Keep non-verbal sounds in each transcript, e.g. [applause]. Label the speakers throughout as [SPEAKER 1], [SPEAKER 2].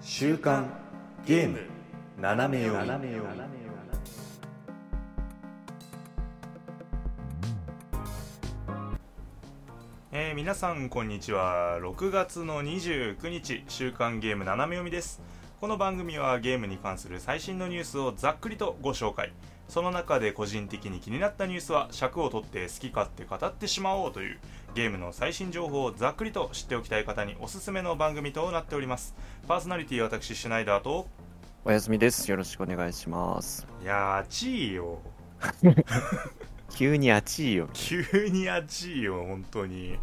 [SPEAKER 1] 週刊ゲーム斜め読み
[SPEAKER 2] えー、皆さんこんにちは6月の29日週刊ゲーム斜め読みですこの番組はゲームに関する最新のニュースをざっくりとご紹介その中で個人的に気になったニュースは尺を取って好き勝手語ってしまおうというゲームの最新情報をざっくりと知っておきたい方におすすめの番組となっておりますパーソナリティは私シュナイダーと
[SPEAKER 3] おやすみです。よろしくお願いします。
[SPEAKER 2] いやーちいよ
[SPEAKER 3] 急にあちいよ。
[SPEAKER 2] 急にあちいよ本当に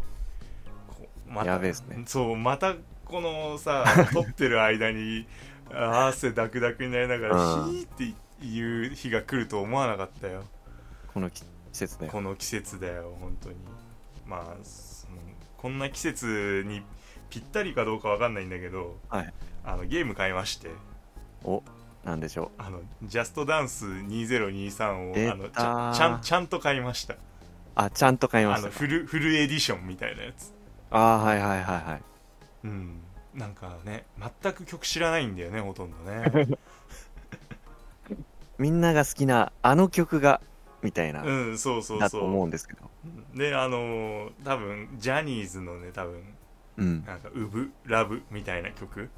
[SPEAKER 2] こうまた
[SPEAKER 3] やべえですね。
[SPEAKER 2] そうまたこの
[SPEAKER 3] [laughs]
[SPEAKER 2] さ撮ってる間にあー汗ダクダクになりながら
[SPEAKER 3] うん
[SPEAKER 2] ヒーって言う日が来ると思わなかったよ
[SPEAKER 3] この季節ね。
[SPEAKER 2] この季節だよ本当にまあそのこんな季節にぴったりかどうかわかんないんだけど、
[SPEAKER 3] はい
[SPEAKER 2] あのゲーム買いまして
[SPEAKER 3] お、なんでしょ
[SPEAKER 2] 「あのジャストダンス2023を」
[SPEAKER 3] 出た
[SPEAKER 2] あのちゃちゃんちゃんと買いました
[SPEAKER 3] う。あ、ちゃんと買いま
[SPEAKER 2] あ
[SPEAKER 3] し
[SPEAKER 2] の
[SPEAKER 3] た。
[SPEAKER 2] フルフルエディションみたいなやつ
[SPEAKER 3] あーはいはいはいはい。
[SPEAKER 2] うんなんかね全く曲知らないんだよねほとんどね
[SPEAKER 3] [laughs] みんなが好きなあの曲が、みたいな、
[SPEAKER 2] うんそうそう
[SPEAKER 3] だ
[SPEAKER 2] そ
[SPEAKER 3] と
[SPEAKER 2] う
[SPEAKER 3] 思うんですけど。
[SPEAKER 2] であのー多分ジャニーズのね多分
[SPEAKER 3] うん。
[SPEAKER 2] なんか「ウブラブ」みたいな曲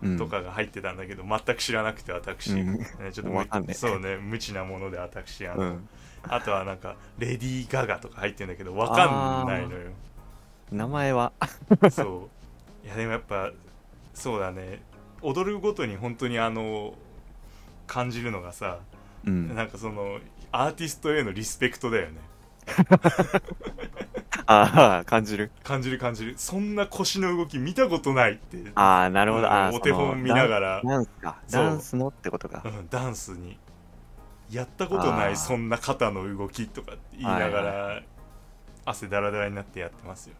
[SPEAKER 3] うん。
[SPEAKER 2] とかが入ってたんだけど、全く知らなくて私、
[SPEAKER 3] うん
[SPEAKER 2] ねちょっと
[SPEAKER 3] わかんね
[SPEAKER 2] む
[SPEAKER 3] え
[SPEAKER 2] そうね無知なもので私あの、
[SPEAKER 3] うん。
[SPEAKER 2] あとはなんか「レディー・ガガ」とか入ってんだけどわかんないのよ
[SPEAKER 3] 名前は、あ
[SPEAKER 2] そういやでもやっぱそうだね踊るごとに本当にあの感じるのがさ、
[SPEAKER 3] うん。
[SPEAKER 2] なんかそのアーティストへのリスペクトだよね
[SPEAKER 3] あー感じる。
[SPEAKER 2] 感じる感じるそんな腰の動き見たことないって
[SPEAKER 3] あーなるほど。あー
[SPEAKER 2] お手本見ながら
[SPEAKER 3] ら。ダンスか。
[SPEAKER 2] そう
[SPEAKER 3] ダンスのってことか
[SPEAKER 2] う。んダンスにやったことな
[SPEAKER 3] あー
[SPEAKER 2] いそんな肩の動きとかって言いながら、
[SPEAKER 3] は
[SPEAKER 2] 汗だらだらになってやってますよ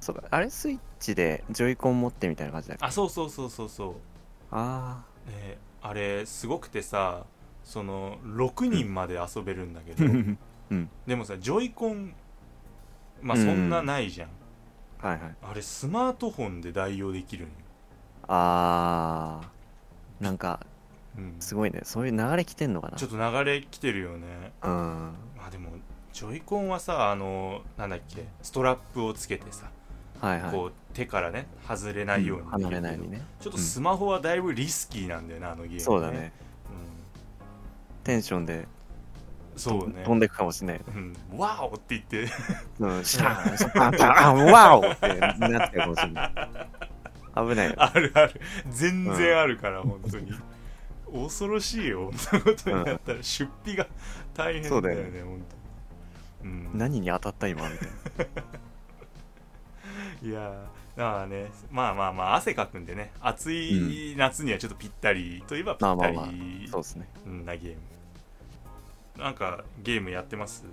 [SPEAKER 3] そうか。あれ、スイッチでジョイコン持ってみたいな感じだっけ
[SPEAKER 2] あそうそうそうそうそ
[SPEAKER 3] あ
[SPEAKER 2] う、ね、あれすごくてさその6人まで遊べるんだけ
[SPEAKER 3] あ。
[SPEAKER 2] ど、
[SPEAKER 3] [laughs]
[SPEAKER 2] [laughs]
[SPEAKER 3] うん
[SPEAKER 2] でもさジョイコンまあ
[SPEAKER 3] うん
[SPEAKER 2] そんなないじゃん、
[SPEAKER 3] はいはい。
[SPEAKER 2] あれスマートフォンで代用できるんよ、
[SPEAKER 3] あーなんか、
[SPEAKER 2] うん、
[SPEAKER 3] す
[SPEAKER 2] ちょ
[SPEAKER 3] ごいね。そういう流れ来てんのかな
[SPEAKER 2] っと流れ来てるよね
[SPEAKER 3] うん。
[SPEAKER 2] まあでもジョイコンはさあのなんだっけストラップをつけてさ
[SPEAKER 3] はいはい。
[SPEAKER 2] こう手からね外れないように
[SPEAKER 3] 離れないように
[SPEAKER 2] ね
[SPEAKER 3] ね。
[SPEAKER 2] ちょっとスマホはだいぶリスキーなんだよな、あのゲーム、ね、
[SPEAKER 3] そうだね。テンションで
[SPEAKER 2] うん、そうね
[SPEAKER 3] 飛んでくかもしれない。
[SPEAKER 2] うん、ワオって言って
[SPEAKER 3] うん、シャーン、シャーン、シャーン、ワオってなってるかもしれない。危ないよ。
[SPEAKER 2] あるある全然あるから、本当に恐ろしいよそんなことになったら出費が大変だよね
[SPEAKER 3] そうだよ
[SPEAKER 2] 本当にうん、
[SPEAKER 3] 何に当たった今みたい
[SPEAKER 2] いやーだからねまあまあまあ汗かくんでね暑い夏にはちょっとぴったりといえばぴ
[SPEAKER 3] まあ
[SPEAKER 2] っ
[SPEAKER 3] ま
[SPEAKER 2] た
[SPEAKER 3] あ
[SPEAKER 2] り
[SPEAKER 3] まあな。そうですね。 [laughs]
[SPEAKER 2] うんなゲームなんかゲームやってます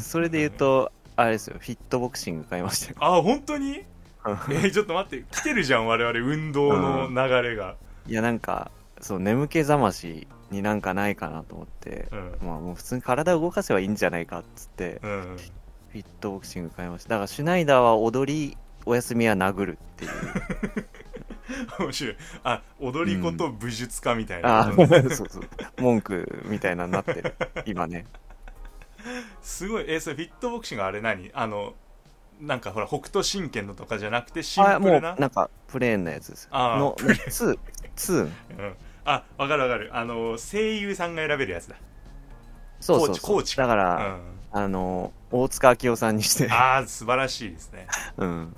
[SPEAKER 3] それで言うと、あれですよ、フィットボクシング買いましたよ。
[SPEAKER 2] あ本当にえ
[SPEAKER 3] うん [laughs]
[SPEAKER 2] ーちょっと待って来てるじゃん我々運動の流れが、
[SPEAKER 3] いや、なんか、そう、眠気覚ましになんかないかなと思って、
[SPEAKER 2] うん
[SPEAKER 3] まあもう普通に体を動かせばいいんじゃないかっつって、
[SPEAKER 2] うん、 [laughs]
[SPEAKER 3] フィットボクシング買いました。だから、シュナイダーは踊り、お休みは殴るっていう。
[SPEAKER 2] 面白いあ踊り子と武術家みたい
[SPEAKER 3] あ
[SPEAKER 2] な、
[SPEAKER 3] あ、 [laughs] そうそう。文句みたいなのになってる、今ね。
[SPEAKER 2] すごいえーそれフィットボクシングあれ何あのなんかほら北斗神拳のとかじゃなくてシンプ
[SPEAKER 3] あも
[SPEAKER 2] ル
[SPEAKER 3] う
[SPEAKER 2] な
[SPEAKER 3] なんかプレーンなやつです
[SPEAKER 2] あー
[SPEAKER 3] の2 2
[SPEAKER 2] うん、あわかるわかるあの声優さんが選べるやつだ
[SPEAKER 3] そうそう
[SPEAKER 2] コー
[SPEAKER 3] そう
[SPEAKER 2] チコーチ
[SPEAKER 3] だか
[SPEAKER 2] う
[SPEAKER 3] ら、
[SPEAKER 2] ん
[SPEAKER 3] あの大塚明夫さんにして、
[SPEAKER 2] [laughs] あー素晴らしいですね、
[SPEAKER 3] うん、
[SPEAKER 2] うん、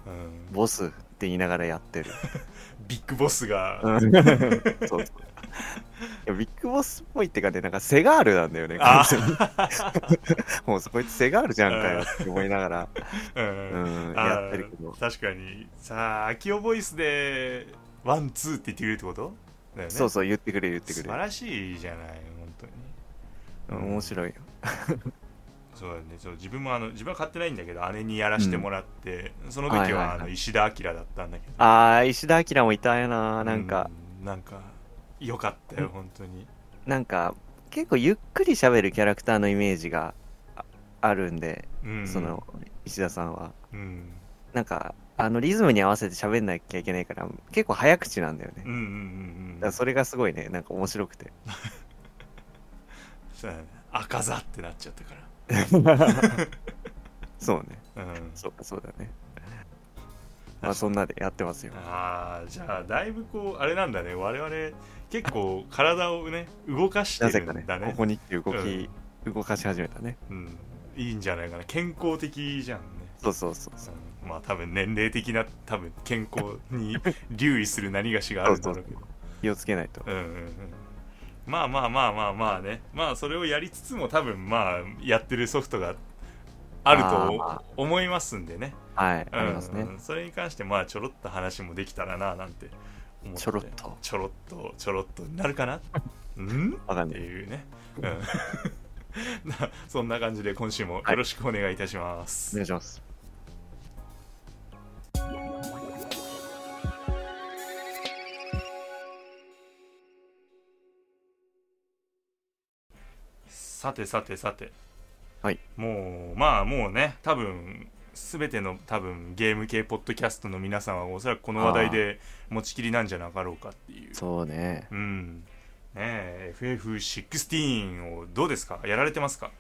[SPEAKER 3] ボスって言いながらやってる、
[SPEAKER 2] ビッグボスが、 [laughs]
[SPEAKER 3] うんそうそういやビッグボスっぽいってかねなんかセガールなんだよね
[SPEAKER 2] あ
[SPEAKER 3] 完全に [laughs] もうこいつセガールじゃんかよって思いな
[SPEAKER 2] [laughs]
[SPEAKER 3] がら、
[SPEAKER 2] う
[SPEAKER 3] うんん、
[SPEAKER 2] あー
[SPEAKER 3] やってるけど
[SPEAKER 2] 確かにさあ秋尾ボイスでワンツーって言ってくれるってことだよね
[SPEAKER 3] そうそう言ってくれる言って
[SPEAKER 2] 素
[SPEAKER 3] く
[SPEAKER 2] 晴
[SPEAKER 3] れる
[SPEAKER 2] らしいじゃない本当に
[SPEAKER 3] うん面白いよ
[SPEAKER 2] そうだねそう自分もあの自分は買ってないんだけど姉にやらしてもらって、その時は,、
[SPEAKER 3] はいはいはい
[SPEAKER 2] あの石田明だったんだけど
[SPEAKER 3] ああ石田明もいたよななんか、、
[SPEAKER 2] うなんかよかったよ本当に
[SPEAKER 3] なんか結構ゆっくり喋るキャラクターのイメージがああるんで
[SPEAKER 2] うん
[SPEAKER 3] その石田さんは
[SPEAKER 2] うん
[SPEAKER 3] なんかあのリズムに合わせて喋んなきゃいけないから、結構早口なんだよね。
[SPEAKER 2] うんうんうんうん
[SPEAKER 3] だからそれがすごいね、なんか面白
[SPEAKER 2] [laughs]
[SPEAKER 3] くて。
[SPEAKER 2] そうやね赤座ってなっちゃったか
[SPEAKER 3] そうね。
[SPEAKER 2] らうん
[SPEAKER 3] そうそうだね。まあそんなでやってますよ。
[SPEAKER 2] あーじゃあだいぶこうあれなんだね我々結構体をね動かして
[SPEAKER 3] なぜ
[SPEAKER 2] るん
[SPEAKER 3] か
[SPEAKER 2] だね
[SPEAKER 3] ね、ここにっていう動き、動かし始めたね。
[SPEAKER 2] うん、いいんじゃないかな健康的じゃんね
[SPEAKER 3] そうそうそうそう。
[SPEAKER 2] うんまあ多分年齢的な多分健康に留意する何がしがあるんだろう
[SPEAKER 3] [laughs]
[SPEAKER 2] けど
[SPEAKER 3] 気をつけないと。
[SPEAKER 2] うんうんうんまあまあまあまあまあねまあそれをやりつつも多分まあやってるソフトがある
[SPEAKER 3] あー
[SPEAKER 2] と
[SPEAKER 3] ま
[SPEAKER 2] 思いますんでね
[SPEAKER 3] はい、
[SPEAKER 2] うん
[SPEAKER 3] ありますね。
[SPEAKER 2] うんそれに関してまあちょろっと話もできたらななんて思て
[SPEAKER 3] ちょろっと
[SPEAKER 2] ちょろっとちょろっとなるか
[SPEAKER 3] [laughs]
[SPEAKER 2] なうん
[SPEAKER 3] わか
[SPEAKER 2] っ
[SPEAKER 3] んな
[SPEAKER 2] て
[SPEAKER 3] い。
[SPEAKER 2] いうね、うん、 [laughs] なそんな感じで今週もよろしくお願いいたしま
[SPEAKER 3] お
[SPEAKER 2] す、
[SPEAKER 3] 願いします。
[SPEAKER 2] さてさてさて
[SPEAKER 3] はい
[SPEAKER 2] もうまあもうね多分全ての多分ゲーム系ポッドキャストの皆さんはおそらくこの話題で持ちきりなんじゃなかろうかっていう
[SPEAKER 3] そうね。
[SPEAKER 2] うんねえ FF16 をどうですかやられてますか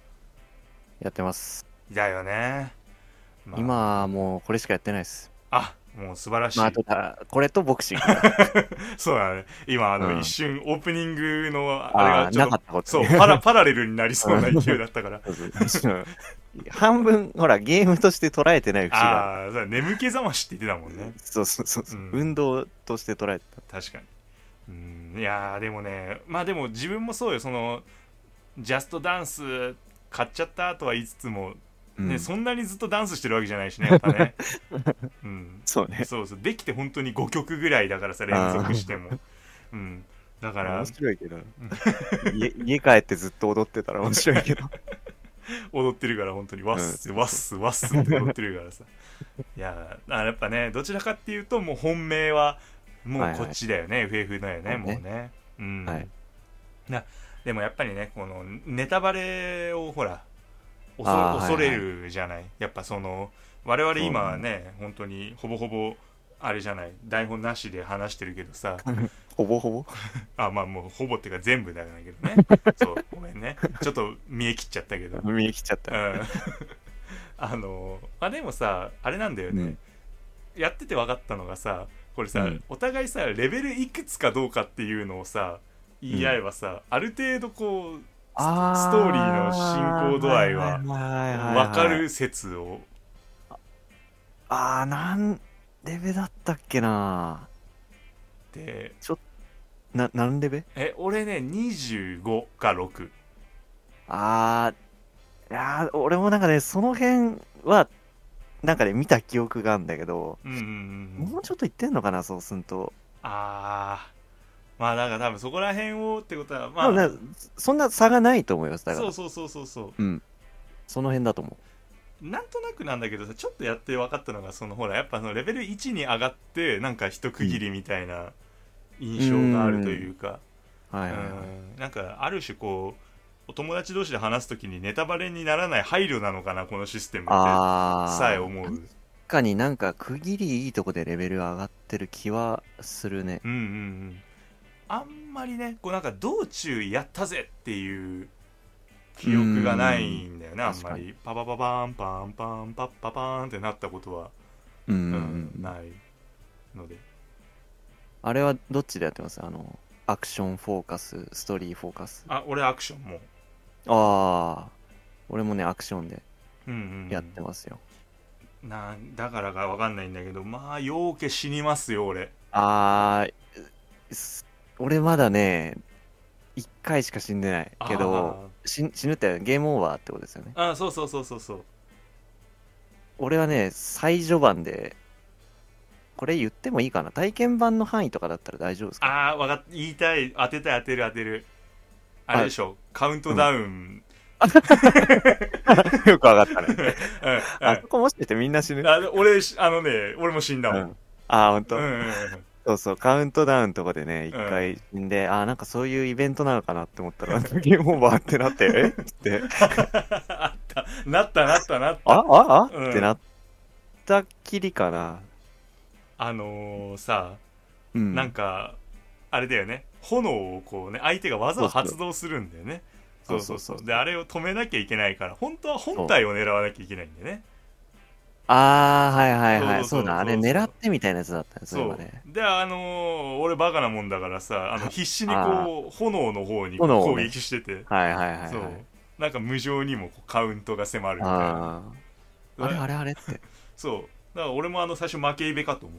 [SPEAKER 3] やってます。
[SPEAKER 2] だよね、まあ
[SPEAKER 3] 今はもうこれしかやってないです。
[SPEAKER 2] あもう素晴らしい、
[SPEAKER 3] まあ、あとだ、これとボ
[SPEAKER 2] [laughs]
[SPEAKER 3] クシング。
[SPEAKER 2] そうだね今あの、
[SPEAKER 3] うん
[SPEAKER 2] 一瞬オープニングのあれ
[SPEAKER 3] あ
[SPEAKER 2] が
[SPEAKER 3] あ、
[SPEAKER 2] ちょ
[SPEAKER 3] な
[SPEAKER 2] っ
[SPEAKER 3] か
[SPEAKER 2] と
[SPEAKER 3] ったこと
[SPEAKER 2] そう
[SPEAKER 3] ね。
[SPEAKER 2] パ
[SPEAKER 3] [laughs]
[SPEAKER 2] ラパラレルになりそうな勢いだったから
[SPEAKER 3] そう。 [laughs] 半分、ほら、ゲームとして捉えてない節がある。
[SPEAKER 2] ああそうだ眠気覚ましって言ってたもんね
[SPEAKER 3] そうそうそうそう。
[SPEAKER 2] うん
[SPEAKER 3] 運動として捉えてた。
[SPEAKER 2] 確かにうんいやーでもねまあでも自分もそうよそのジャストダンス買っちゃったとは言いつつも、
[SPEAKER 3] うん
[SPEAKER 2] ねそんなにずっとダンスしてるわけじゃないしねやっぱ
[SPEAKER 3] [laughs]
[SPEAKER 2] ね、うん、
[SPEAKER 3] そうね。
[SPEAKER 2] そうそうできて本当に5曲ぐらいだからさ連続しても、うん、だから
[SPEAKER 3] 面白いけど。家 [laughs] 家帰ってずっと踊ってたら面白いけど。 [laughs]
[SPEAKER 2] 踊ってるから本当にワッス、ワッスワッスって踊ってるからさいやーあやっぱねどちらかっていうともう本命はもうこっちだよね、FF だよね
[SPEAKER 3] はい
[SPEAKER 2] もうね、うん
[SPEAKER 3] はい
[SPEAKER 2] なでもやっぱりねこのネタバレをほら恐
[SPEAKER 3] あー
[SPEAKER 2] 恐
[SPEAKER 3] はい
[SPEAKER 2] れ
[SPEAKER 3] はい
[SPEAKER 2] るじゃない,、やっぱその我々今はね本当にほぼほぼあれじゃない台本なしで話してるけどさ
[SPEAKER 3] ほぼほぼ。
[SPEAKER 2] あまあもうほぼっていうか全部だよねけどね
[SPEAKER 3] [laughs]
[SPEAKER 2] そうごめんねちょっと見え切っちゃったけど
[SPEAKER 3] 見えきっちゃっ
[SPEAKER 2] う
[SPEAKER 3] た。
[SPEAKER 2] ん [laughs] あのまあでもさあれなんだよね、
[SPEAKER 3] ね
[SPEAKER 2] やってて分かったのがさこれさ、
[SPEAKER 3] うん
[SPEAKER 2] お互いさレベルいくつかどうかっていうのをさ言い合えばさ、ある程度こう
[SPEAKER 3] あ
[SPEAKER 2] ストーリーの進行度合いは
[SPEAKER 3] わ
[SPEAKER 2] 分かる説を
[SPEAKER 3] あーなんレベだったっけな
[SPEAKER 2] で
[SPEAKER 3] な何レベ
[SPEAKER 2] え俺ね25か6
[SPEAKER 3] あーいやー俺もなんかねその辺はなんかね見た記憶があるんだけど、
[SPEAKER 2] うんうんうんう
[SPEAKER 3] も
[SPEAKER 2] ん
[SPEAKER 3] うちょっといってんのかなそうすんと、
[SPEAKER 2] あーまあだから多分そこら辺をってことはま
[SPEAKER 3] でも
[SPEAKER 2] あ
[SPEAKER 3] ねそんな差がないと思いますだから
[SPEAKER 2] そう
[SPEAKER 3] そ
[SPEAKER 2] そうそうそうそう
[SPEAKER 3] の辺だと思
[SPEAKER 2] なんとなくなんだけどさちょっとやって分かったのがそのほらやっぱそのレベル1に上がってなんか一区切りみたいな印象があるというか、
[SPEAKER 3] うは
[SPEAKER 2] うん
[SPEAKER 3] いはいはい
[SPEAKER 2] なんかある種こうお友達同士で話す時にネタバレにならない配慮なのかなこのシステムって
[SPEAKER 3] あ
[SPEAKER 2] さえ
[SPEAKER 3] ー
[SPEAKER 2] 思ううん
[SPEAKER 3] 確かになんか区切りいいとこでレベル上がってる気はするね
[SPEAKER 2] うんうんあんまりねこうなんか道中やったぜっていう記憶がないんだよね
[SPEAKER 3] うん
[SPEAKER 2] あんまりパパパパーンパンパンパッパパーンってなったことは、
[SPEAKER 3] うん
[SPEAKER 2] う
[SPEAKER 3] うんんうん、
[SPEAKER 2] ないので
[SPEAKER 3] あれはどっちでやってますあのアクションフォーカスストーリーフォーカス
[SPEAKER 2] あ俺アクションもう
[SPEAKER 3] ああ、俺もね、アクションで
[SPEAKER 2] うんうんうん
[SPEAKER 3] やってますよ。
[SPEAKER 2] なんだからかわかんないんだけどまあようけ死にますよ俺
[SPEAKER 3] ああ、す俺まだね、一回しか死んでないけど、死死ぬってゲームオーバーってことですよね。
[SPEAKER 2] あーあーそうそうそうそうそう
[SPEAKER 3] 俺はね、最序盤で、これ言ってもいいかな体験版の範囲とかだったら大丈夫ですか
[SPEAKER 2] ああわかっ言いたい当てたい当てる当てるあれでしょカウントダウン、うん、
[SPEAKER 3] よくわかったね。
[SPEAKER 2] うん
[SPEAKER 3] [laughs] あそこもしかしてみんな死ぬ
[SPEAKER 2] あ俺しあのね俺も死んだ
[SPEAKER 3] う
[SPEAKER 2] もん、
[SPEAKER 3] んああ、ほん
[SPEAKER 2] う
[SPEAKER 3] と
[SPEAKER 2] んうんうんうん、 [laughs]
[SPEAKER 3] そうそう、カウントダウンとかでね、一回死んで、ああ、なんかそういうイベントなのかなって思ったら、 [laughs] ゲームオーバーってなって、えって。
[SPEAKER 2] あったなったなったなった
[SPEAKER 3] [laughs] あああ、
[SPEAKER 2] うん
[SPEAKER 3] ってなったっきりかな。
[SPEAKER 2] あのーさ
[SPEAKER 3] うん、
[SPEAKER 2] なんかあれだよね炎をこうね相手が技を発動するんだよねそうそうそう
[SPEAKER 3] そうそうそう
[SPEAKER 2] であれを止めなきゃいけないから本当は本体を狙わなきゃいけないんだよね
[SPEAKER 3] ああ、はいはいはい。
[SPEAKER 2] そうそうそう
[SPEAKER 3] そうだ、あれ
[SPEAKER 2] そうそう
[SPEAKER 3] 狙ってみたいなやつだったね、そうい
[SPEAKER 2] そ
[SPEAKER 3] えば
[SPEAKER 2] う
[SPEAKER 3] ね。
[SPEAKER 2] であのー俺バカなもんだからさあの必死にこう炎の方に
[SPEAKER 3] 炎を
[SPEAKER 2] 攻
[SPEAKER 3] ね
[SPEAKER 2] 撃してて
[SPEAKER 3] はいはいはい、はい。
[SPEAKER 2] そうなんか無情にもこうカウントが迫るみたいな
[SPEAKER 3] ああ。あれあれあれって。
[SPEAKER 2] そうだから俺もあの最初負けイベかと思う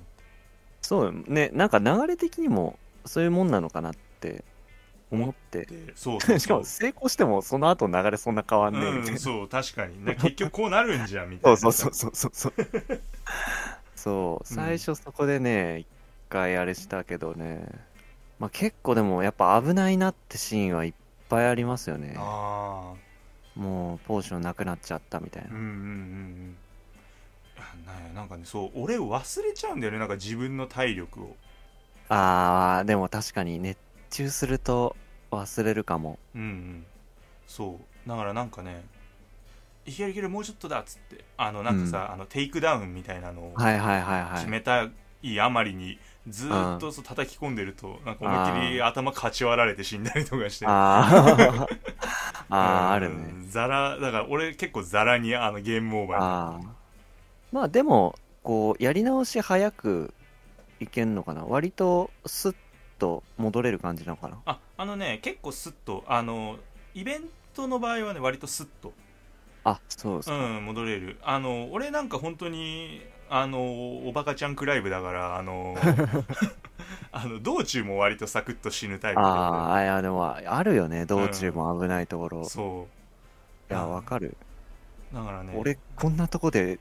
[SPEAKER 3] そうね、なんか流れ的にもそういうもんなのかなって思って。
[SPEAKER 2] でそうそうそう
[SPEAKER 3] [laughs] しかも成功してもその後流れそんな変わんねえみたいな。
[SPEAKER 2] うん、そう確かに、ね、結局こうなるんじゃんみたい
[SPEAKER 3] そ
[SPEAKER 2] な
[SPEAKER 3] うそうそうそうそう
[SPEAKER 2] [laughs]
[SPEAKER 3] そう。そう、最初そこでね、一回あれしたけどね、まあ結構でもやっぱ危ないなってシーンはいっぱいありますよね。
[SPEAKER 2] ああ
[SPEAKER 3] もうポーションなくなっちゃったみたい
[SPEAKER 2] うん
[SPEAKER 3] な。
[SPEAKER 2] うんうんうんなんやなんかねそう俺忘れちゃうんだよねなんか自分の体力を
[SPEAKER 3] ああ、でも確かに熱中すると忘れるかも。
[SPEAKER 2] うんうんそうだからなんかねいけるいけるもうちょっとだっつってあのなんかさ、あのテイクダウンみたいなのを
[SPEAKER 3] はいはいはいはい。
[SPEAKER 2] 決めたいあまりにずーっとそう叩き込んでるとなんか思いっきり頭かち割られて死んだりとかして [laughs]
[SPEAKER 3] あーあー、ある
[SPEAKER 2] う
[SPEAKER 3] ね。
[SPEAKER 2] んザラだから俺結構ザラにあのゲームオーバーに
[SPEAKER 3] ああ。まあでも、こう、やり直し早くいけんのかな。割とスッと戻れる感じなのかな。
[SPEAKER 2] ああのね結構スッとあのイベントの場合はね割とスッと、
[SPEAKER 3] あ、そうです
[SPEAKER 2] う
[SPEAKER 3] か。
[SPEAKER 2] ん、戻れるあの俺なんか本当にあのおバカちゃんクライブだからあ
[SPEAKER 3] [laughs]
[SPEAKER 2] のあの道中も割とサクッと死ぬタイプで
[SPEAKER 3] ああ、いや、でも、あるよね。道中も危ないところ。い
[SPEAKER 2] そう
[SPEAKER 3] や、わかる。
[SPEAKER 2] るだからね
[SPEAKER 3] 俺、こんなとこで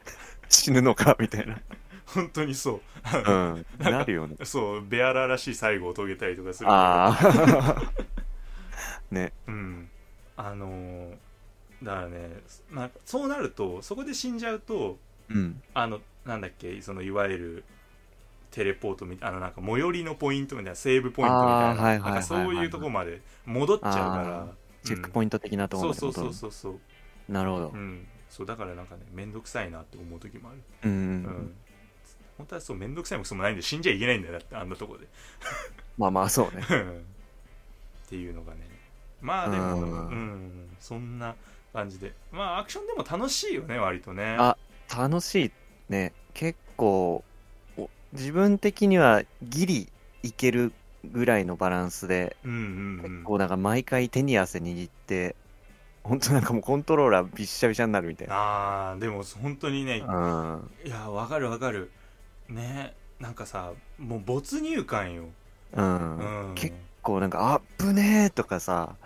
[SPEAKER 3] [laughs] 死ぬのか、みたいな。
[SPEAKER 2] 本当にそう
[SPEAKER 3] う
[SPEAKER 2] あ
[SPEAKER 3] ん。なるよね。
[SPEAKER 2] のそうベアラらしい最後を遂げたりとかするんだけど
[SPEAKER 3] ああ。ね。
[SPEAKER 2] うんあのーだからね、まあ、そうなるとそこで死んじゃうと
[SPEAKER 3] [laughs] うん。
[SPEAKER 2] あのなんだっけそのいわゆるテレポートみたいあのなんか最寄りのポイントみたいなセーブポイントみたい
[SPEAKER 3] あー
[SPEAKER 2] な
[SPEAKER 3] はいはい
[SPEAKER 2] なんかそ
[SPEAKER 3] は
[SPEAKER 2] う
[SPEAKER 3] いはい
[SPEAKER 2] いうとこまで戻っちゃうから
[SPEAKER 3] あチェックポイント的な
[SPEAKER 2] ト
[SPEAKER 3] ところまで
[SPEAKER 2] そう
[SPEAKER 3] 戻
[SPEAKER 2] そう
[SPEAKER 3] る。
[SPEAKER 2] そうそう
[SPEAKER 3] なるほど
[SPEAKER 2] う。んそうだからなんかね面倒くさいなって思う時もある
[SPEAKER 3] うん。
[SPEAKER 2] うん、本当はそう面倒くさいもクソもないんで死んじゃいけないんだよだってあんなと
[SPEAKER 3] [laughs]
[SPEAKER 2] こで
[SPEAKER 3] まあまあ、そうね。
[SPEAKER 2] っていうのがねまあでも
[SPEAKER 3] うん
[SPEAKER 2] うんそんな感じでまあアクションでも楽しいよね割とね
[SPEAKER 3] あ楽しいね結構お自分的にはギリいけるぐらいのバランスで、
[SPEAKER 2] うんうんうん
[SPEAKER 3] 結構なんか毎回手に汗握って本当なんかもうコントローラーびっしゃびしゃになるみたいな
[SPEAKER 2] あーでも本当にね
[SPEAKER 3] うん
[SPEAKER 2] いやわかるわかるねなんかさもう没入感よ、
[SPEAKER 3] うん、
[SPEAKER 2] うん、
[SPEAKER 3] 結構なんか「あっぶねー」とかさ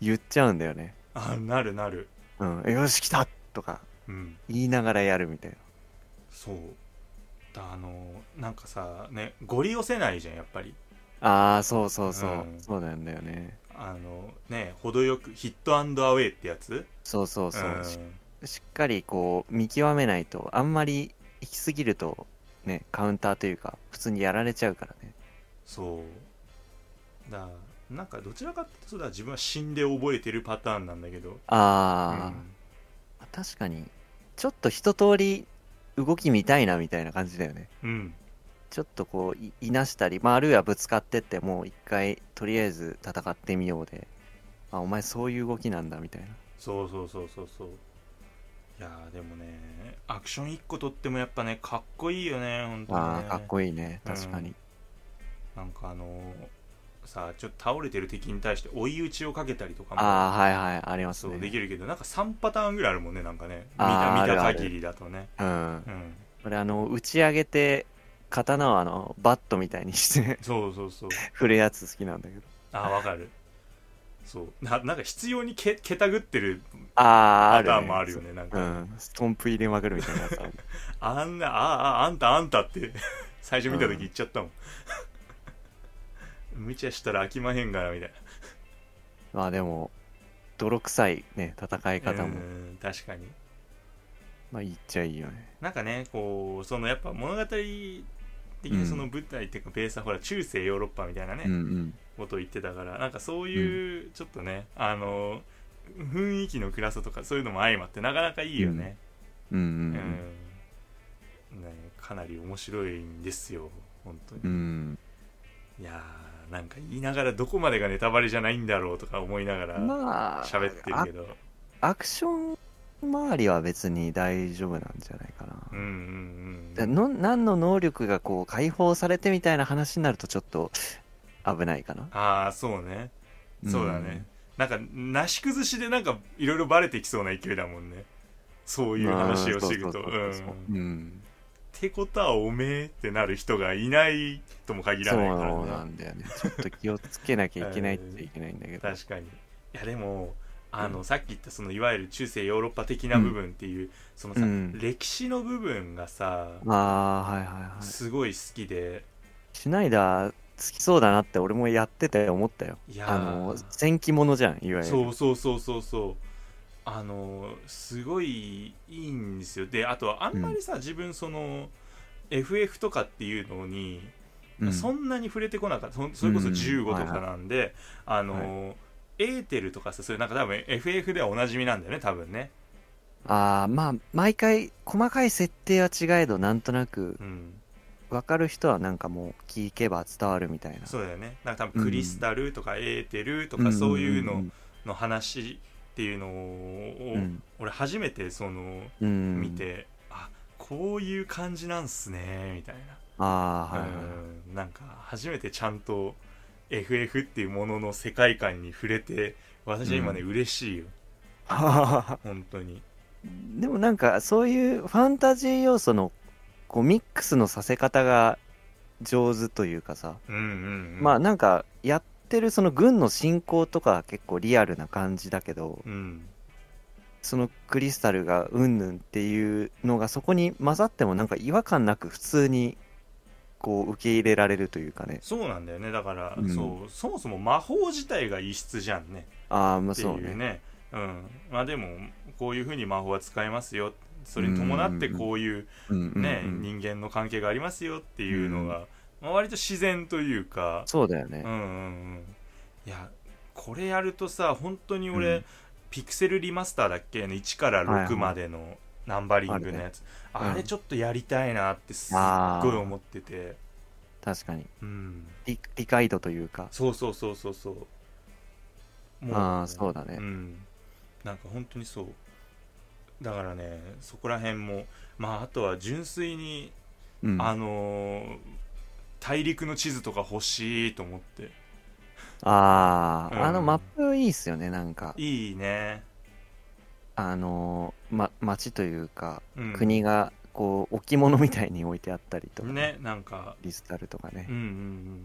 [SPEAKER 3] 言っちゃうんだよね
[SPEAKER 2] あなるなる
[SPEAKER 3] 「うん、よし来た!」とか
[SPEAKER 2] うん
[SPEAKER 3] 言いながらやるみたいな
[SPEAKER 2] そうだあのなんかさねゴリ押せないじゃんやっぱり
[SPEAKER 3] ああそうそうそう、
[SPEAKER 2] うん
[SPEAKER 3] そうなんだよね
[SPEAKER 2] あのね程よくヒットアンドアウェイってやつ
[SPEAKER 3] そうそうそう、
[SPEAKER 2] ん
[SPEAKER 3] しっかりこう見極めないとあんまり行き過ぎるとねカウンターというか普通にやられちゃうからね
[SPEAKER 2] そうだなんかどちらかっていうとそうだ自分は死んで覚えてるパターンなんだけど
[SPEAKER 3] あ
[SPEAKER 2] う
[SPEAKER 3] ー
[SPEAKER 2] ん、
[SPEAKER 3] 確かにちょっと一通り動き見たいなみたいな感じだよね
[SPEAKER 2] うん
[SPEAKER 3] ちょっとこういいなしたり、まあ、あるいはぶつかってってもう一回とりあえず戦ってみようであお前そういう動きなんだみたいな
[SPEAKER 2] そうそうそうそうそういやーでもねアクション1個とってもやっぱねかっこいいよね本当にね
[SPEAKER 3] あーかっこいいね確かに、
[SPEAKER 2] なんかあのーさちょっと倒れてる敵に対して追い打ちをかけたりとかも
[SPEAKER 3] ああはいはいあります
[SPEAKER 2] そ
[SPEAKER 3] ね
[SPEAKER 2] うできるけどなんか3パターンぐらいあるもんねなんかね見
[SPEAKER 3] あ
[SPEAKER 2] た
[SPEAKER 3] ー
[SPEAKER 2] 見た
[SPEAKER 3] あるある
[SPEAKER 2] 限りだとね
[SPEAKER 3] うん
[SPEAKER 2] うん
[SPEAKER 3] これあの打ち上げて刀をあのバットみたいにして
[SPEAKER 2] そうそうそう
[SPEAKER 3] 振るやつ好きなんだけど
[SPEAKER 2] あーわかるそうななんか必要にけけたぐってる
[SPEAKER 3] あ
[SPEAKER 2] パ
[SPEAKER 3] あ、ある、
[SPEAKER 2] タ
[SPEAKER 3] ね。
[SPEAKER 2] ーンもあるよねなん
[SPEAKER 3] う
[SPEAKER 2] か、
[SPEAKER 3] ん。ストンプ入れまくるみたいな
[SPEAKER 2] [laughs]
[SPEAKER 3] やつある
[SPEAKER 2] あんなあーあーあんたあんたって [laughs] 最初見た時言っちゃったもん、 [laughs] 無茶したら飽きまへんからみたいな
[SPEAKER 3] まあでも、泥臭いね、戦い方も、
[SPEAKER 2] うん確かに
[SPEAKER 3] まあ言っちゃいいよね。
[SPEAKER 2] なんかねこうそのやっぱ物語的にその舞台っていうかベースはほら中世ヨーロッパみたいなね、
[SPEAKER 3] うんうん。
[SPEAKER 2] ことを言ってたからなんかそういうちょっとね、あの雰囲気の暗さとかそういうのも相まってなかなかいいよね、
[SPEAKER 3] うんうんう
[SPEAKER 2] うん
[SPEAKER 3] ん。
[SPEAKER 2] ね、かなり面白いんですよ本当に、
[SPEAKER 3] うん。
[SPEAKER 2] いやーなんか言いながらどこまでがネタバレじゃないんだろうとか思いながら
[SPEAKER 3] まあ、
[SPEAKER 2] 喋ってるけど、
[SPEAKER 3] アクション周りは別に大丈夫なんじゃないかな。
[SPEAKER 2] うんうんう
[SPEAKER 3] だ
[SPEAKER 2] ん
[SPEAKER 3] の何の能力がこう解放されてみたいな話になるとちょっと危ないかな。
[SPEAKER 2] ああそうねそうだね、なんかなし崩しでなんかいろいろバレてきそうな勢いだもんねそう
[SPEAKER 3] うん。
[SPEAKER 2] いう話をしてい
[SPEAKER 3] ま
[SPEAKER 2] く
[SPEAKER 3] あそ
[SPEAKER 2] と
[SPEAKER 3] う
[SPEAKER 2] う
[SPEAKER 3] そうそうそうんうん
[SPEAKER 2] ってことはおめえってなる人がいないとも限ら
[SPEAKER 3] そう
[SPEAKER 2] ないから
[SPEAKER 3] な
[SPEAKER 2] ね
[SPEAKER 3] んだよね。ちょっと気をつけなきゃいけないっちゃいけないんだけど。
[SPEAKER 2] 確かにいやでもあの、さっき言ったそのいわゆる中世ヨーロッパ的な部分っていう、そのさ、
[SPEAKER 3] うん
[SPEAKER 2] 歴史の部分がさ
[SPEAKER 3] ああ、はいはいはい。
[SPEAKER 2] すごい好きで
[SPEAKER 3] シュナイダー好きそうだなって俺もやってて思ったよ。
[SPEAKER 2] いやー
[SPEAKER 3] あの、戦記ものじゃん、いわゆる。
[SPEAKER 2] そうそうそうそうそうあのすごいいいんですよであとはあんまりさ、自分その FF とかっていうのに、
[SPEAKER 3] うん
[SPEAKER 2] そんなに触れてこなかったそそれこそ
[SPEAKER 3] うん
[SPEAKER 2] 15と
[SPEAKER 3] はいは
[SPEAKER 2] か
[SPEAKER 3] い
[SPEAKER 2] なんで、あの、エーテルとかさそれなんか多分 FF ではおなじみなんだよね多分ね
[SPEAKER 3] ああ、まあ、毎回、細かい設定は違えど、なんとなく、
[SPEAKER 2] うん
[SPEAKER 3] わかる人はなんかもう聞けば伝わるみたいな。
[SPEAKER 2] そうだよねなんか多分クリスタルとかエーテルとか
[SPEAKER 3] ん
[SPEAKER 2] そういうの
[SPEAKER 3] ん
[SPEAKER 2] の話っていうのを、
[SPEAKER 3] うん
[SPEAKER 2] 俺初めてその
[SPEAKER 3] うん
[SPEAKER 2] 見。て、あこういう感じなんすねみたいな
[SPEAKER 3] ああ、はいはい。
[SPEAKER 2] うんなんか初めてちゃんと FF っていうものの世界観に触れて私は今ね、
[SPEAKER 3] う
[SPEAKER 2] 嬉しいよ
[SPEAKER 3] はは [laughs] は
[SPEAKER 2] 本当に
[SPEAKER 3] でもなんかそういうファンタジー要素のこうミックスのさせ方が上手というかさ、
[SPEAKER 2] うんうん、うん、
[SPEAKER 3] まあなんかやってるその軍の進行とかは結構リアルな感じだけど
[SPEAKER 2] うん
[SPEAKER 3] そのクリスタルがうんぬんっていうのがそこに混ざってもなんか違和感なく普通にこう受け入れられるというかね
[SPEAKER 2] そうなんだよねだから、
[SPEAKER 3] うん
[SPEAKER 2] そうそもそも魔法自体が異質じゃんね
[SPEAKER 3] ああまあ
[SPEAKER 2] ってい
[SPEAKER 3] そうう
[SPEAKER 2] ね
[SPEAKER 3] ね
[SPEAKER 2] うん、まあでもこういうふうに魔法は使えますよそれに伴ってこういう
[SPEAKER 3] うんうん
[SPEAKER 2] ね、
[SPEAKER 3] うん
[SPEAKER 2] 人間の関係がありますよっていうのが、まあ、割と自然というか
[SPEAKER 3] そうだよね
[SPEAKER 2] うんうんうんいやこれやるとさ本当に俺、
[SPEAKER 3] うん
[SPEAKER 2] ピクセルリマスターだっけの1から
[SPEAKER 3] はいは
[SPEAKER 2] 6
[SPEAKER 3] い
[SPEAKER 2] までのナンバリングのやつ、あ
[SPEAKER 3] あるね
[SPEAKER 2] れ
[SPEAKER 3] うん
[SPEAKER 2] ちょっとやりたいなってすっ
[SPEAKER 3] あ
[SPEAKER 2] ごい
[SPEAKER 3] ー
[SPEAKER 2] 思ってて
[SPEAKER 3] 確かに
[SPEAKER 2] うん
[SPEAKER 3] 理理解度というか
[SPEAKER 2] そうそうそうそうそうも
[SPEAKER 3] ああそうだ
[SPEAKER 2] う
[SPEAKER 3] ね
[SPEAKER 2] んなんか本当にそうだからねそこら辺もまああとは純粋に、
[SPEAKER 3] うん
[SPEAKER 2] あ
[SPEAKER 3] あ
[SPEAKER 2] のー大陸の地図とか欲しいと思って
[SPEAKER 3] あーあの
[SPEAKER 2] うん
[SPEAKER 3] マップいいっすよねなんか
[SPEAKER 2] いいね、
[SPEAKER 3] あのーま、町というか、
[SPEAKER 2] うん、
[SPEAKER 3] 国がこう置物みたいに置いてあったりとか、
[SPEAKER 2] ねなんか
[SPEAKER 3] リスタルとかね
[SPEAKER 2] うん、うんうんうん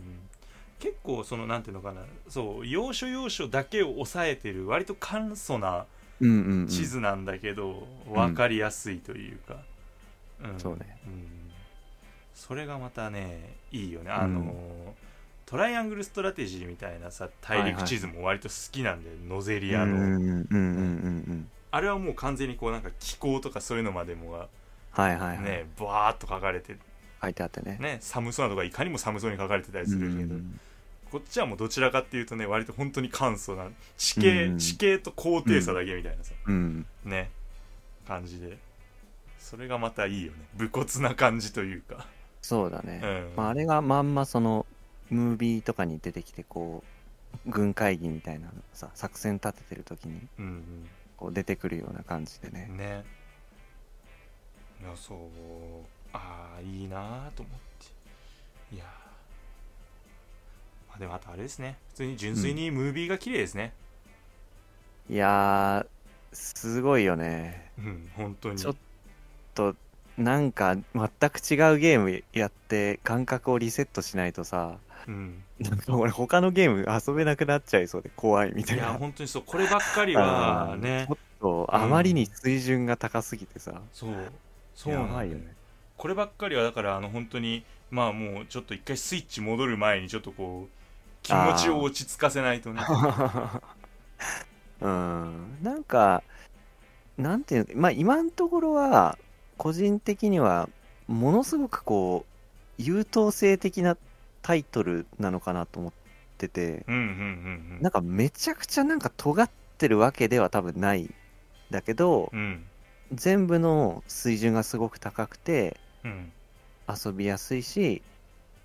[SPEAKER 2] 結構そのなんていうのかなそう要所要所だけを抑えてる割と簡素な
[SPEAKER 3] うん、うんうん
[SPEAKER 2] 地図なんだけど、分かりやすいというか、うん
[SPEAKER 3] そうね
[SPEAKER 2] んそれがまたねいいよねあのー、トライアングルストラテジーみたいなさ大陸地図も割と好きなんで、ノゼリア
[SPEAKER 3] うん
[SPEAKER 2] の、
[SPEAKER 3] うんうんうんうん
[SPEAKER 2] あれはもう完全にこうなんか気候とかそういうのまでもが
[SPEAKER 3] はいはいはい、
[SPEAKER 2] ねバーっと書かれて
[SPEAKER 3] 書いてあってね
[SPEAKER 2] ね寒そうなとかいかにも寒そうに書かれてたりするけど、
[SPEAKER 3] うん
[SPEAKER 2] こっちはもうどちらかっていうとね割と本当に簡素な地形、
[SPEAKER 3] うん
[SPEAKER 2] 地形と高低差だけみたいなさ、
[SPEAKER 3] うん
[SPEAKER 2] ね感じでそれがまたいいよね武骨な感じというか、
[SPEAKER 3] そうだね
[SPEAKER 2] う、ん
[SPEAKER 3] まあ、あれがまんまそのムービーとかに出てきてこう軍会議みたいなのさ作戦立ててる時に
[SPEAKER 2] うん
[SPEAKER 3] こう出てくるような感じで
[SPEAKER 2] う
[SPEAKER 3] ね
[SPEAKER 2] んねいやそうああいいなーと思っていやーまあでもあとあれですね普通に純粋にムービーが綺麗ですね
[SPEAKER 3] いやーすごいよね
[SPEAKER 2] うん、本当に
[SPEAKER 3] ちょっとなんか全く違うゲームやって感覚をリセットしないとさ
[SPEAKER 2] うん
[SPEAKER 3] なんか俺他のゲーム遊べなくなっちゃいそうで怖いみた
[SPEAKER 2] い
[SPEAKER 3] い
[SPEAKER 2] や
[SPEAKER 3] な
[SPEAKER 2] 本当にそうこればっかりはね
[SPEAKER 3] ちょっとあまりに水準が高すぎてさ、 [laughs]
[SPEAKER 2] そうそう
[SPEAKER 3] や
[SPEAKER 2] なんだ
[SPEAKER 3] ばいよね
[SPEAKER 2] こればっかりはだからあの本当にまあもうちょっと一回スイッチ戻る前にちょっとこう気持ちを落ち着かせないとね
[SPEAKER 3] うんなんかなんていうのまあ今のところは個人的にはものすごくこう優等生的なタイトルなのかなと思ってて
[SPEAKER 2] うんうんうん
[SPEAKER 3] なんかめちゃくちゃなんか尖ってるわけでは多分ないだけど
[SPEAKER 2] うんうん
[SPEAKER 3] 全部の水準がすごく高くて
[SPEAKER 2] うん
[SPEAKER 3] 遊びやすいし、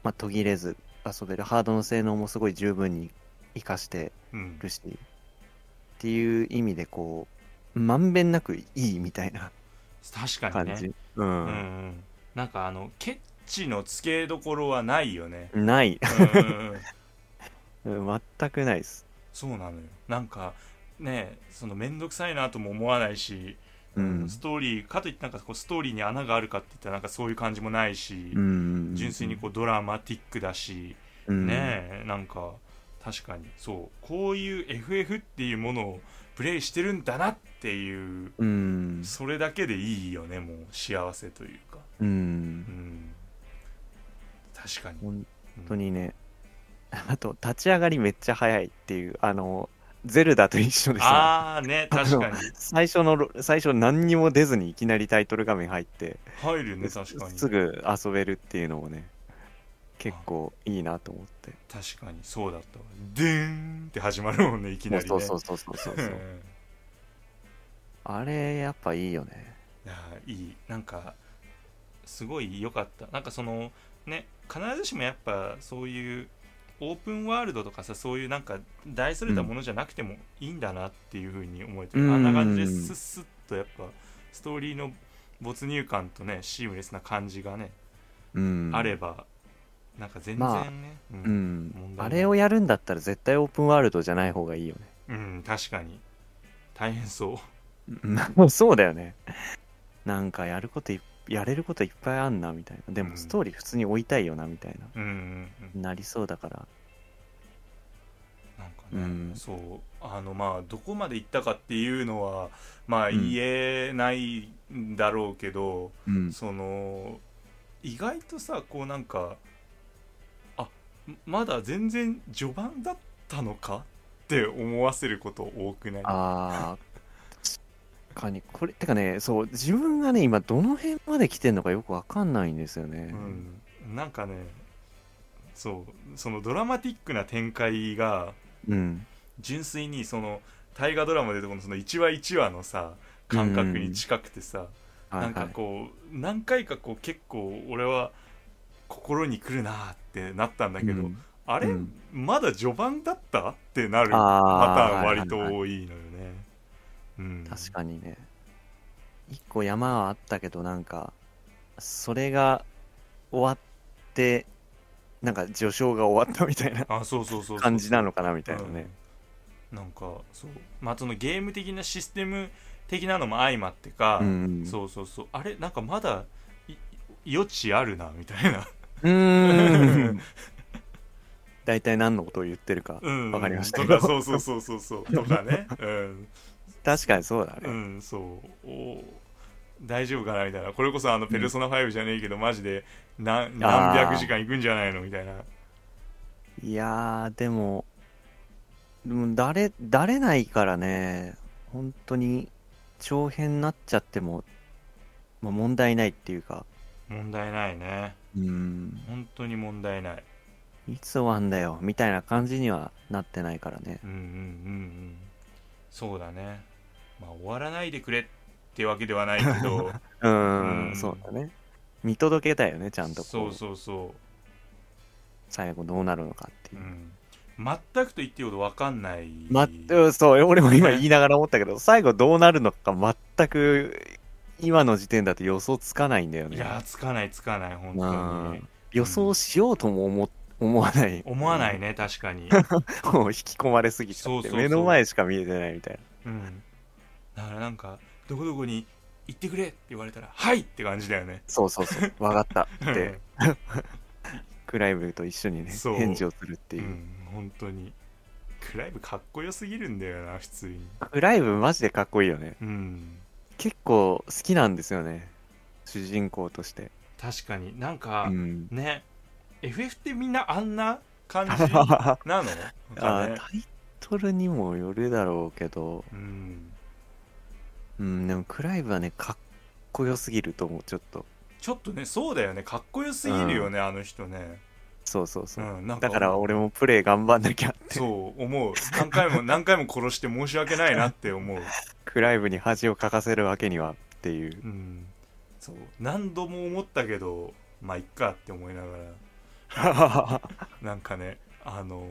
[SPEAKER 3] まあ、途切れず遊べるハードの性能もすごい十分に活かして
[SPEAKER 2] うん
[SPEAKER 3] るしっていう意味でこうまんべんなくいいみたいな
[SPEAKER 2] 確かに
[SPEAKER 3] 感
[SPEAKER 2] ね
[SPEAKER 3] じ、う、
[SPEAKER 2] うんんなんかあのケチのつけどころはないよね
[SPEAKER 3] ない [laughs]
[SPEAKER 2] うんうんうん
[SPEAKER 3] 全くないです
[SPEAKER 2] そうなのよなんかねその面倒くさいなとも思わないし、
[SPEAKER 3] うん
[SPEAKER 2] ストーリーかといってなんかこうストーリーに穴があるかっていったらなんかそういう感じもないし、
[SPEAKER 3] うん
[SPEAKER 2] 純粋にこうドラマティックだし、
[SPEAKER 3] うん
[SPEAKER 2] ねえなんか確かにそうこういう FF っていうものをプレイしてるんだなっていう
[SPEAKER 3] うん
[SPEAKER 2] それだけでいいよねもう幸せというか
[SPEAKER 3] うん
[SPEAKER 2] うん確かに
[SPEAKER 3] 本当にね、 [laughs] あと立ち上がりめっちゃ早いっていうあのゼルダと一緒でさ
[SPEAKER 2] ああね
[SPEAKER 3] [laughs]
[SPEAKER 2] 確かに
[SPEAKER 3] 最初のロ最初何にも出ずにいきなりタイトル画面入って、
[SPEAKER 2] 入るね確かに
[SPEAKER 3] すぐ遊べるっていうのもね結構いいなと思って
[SPEAKER 2] 確かにそうだったわでーんって始まるもんねいきなりね
[SPEAKER 3] そうそうそうそ
[SPEAKER 2] [laughs]
[SPEAKER 3] うそうそううんあれやっぱいいよね
[SPEAKER 2] いやーいいなんかすごい良かったなんかそのね必ずしもやっぱそういうオープンワールドとかさそういうなんか大それたものじゃなくてもいいんだなっていうふうに思えてる、
[SPEAKER 3] うん
[SPEAKER 2] あんな感じでスッスッとやっぱストーリーの没入感とねシームレスな感じがね、
[SPEAKER 3] うん
[SPEAKER 2] あればなんか全然ね、
[SPEAKER 3] ま
[SPEAKER 2] う
[SPEAKER 3] あうん
[SPEAKER 2] 問題
[SPEAKER 3] ん
[SPEAKER 2] ない
[SPEAKER 3] あれをやるんだったら絶対オープンワールドじゃない方がいいよ
[SPEAKER 2] [laughs]
[SPEAKER 3] ね
[SPEAKER 2] うん確かに大変そう
[SPEAKER 3] うんそうだよねなんかやることいやれることいっぱいあんなみたいなで
[SPEAKER 2] うん
[SPEAKER 3] もストーリー普通に追いたいよなみたい
[SPEAKER 2] うんうんうん
[SPEAKER 3] ななりそうだから
[SPEAKER 2] なんか
[SPEAKER 3] う
[SPEAKER 2] ね、
[SPEAKER 3] ん
[SPEAKER 2] そうあのまあどこまで行ったかっていうのはまあ
[SPEAKER 3] うん
[SPEAKER 2] 言えないんだろうけど、
[SPEAKER 3] うん
[SPEAKER 2] その意外とさこうなんかあまだ全然序盤だったのかって思わせること多くない
[SPEAKER 3] ああ確かにこれてかねそう自分がね今どの辺まで来てんのかよくわかんないんですよね
[SPEAKER 2] うん、なんかねそうそのドラマティックな展開が
[SPEAKER 3] うん
[SPEAKER 2] 純粋にその大河ドラマでいうとこのその1話1話のさ感覚に近くてさ、
[SPEAKER 3] はい
[SPEAKER 2] なんか
[SPEAKER 3] はい
[SPEAKER 2] こう何回かこう結構俺は心に来るなーってなったんだけど、
[SPEAKER 3] うん
[SPEAKER 2] あれ、
[SPEAKER 3] うん
[SPEAKER 2] まだ序盤だったってなるパター
[SPEAKER 3] あ
[SPEAKER 2] ン
[SPEAKER 3] ー
[SPEAKER 2] 割と
[SPEAKER 3] はいはい
[SPEAKER 2] 多いのよね。うん、
[SPEAKER 3] 確かにね一個山はあったけどなんかそれが終わってなんか序章が終わったみたいな
[SPEAKER 2] あそうそうそうそう
[SPEAKER 3] 感じなのかなみたいなね、
[SPEAKER 2] うんなんかそうまあそのゲーム的なシステム的なのも相まってか、
[SPEAKER 3] うん
[SPEAKER 2] そうそうそうあれなんかまだい余地あるなみたいな
[SPEAKER 3] うーん [laughs] 大体何のことを言ってるか
[SPEAKER 2] うん
[SPEAKER 3] わかりました
[SPEAKER 2] とかそうそうそうそうそうとかね、うん、
[SPEAKER 3] 確かにそうだ
[SPEAKER 2] う
[SPEAKER 3] ね、
[SPEAKER 2] ん、そう。お大丈夫かなみたいな。これこそあの、ペルソナ5じゃねえけど、マジで何何百時間いくんじゃないのみたいな。
[SPEAKER 3] いやーでもでも誰誰ないからね本当に長編になっちゃっても、まあ、問題ないっていうか
[SPEAKER 2] 問題ないね。
[SPEAKER 3] うん
[SPEAKER 2] 本当に問題ない。
[SPEAKER 3] いつ終わんだよみたいな感じにはなってないからね
[SPEAKER 2] うんうんうんうん。そうだね。まあ、終わらないでくれってわけではないけど、う
[SPEAKER 3] う
[SPEAKER 2] ん
[SPEAKER 3] んそうだね見届けたいよねちゃんとこう
[SPEAKER 2] そうそうそ
[SPEAKER 3] 最後どうなるのかって
[SPEAKER 2] う。
[SPEAKER 3] いうう、
[SPEAKER 2] ん。全くと言っていいほどわかんない。
[SPEAKER 3] まうんそう俺も今言いながら思ったけど最後どうなるのか全く今の時点だと予想つかないんだよ
[SPEAKER 2] い
[SPEAKER 3] ね
[SPEAKER 2] やー、つかないつかない、本当に
[SPEAKER 3] うん。予想しようとも思思わない
[SPEAKER 2] 思わないね、確かに。
[SPEAKER 3] [laughs] もう引き込まれすぎち
[SPEAKER 2] そ
[SPEAKER 3] ゃ
[SPEAKER 2] うそ
[SPEAKER 3] って
[SPEAKER 2] うそう
[SPEAKER 3] 目の前しか見えてないみたい
[SPEAKER 2] うん、だからなんかどこどこに行ってくれって言われたら「はい!」って感じだよね。
[SPEAKER 3] なそうそうそう分かったっ
[SPEAKER 2] [laughs] うん
[SPEAKER 3] てクライブと一緒にね
[SPEAKER 2] そう
[SPEAKER 3] 返事をするって
[SPEAKER 2] う
[SPEAKER 3] いう、
[SPEAKER 2] ん本当にクライブかっこよすぎるんだよな普通に
[SPEAKER 3] クライブマジでかっこいいよね
[SPEAKER 2] うん
[SPEAKER 3] 結構好きなんですよね主人公として
[SPEAKER 2] 確かになんか、
[SPEAKER 3] うん
[SPEAKER 2] ね FF ってみんなあんな感じ [laughs]
[SPEAKER 3] あ
[SPEAKER 2] なの
[SPEAKER 3] タ
[SPEAKER 2] なんかね
[SPEAKER 3] イトルにもよるだろうけど、
[SPEAKER 2] うん
[SPEAKER 3] うん、でもクライブはねかっこよすぎると思うちょっと
[SPEAKER 2] ちょっとねそうだよねかっこよすぎるよね、あの人ね、
[SPEAKER 3] そうそうそうう、
[SPEAKER 2] ん、なん
[SPEAKER 3] だから俺もプレイ頑張んなきゃって
[SPEAKER 2] そう思う何回も何回も殺して申し訳ないなって思う
[SPEAKER 3] クライブに恥をかかせるわけにはっていう
[SPEAKER 2] うん、そう何度も思ったけどまあいっかって思いながらなんかねあの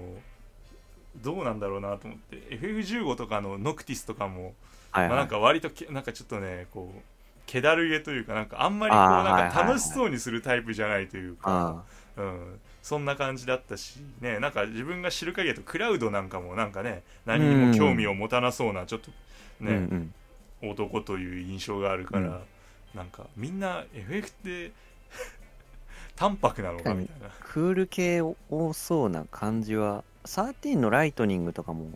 [SPEAKER 2] どうなんだろうなと思って FF15 とかのノクティスとかも、
[SPEAKER 3] はい
[SPEAKER 2] まあ、
[SPEAKER 3] は
[SPEAKER 2] なん
[SPEAKER 3] い。
[SPEAKER 2] か割とけなんかちょっとねこう気だるげというかなんかあんまりこう
[SPEAKER 3] あー
[SPEAKER 2] なん
[SPEAKER 3] は
[SPEAKER 2] か
[SPEAKER 3] いはいはい
[SPEAKER 2] 楽しそうにするタイプじゃないという
[SPEAKER 3] あ
[SPEAKER 2] か、うん、そんな感じだったしねなんか自分が知る限りだとクラウドなんかもなんかね何にも興味を持たなそうなちょっと
[SPEAKER 3] あ、
[SPEAKER 2] ね、
[SPEAKER 3] うんうん。
[SPEAKER 2] 男という印象があるから、
[SPEAKER 3] うん
[SPEAKER 2] なんかみんな FF って [laughs] 淡白なのかみたいな、
[SPEAKER 3] クール系多そうな感じは、13のライトニングとかも、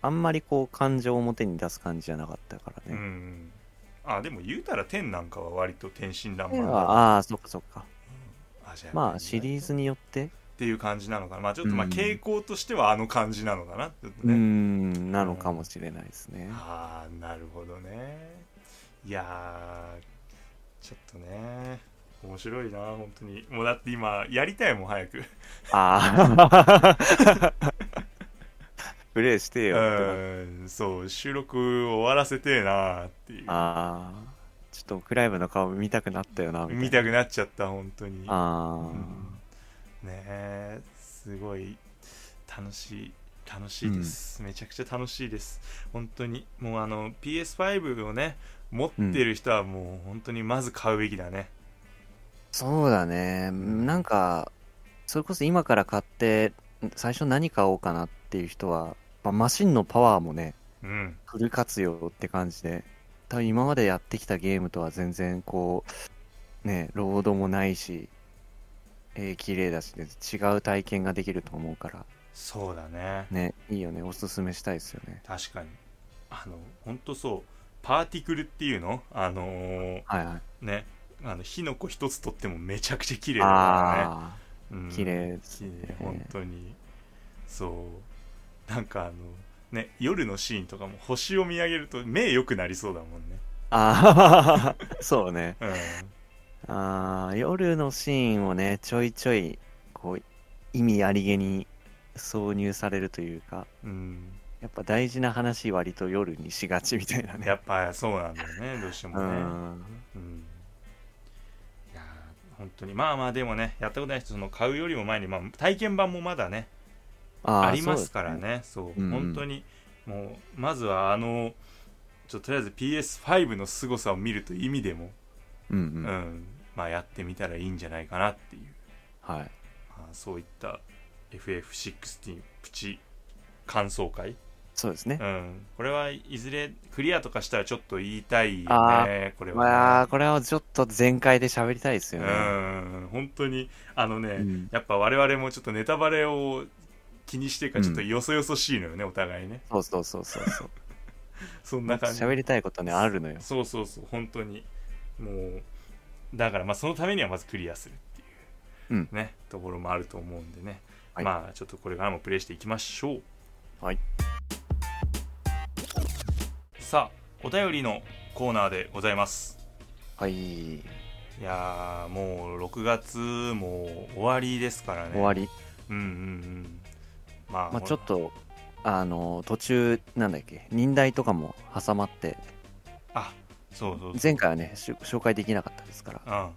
[SPEAKER 3] あんまりこう感情を表に出す感じじゃなかったから
[SPEAKER 2] う
[SPEAKER 3] ね。
[SPEAKER 2] んあでも言うたら天なんかは割と天真爛漫な
[SPEAKER 3] ああ、そっかそっか。
[SPEAKER 2] あじゃ
[SPEAKER 3] まあシリー
[SPEAKER 2] ズ
[SPEAKER 3] ズによって、
[SPEAKER 2] っていう感じなのかなまあちょっとまあ
[SPEAKER 3] うん
[SPEAKER 2] 傾向としてはあの感じなのかなちょっと
[SPEAKER 3] うー
[SPEAKER 2] ね、
[SPEAKER 3] ん、なのかもしれないですね。
[SPEAKER 2] ああなるほどねいやーちょっとね面白いな本当にもうだって今やりたいもん早く [laughs]
[SPEAKER 3] ああ。プレイしてよってこと。
[SPEAKER 2] うんそう収録終わらせてえなっていう
[SPEAKER 3] ああ。ちょっとクライブの顔見たくなったよな、みたいな。
[SPEAKER 2] 見たくなっちゃった本当に
[SPEAKER 3] あ
[SPEAKER 2] うんねえすごい楽しい楽しいです、めちゃくちゃ楽しいです本当にもうあの PS5 をね持ってる人はもう本当にまず買うべきだね
[SPEAKER 3] あ。そうだね。なんか、それこそ今から買って、最初何買おうかなっていう人は、まあ、マシンのパワーもね、
[SPEAKER 2] うん、
[SPEAKER 3] フル活用って感じで、多分今までやってきたゲームとは全然こう、ね、ロードもないし、えー綺麗だし、ね、違う体験ができると思うから、
[SPEAKER 2] そうだね
[SPEAKER 3] ね、いいよね、おすすめしたいですよね。
[SPEAKER 2] 確かにあの本当そうパーティクルっていうのあのー
[SPEAKER 3] はいはい。
[SPEAKER 2] ねあの火の粉一つとってもめちゃくちゃ綺麗だからね
[SPEAKER 3] あ
[SPEAKER 2] うん
[SPEAKER 3] 綺麗です
[SPEAKER 2] 綺
[SPEAKER 3] ね
[SPEAKER 2] 麗本当にそうなんかあのね夜のシーンとかも星を見上げると目良くなりそうだもんね
[SPEAKER 3] あ、ああ、 [laughs] そうね。
[SPEAKER 2] うん
[SPEAKER 3] ああ、夜のシーンをね、ちょいちょい、こう、意味ありげに挿入されるというか、
[SPEAKER 2] うん、
[SPEAKER 3] やっぱ大事な話割と夜にしがちみたいなね。
[SPEAKER 2] やっぱそうなんだよねどうしても
[SPEAKER 3] う
[SPEAKER 2] ね
[SPEAKER 3] ん。
[SPEAKER 2] うんいやー本当にまあまあでもねやったことない人その買うよりも前に、まあ、体験版もまだね
[SPEAKER 3] あ
[SPEAKER 2] あ
[SPEAKER 3] ー
[SPEAKER 2] りますから。ねそう
[SPEAKER 3] うんうん
[SPEAKER 2] 本当にもうまずはあのちょっととりあえず PS5 の凄さを見るという意味でも、
[SPEAKER 3] そうですねうん
[SPEAKER 2] う
[SPEAKER 3] うんん。
[SPEAKER 2] まあ、やってみたらいいんじゃないかなっていう
[SPEAKER 3] はい。
[SPEAKER 2] まあ、そういった FF16 プチ感想会、
[SPEAKER 3] そうですね
[SPEAKER 2] う。ん、これはいずれクリアとかしたらちょっと言いたいよ
[SPEAKER 3] あ
[SPEAKER 2] ねこれ
[SPEAKER 3] ま
[SPEAKER 2] は
[SPEAKER 3] あ、これはちょっと全開で喋りたいです
[SPEAKER 2] ね、
[SPEAKER 3] よ
[SPEAKER 2] う
[SPEAKER 3] ね。
[SPEAKER 2] ん本当にあのね、
[SPEAKER 3] うん
[SPEAKER 2] やっぱ我々もちょっとネタバレを気にしてるからちょっとよそよそしいのよね、お互いね
[SPEAKER 3] そうそうそうそうそう。
[SPEAKER 2] [laughs] そんな感じ
[SPEAKER 3] 喋りたいことね、あるのよ。
[SPEAKER 2] そうそうそう本当にもうだからまあそのためにはまずクリアするっていうね、ところもあると思うんでね、
[SPEAKER 3] はい
[SPEAKER 2] まあちょっとこれからもプレイしていきましょう
[SPEAKER 3] はい
[SPEAKER 2] さあお便りのコーナーでございます
[SPEAKER 3] はい。
[SPEAKER 2] いやーもう6月も終わりですからね
[SPEAKER 3] 終わり。
[SPEAKER 2] うんうんうんまあ、
[SPEAKER 3] まあ、ちょっと、あの、途中、なんだっけ、忍耐とかも挟まって、
[SPEAKER 2] あそうそう
[SPEAKER 3] 前回はね、しゅ紹介できなかったです [laughs] から。
[SPEAKER 2] うん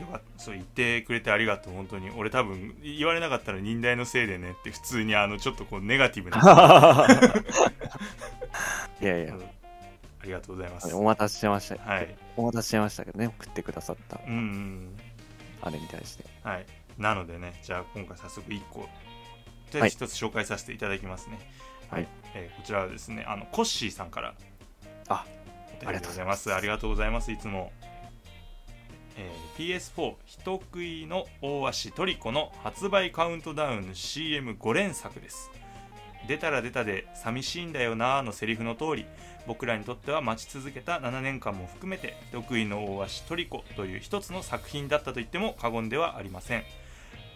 [SPEAKER 2] よかったそう言ってくれてありがとう本当に俺多分言われなかったら忍耐のせいでねって普通にあのちょっとこうネガティブな、
[SPEAKER 3] いやい
[SPEAKER 2] うん
[SPEAKER 3] や、
[SPEAKER 2] ありがとうございます
[SPEAKER 3] お待たせしました。
[SPEAKER 2] はい
[SPEAKER 3] お待たせしましたけどね、送ってくださった
[SPEAKER 2] うんうん
[SPEAKER 3] あれに対して。
[SPEAKER 2] はいなのでねじゃあ今回早速1個とりあえず1つ紹介させていただきますね
[SPEAKER 3] はい、
[SPEAKER 2] えーこちらはですねあのコッシーさんから
[SPEAKER 3] あ
[SPEAKER 2] お便りでございますあ
[SPEAKER 3] あ
[SPEAKER 2] り
[SPEAKER 3] り
[SPEAKER 2] がとうございますいつも、えー PS4 人食いの大足トリコの発売カウントダウン CM5 連作です出たら出たで寂しいんだよなーのセリフの通り僕らにとっては待ち続けた7年間も含めて「得意の大足トリコ」という一つの作品だったと言っても過言ではありません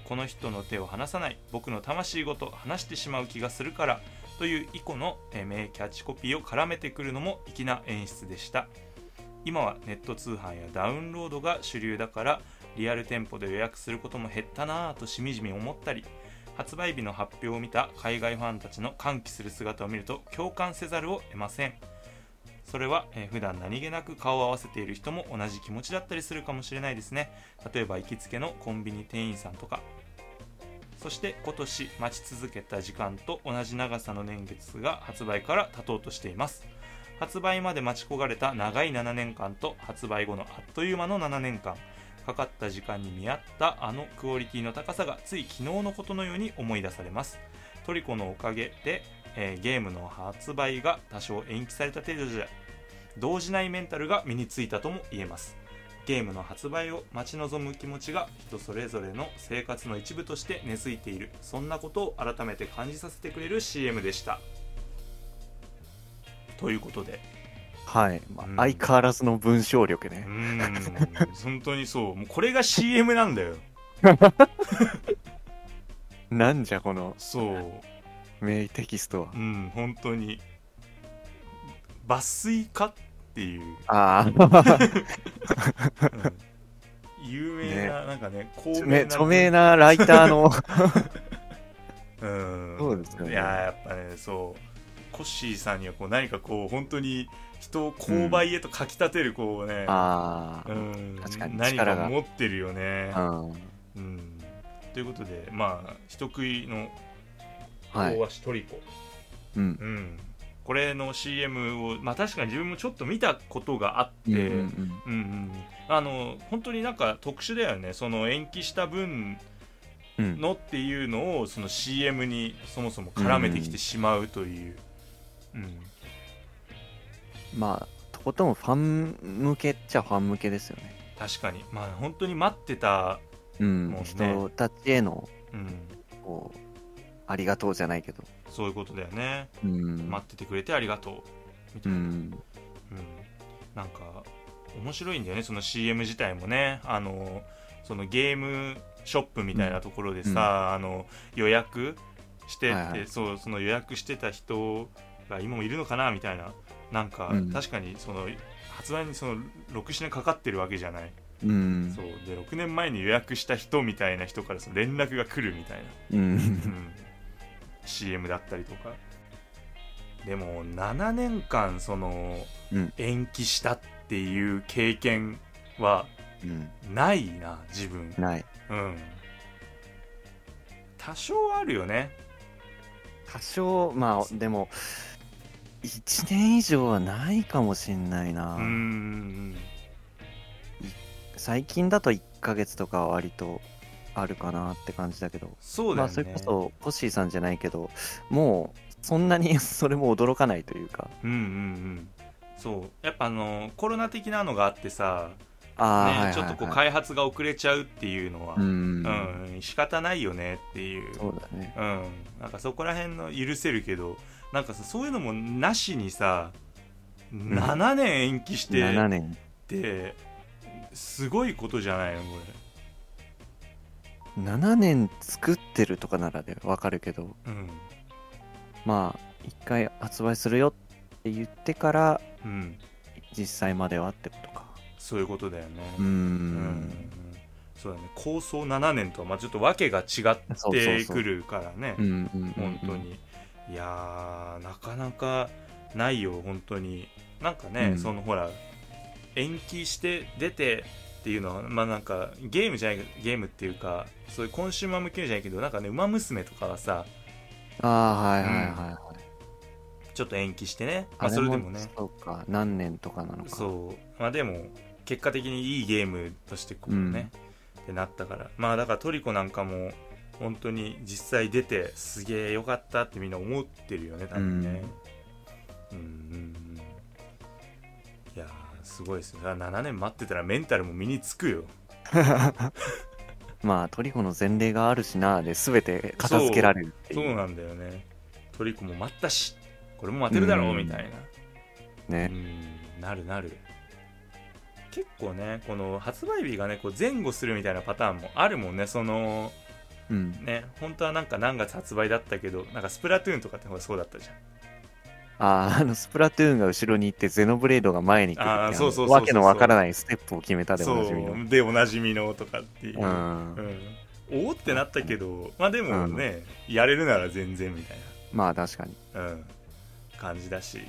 [SPEAKER 2] この人の手を離さない僕の魂ごと離してしまう気がするからというイコのえー名キャッチコピーを絡めてくるのも粋な演出でした今はネット通販やダウンロードが主流だからリアル店舗で予約することも減ったなぁとしみじみ思ったり発売日の発表を見た海外ファンたちの歓喜する姿を見ると共感せざるを得ませんそれは、えー普段何気なく顔を合わせている人も同じ気持ちだったりするかもしれないですね例えば行きつけのコンビニ店員さんとかそして今年待ち続けた時間と同じ長さの年月が発売から経とうとしています発売まで待ち焦がれた長い7年間と発売後のあっという間の7年間かかった時間に見合ったあのクオリティの高さがつい昨日のことのように思い出されますトリコのおかげで、えーゲームの発売が多少延期された程度じゃ動じないメンタルが身についたとも言えますゲームの発売を待ち望む気持ちが人それぞれの生活の一部として根付いているそんなことを改めて感じさせてくれる CM でしたということで
[SPEAKER 3] はい、まあ
[SPEAKER 2] うん
[SPEAKER 3] 相変わらずの文章力
[SPEAKER 2] う
[SPEAKER 3] ね。
[SPEAKER 2] [laughs] ーん本当にそうもうこれが CM なんだよ
[SPEAKER 3] なんじゃこの
[SPEAKER 2] そう
[SPEAKER 3] 名テキストは
[SPEAKER 2] う。ん本当に抜粋かっていう、 [laughs]
[SPEAKER 3] あ [laughs] あ、
[SPEAKER 2] うん有名な、なんかね高
[SPEAKER 3] め著名
[SPEAKER 2] な、
[SPEAKER 3] なライターの。
[SPEAKER 2] うん、
[SPEAKER 3] そうですよね
[SPEAKER 2] いやーやっぱねそうコッシーさんにはこう何かこう本当に人を勾配へとかき立てるこうね、
[SPEAKER 3] [laughs] あ
[SPEAKER 2] うん
[SPEAKER 3] 確かに
[SPEAKER 2] 何
[SPEAKER 3] 力
[SPEAKER 2] か
[SPEAKER 3] が
[SPEAKER 2] 持ってるよね、
[SPEAKER 3] あ、うん。
[SPEAKER 2] うん、ということでまあ人食いの
[SPEAKER 3] は
[SPEAKER 2] 大
[SPEAKER 3] い。
[SPEAKER 2] 足トリコ、
[SPEAKER 3] うん。
[SPEAKER 2] うん、これの CM を、まあ、確かに自分もちょっと見たことがあって、
[SPEAKER 3] うんうん
[SPEAKER 2] うんうん、あの本当になんか特殊だよねその延期した分
[SPEAKER 3] うんうん
[SPEAKER 2] のっていうのをその CM にそもそも絡めてきてしまうという、うん
[SPEAKER 3] まあ、とことんファン向けっちゃファン向けですよね。
[SPEAKER 2] 確かにまあ本当に待ってた、
[SPEAKER 3] うん。
[SPEAKER 2] もうね
[SPEAKER 3] 人たちへの、
[SPEAKER 2] うん、
[SPEAKER 3] こう、ありがとうじゃないけど。
[SPEAKER 2] そういうことだよね
[SPEAKER 3] うん。
[SPEAKER 2] 待っててくれてありがとうみた
[SPEAKER 3] う
[SPEAKER 2] いな、
[SPEAKER 3] ん。
[SPEAKER 2] うんなんか面白いんだよねその CM 自体もねあのそのゲームショップみたいなところでさ、
[SPEAKER 3] うん
[SPEAKER 2] あの予約してって、
[SPEAKER 3] はいはい
[SPEAKER 2] そうその予約してた人が今もいるのかなみたいななんか、
[SPEAKER 3] うん
[SPEAKER 2] 確かにその発売にその67年かかってるわけじゃない、
[SPEAKER 3] うん。
[SPEAKER 2] そうで6年前に予約した人みたいな人からその連絡が来るみたいな
[SPEAKER 3] うん
[SPEAKER 2] う。ん CM だったりとかでも7年間その、
[SPEAKER 3] うん
[SPEAKER 2] 延期したっていう経験は
[SPEAKER 3] うん
[SPEAKER 2] ないな自分
[SPEAKER 3] ない。
[SPEAKER 2] うん多少あるよね
[SPEAKER 3] 多少、まあ、でも、1年以上はないかもしんないな。
[SPEAKER 2] うーん
[SPEAKER 3] 最近だと1ヶ月とかは割とあるかなって感じだけど、
[SPEAKER 2] そうだよ
[SPEAKER 3] まあ
[SPEAKER 2] ね、
[SPEAKER 3] それこそコッシーさんじゃないけどもうそんなにそれも驚かないというか
[SPEAKER 2] うんうんうんそうやっぱあのコロナ的なのがあってさ、ね
[SPEAKER 3] ああ、はいはいはい
[SPEAKER 2] ちょっとこう開発が遅れちゃうっていうのは、
[SPEAKER 3] う
[SPEAKER 2] うん
[SPEAKER 3] ん、
[SPEAKER 2] 仕方ないよねっていう
[SPEAKER 3] そうだね
[SPEAKER 2] うん、なんかそこら辺の許せるけどなんかさそういうのもなしにさ7年延期して
[SPEAKER 3] 7
[SPEAKER 2] っ
[SPEAKER 3] 年
[SPEAKER 2] てすごいことじゃないのこ
[SPEAKER 3] 7年作ってるとかならでわかるけど
[SPEAKER 2] れうん
[SPEAKER 3] まあ1回発売するよって言ってから
[SPEAKER 2] うん
[SPEAKER 3] 実際まではってことか
[SPEAKER 2] そういうことだよね
[SPEAKER 3] うーん
[SPEAKER 2] うんそうだね構想7年とはまあちょっと訳が違っ
[SPEAKER 3] そうそう
[SPEAKER 2] て
[SPEAKER 3] そう
[SPEAKER 2] くるからね
[SPEAKER 3] うんうんうん
[SPEAKER 2] 本当にいやーなかなかないよ本当になんかね、
[SPEAKER 3] うん
[SPEAKER 2] そのほら延期して出てっていうのはまあなんかゲームじゃないゲームっていうかそういうコンシューマー向けじゃないけどなんかね「ウマ娘」とかはさ
[SPEAKER 3] ああはいはいはいはい、
[SPEAKER 2] ちょっと延期してね、ま
[SPEAKER 3] あ
[SPEAKER 2] あ、それでもね
[SPEAKER 3] そうか何年とかなのか
[SPEAKER 2] そうまあでも結果的にいいゲームとしてこうね、ってなったからまあだからトリコなんかも本当に実際出てすげえよかったってみんな思ってるよね多分ねうんうんうんいやーすごいですね7年待ってたらメンタルも身につくよ
[SPEAKER 3] まあトリコの前例があるしなで全て片付けられるってい
[SPEAKER 2] そううなんだよねトリコも待ったしこれも待てるだろう
[SPEAKER 3] うん
[SPEAKER 2] みたいな
[SPEAKER 3] ね
[SPEAKER 2] うんなるなる結構ねこの発売日がねこう前後するみたいなパターンもあるもんねその
[SPEAKER 3] うん
[SPEAKER 2] ね本当はなんか何月発売だったけどなんかスプラトゥーンとかってほらそうだったじゃん
[SPEAKER 3] あーあのスプラトゥーンが後ろに行ってゼノブレードが前に来るって
[SPEAKER 2] あー
[SPEAKER 3] あの
[SPEAKER 2] そうそうそうそう
[SPEAKER 3] わけのわからないステップを決めたでおなじみの
[SPEAKER 2] そうでおなじみのとかっていう、
[SPEAKER 3] うん
[SPEAKER 2] うん、おおってなったけどまあでもね、やれるなら全然みたい
[SPEAKER 3] まあ確かに
[SPEAKER 2] な、うん、感じだし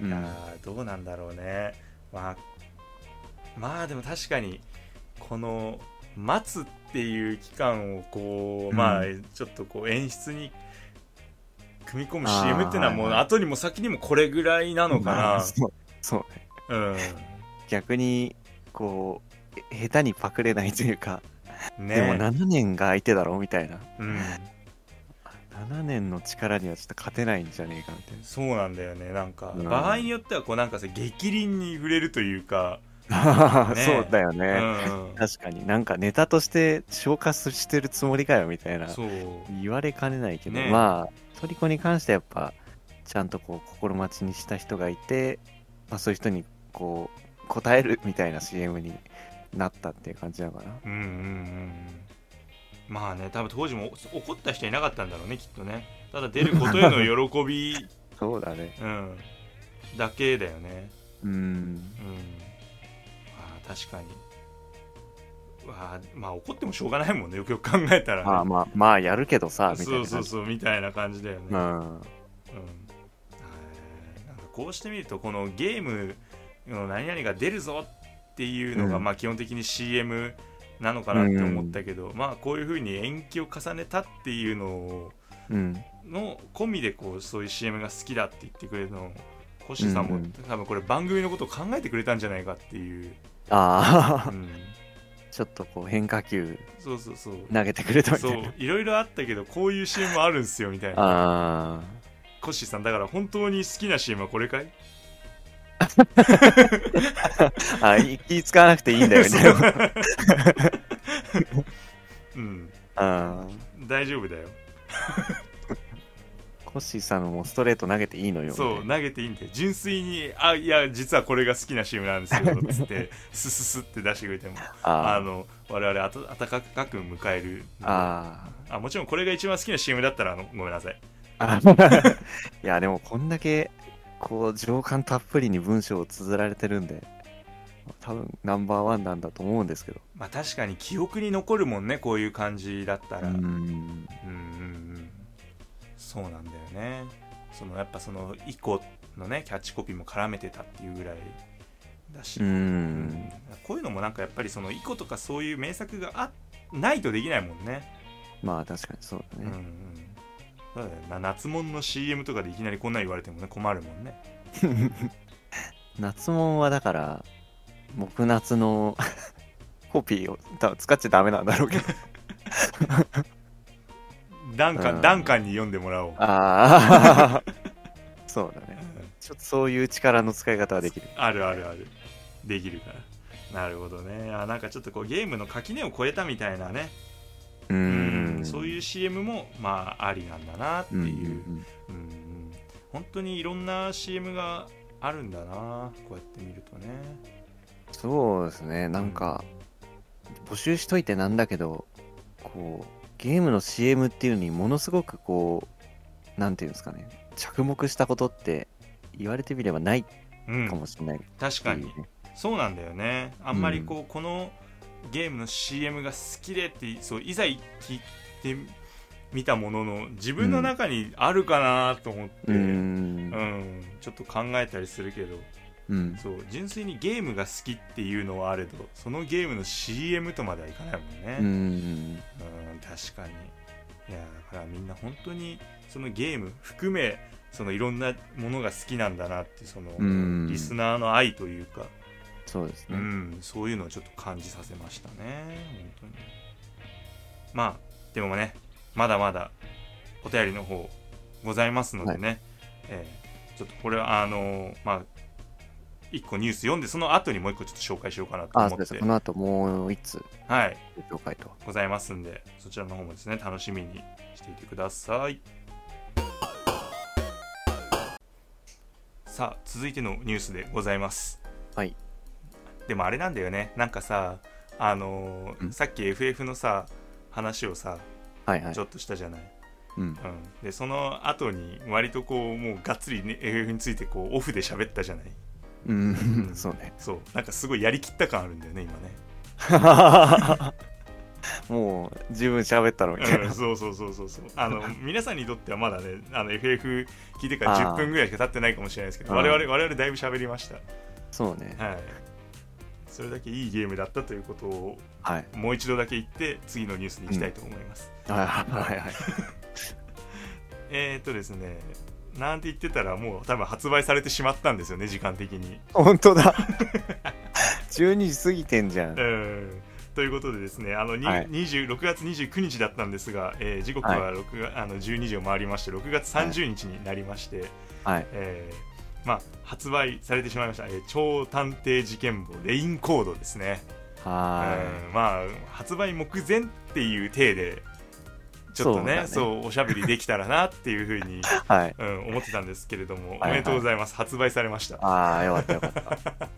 [SPEAKER 3] う
[SPEAKER 2] いや
[SPEAKER 3] ん、
[SPEAKER 2] ーどうなんだろうねまあまあでも確かにこの待つっていう期間をこう、
[SPEAKER 3] うん
[SPEAKER 2] まあちょっとこう演出に組み込む
[SPEAKER 3] あー
[SPEAKER 2] CM っていうのはもう
[SPEAKER 3] はいはい
[SPEAKER 2] 後にも先にもこれぐらいなの
[SPEAKER 3] まあ
[SPEAKER 2] か
[SPEAKER 3] そうそうね
[SPEAKER 2] な、
[SPEAKER 3] 逆にこうえ下手にパクれないというか、
[SPEAKER 2] うん
[SPEAKER 3] [laughs] でも
[SPEAKER 2] ね
[SPEAKER 3] 7年が相手だろみたいな
[SPEAKER 2] うん、
[SPEAKER 3] 7年の力にはちょっと勝てないんじゃねえかみたい
[SPEAKER 2] そうなんだよねなんか、
[SPEAKER 3] うん
[SPEAKER 2] 場合によってはこうなんかさ逆鱗に触れるというか、
[SPEAKER 3] な、
[SPEAKER 2] ね
[SPEAKER 3] そうだよ
[SPEAKER 2] う
[SPEAKER 3] ね、
[SPEAKER 2] ん、
[SPEAKER 3] 確かになんかネタとして消化してるつもりかよみたいな
[SPEAKER 2] そう
[SPEAKER 3] 言われかねないけど、
[SPEAKER 2] ね
[SPEAKER 3] まあトリコに関してはやっぱちゃんとこう心待ちにした人がいて、まあ、そういう人にこう応えるみたいな CM になったっていう感じなのかな
[SPEAKER 2] うんうんうんうんまあね多分当時もお怒った人いなかったんだろうねきっとねただ出ることへの喜び、 [laughs]
[SPEAKER 3] そうだね
[SPEAKER 2] うん、だけだよね
[SPEAKER 3] うん
[SPEAKER 2] うんああ確かにわあまあ怒ってもしょうがないもんねよくよく考えたらね、
[SPEAKER 3] まあまあまあやるけどさみたい
[SPEAKER 2] そ
[SPEAKER 3] な
[SPEAKER 2] うそうそうみたいな感じだよね、
[SPEAKER 3] う
[SPEAKER 2] う
[SPEAKER 3] ん
[SPEAKER 2] んはいなんかこうしてみるとこのゲームの何々が出るぞっていうのが、
[SPEAKER 3] うん
[SPEAKER 2] まあ基本的に CM なのかなって思ったけど、まあこういうふうに延期を重ねたっていうのを
[SPEAKER 3] うん
[SPEAKER 2] の込みでこうそういう CM が好きだって言ってくれるの星さんも、
[SPEAKER 3] うんうん
[SPEAKER 2] 多分これ番組のことを考えてくれたんじゃないかっていう、
[SPEAKER 3] あ
[SPEAKER 2] う
[SPEAKER 3] あ
[SPEAKER 2] ん、
[SPEAKER 3] [laughs] ちょっとこう変化球
[SPEAKER 2] [laughs] そうそうそう
[SPEAKER 3] 投げてくれたみ
[SPEAKER 2] そ
[SPEAKER 3] た
[SPEAKER 2] う
[SPEAKER 3] いない
[SPEAKER 2] ろいろあったけどこういう CM もあるんですよみたいな
[SPEAKER 3] あ
[SPEAKER 2] コッシーさんだから本当に好きな CM はこれかい
[SPEAKER 3] ーあい気使わなくていいんだ
[SPEAKER 2] [laughs]
[SPEAKER 3] よね
[SPEAKER 2] そううん、
[SPEAKER 3] あー
[SPEAKER 2] 大丈夫だよ。
[SPEAKER 3] コッシーさんのもストレート投げていいのよ
[SPEAKER 2] そう、投げていいんで、純粋に、あ、いや、実はこれが好きな CM なんですよ、つ [laughs] って、スススって出してくれても、あ
[SPEAKER 3] あー
[SPEAKER 2] の、我々あた温かく迎える。
[SPEAKER 3] あー
[SPEAKER 2] あもちろんこれが一番好きな CM だったらあのごめんなさい。
[SPEAKER 3] あー [laughs] いやでもこんだけこう情感たっぷりに文章を綴られてるんで多分ナンバーワンなんだと思うんですけど
[SPEAKER 2] まあ確かに記憶に残るもんね、こういう感じだった
[SPEAKER 3] う
[SPEAKER 2] ら。
[SPEAKER 3] ん
[SPEAKER 2] うんうんうんそうなんだよねそのやっぱその以降のねキャッチコピーも絡めてたっていうぐらいだし、
[SPEAKER 3] うん
[SPEAKER 2] うんこういうのもなんかやっぱりその以降とかそういう名作があないとできないもんね、
[SPEAKER 3] まあ確かにそうだ
[SPEAKER 2] うん
[SPEAKER 3] ね、
[SPEAKER 2] うんそうだよな夏物の CM とかでいきなりこんなん言われてもね困るもんね
[SPEAKER 3] 夏もんはだから僕夏の [laughs] コピーを多分使っちゃダメなんだろうけど
[SPEAKER 2] ダンカン、
[SPEAKER 3] うん
[SPEAKER 2] ダンカンに読んでもらおう、
[SPEAKER 3] [laughs] ああ [laughs] そうだ
[SPEAKER 2] う
[SPEAKER 3] ね
[SPEAKER 2] ん
[SPEAKER 3] ちょっとそういう力の使い方はできる
[SPEAKER 2] あるあるあるできるからなるほどねあなんかちょっとこうゲームの垣根を超えたみたいなね
[SPEAKER 3] うー
[SPEAKER 2] うん
[SPEAKER 3] ん
[SPEAKER 2] そういう CM もまあありなんだなって
[SPEAKER 3] うんうん
[SPEAKER 2] いう、うんうん本当にいろんな CM があるんだなこうやって見るとね
[SPEAKER 3] そうですねなんか募集しといてなんだけどこうゲームの CM っていうのにものすごくこうなんていうんですかね着目したことって言われてみればない
[SPEAKER 2] うん
[SPEAKER 3] かもしれないっていう
[SPEAKER 2] 確かに
[SPEAKER 3] ね
[SPEAKER 2] そうなんだよねあんまりこう、このゲームの CM が好きでってそういざ聞いてみたものの自分の中にあるかなと思って、
[SPEAKER 3] うー
[SPEAKER 2] うんんちょっと考えたりするけど
[SPEAKER 3] うん
[SPEAKER 2] そう純粋にゲームが好きっていうのはあれどそのゲームの CM とまではいかないもんね
[SPEAKER 3] うーん
[SPEAKER 2] うん確かにいやだからみんな本当にそのゲーム含めそのいろんなものが好きなんだなってその
[SPEAKER 3] うん
[SPEAKER 2] リスナーの愛というか、
[SPEAKER 3] そうです
[SPEAKER 2] う
[SPEAKER 3] ね、
[SPEAKER 2] ん、そういうのをちょっと感じさせましたね本当にまあでもねまだまだお便りの方ございますのでね、えーちょっとこれはあのーまあ1個ニュース読んでその後にもう1個ちょっと紹介しようかなと
[SPEAKER 3] あ、
[SPEAKER 2] 思
[SPEAKER 3] そう
[SPEAKER 2] っ
[SPEAKER 3] です
[SPEAKER 2] て
[SPEAKER 3] この後もう一つ
[SPEAKER 2] はい
[SPEAKER 3] 紹介と。
[SPEAKER 2] ございますんでそちらの方もですね楽しみにしていてくださいさあ続いてのニュースでございます
[SPEAKER 3] はい
[SPEAKER 2] でもあれなんだよねなんかさあのー
[SPEAKER 3] ん
[SPEAKER 2] さっき FF のさ話をさ
[SPEAKER 3] はいはい
[SPEAKER 2] ちょ。っとしたじゃない、
[SPEAKER 3] うん。
[SPEAKER 2] うん、でその後に割とこうもうがっつり、ね、FF についてこうオフで喋ったじゃない
[SPEAKER 3] うん、 [laughs]
[SPEAKER 2] [laughs]
[SPEAKER 3] そうね。
[SPEAKER 2] そうなんかすごいやりきった感あるんだよね今ね
[SPEAKER 3] まもう十分喋ったろみたいな、
[SPEAKER 2] うん、そうそうそうそうそうあ
[SPEAKER 3] [laughs]
[SPEAKER 2] の皆さんにとってはまだねあの FF 聞いてから10分ぐらいしか経ってないかもしれないですけど
[SPEAKER 3] あー
[SPEAKER 2] 我々我々だいぶ喋りました
[SPEAKER 3] そうね
[SPEAKER 2] はいそれだけいいゲームだったということを
[SPEAKER 3] はい
[SPEAKER 2] もう一度だけ言って次のニュースに行きたいと思います、
[SPEAKER 3] はいはいはい
[SPEAKER 2] [laughs] えーっとですねなんて言ってたらもう多分発売されてしまったんですよね時間的に
[SPEAKER 3] 本当
[SPEAKER 2] [laughs]
[SPEAKER 3] だ12時過ぎてんじゃん
[SPEAKER 2] うんということでですねあの、に
[SPEAKER 3] はい
[SPEAKER 2] 20 6月29日だったんですが、えー時刻は6、あの12時を回りまして6月30日になりまして、
[SPEAKER 3] はい
[SPEAKER 2] えーまあ、発売されてしまいました、えー超探偵事件簿レインコードですね、
[SPEAKER 3] は
[SPEAKER 2] うんまあ、発売目前っていう体でちょっとね
[SPEAKER 3] そ
[SPEAKER 2] そううおしゃべりできたらなっていうふう
[SPEAKER 3] [laughs]
[SPEAKER 2] に、
[SPEAKER 3] いはい
[SPEAKER 2] うん、思ってたんですけれども、
[SPEAKER 3] はい
[SPEAKER 2] おめでとうございます発売されました
[SPEAKER 3] ああよかったよかった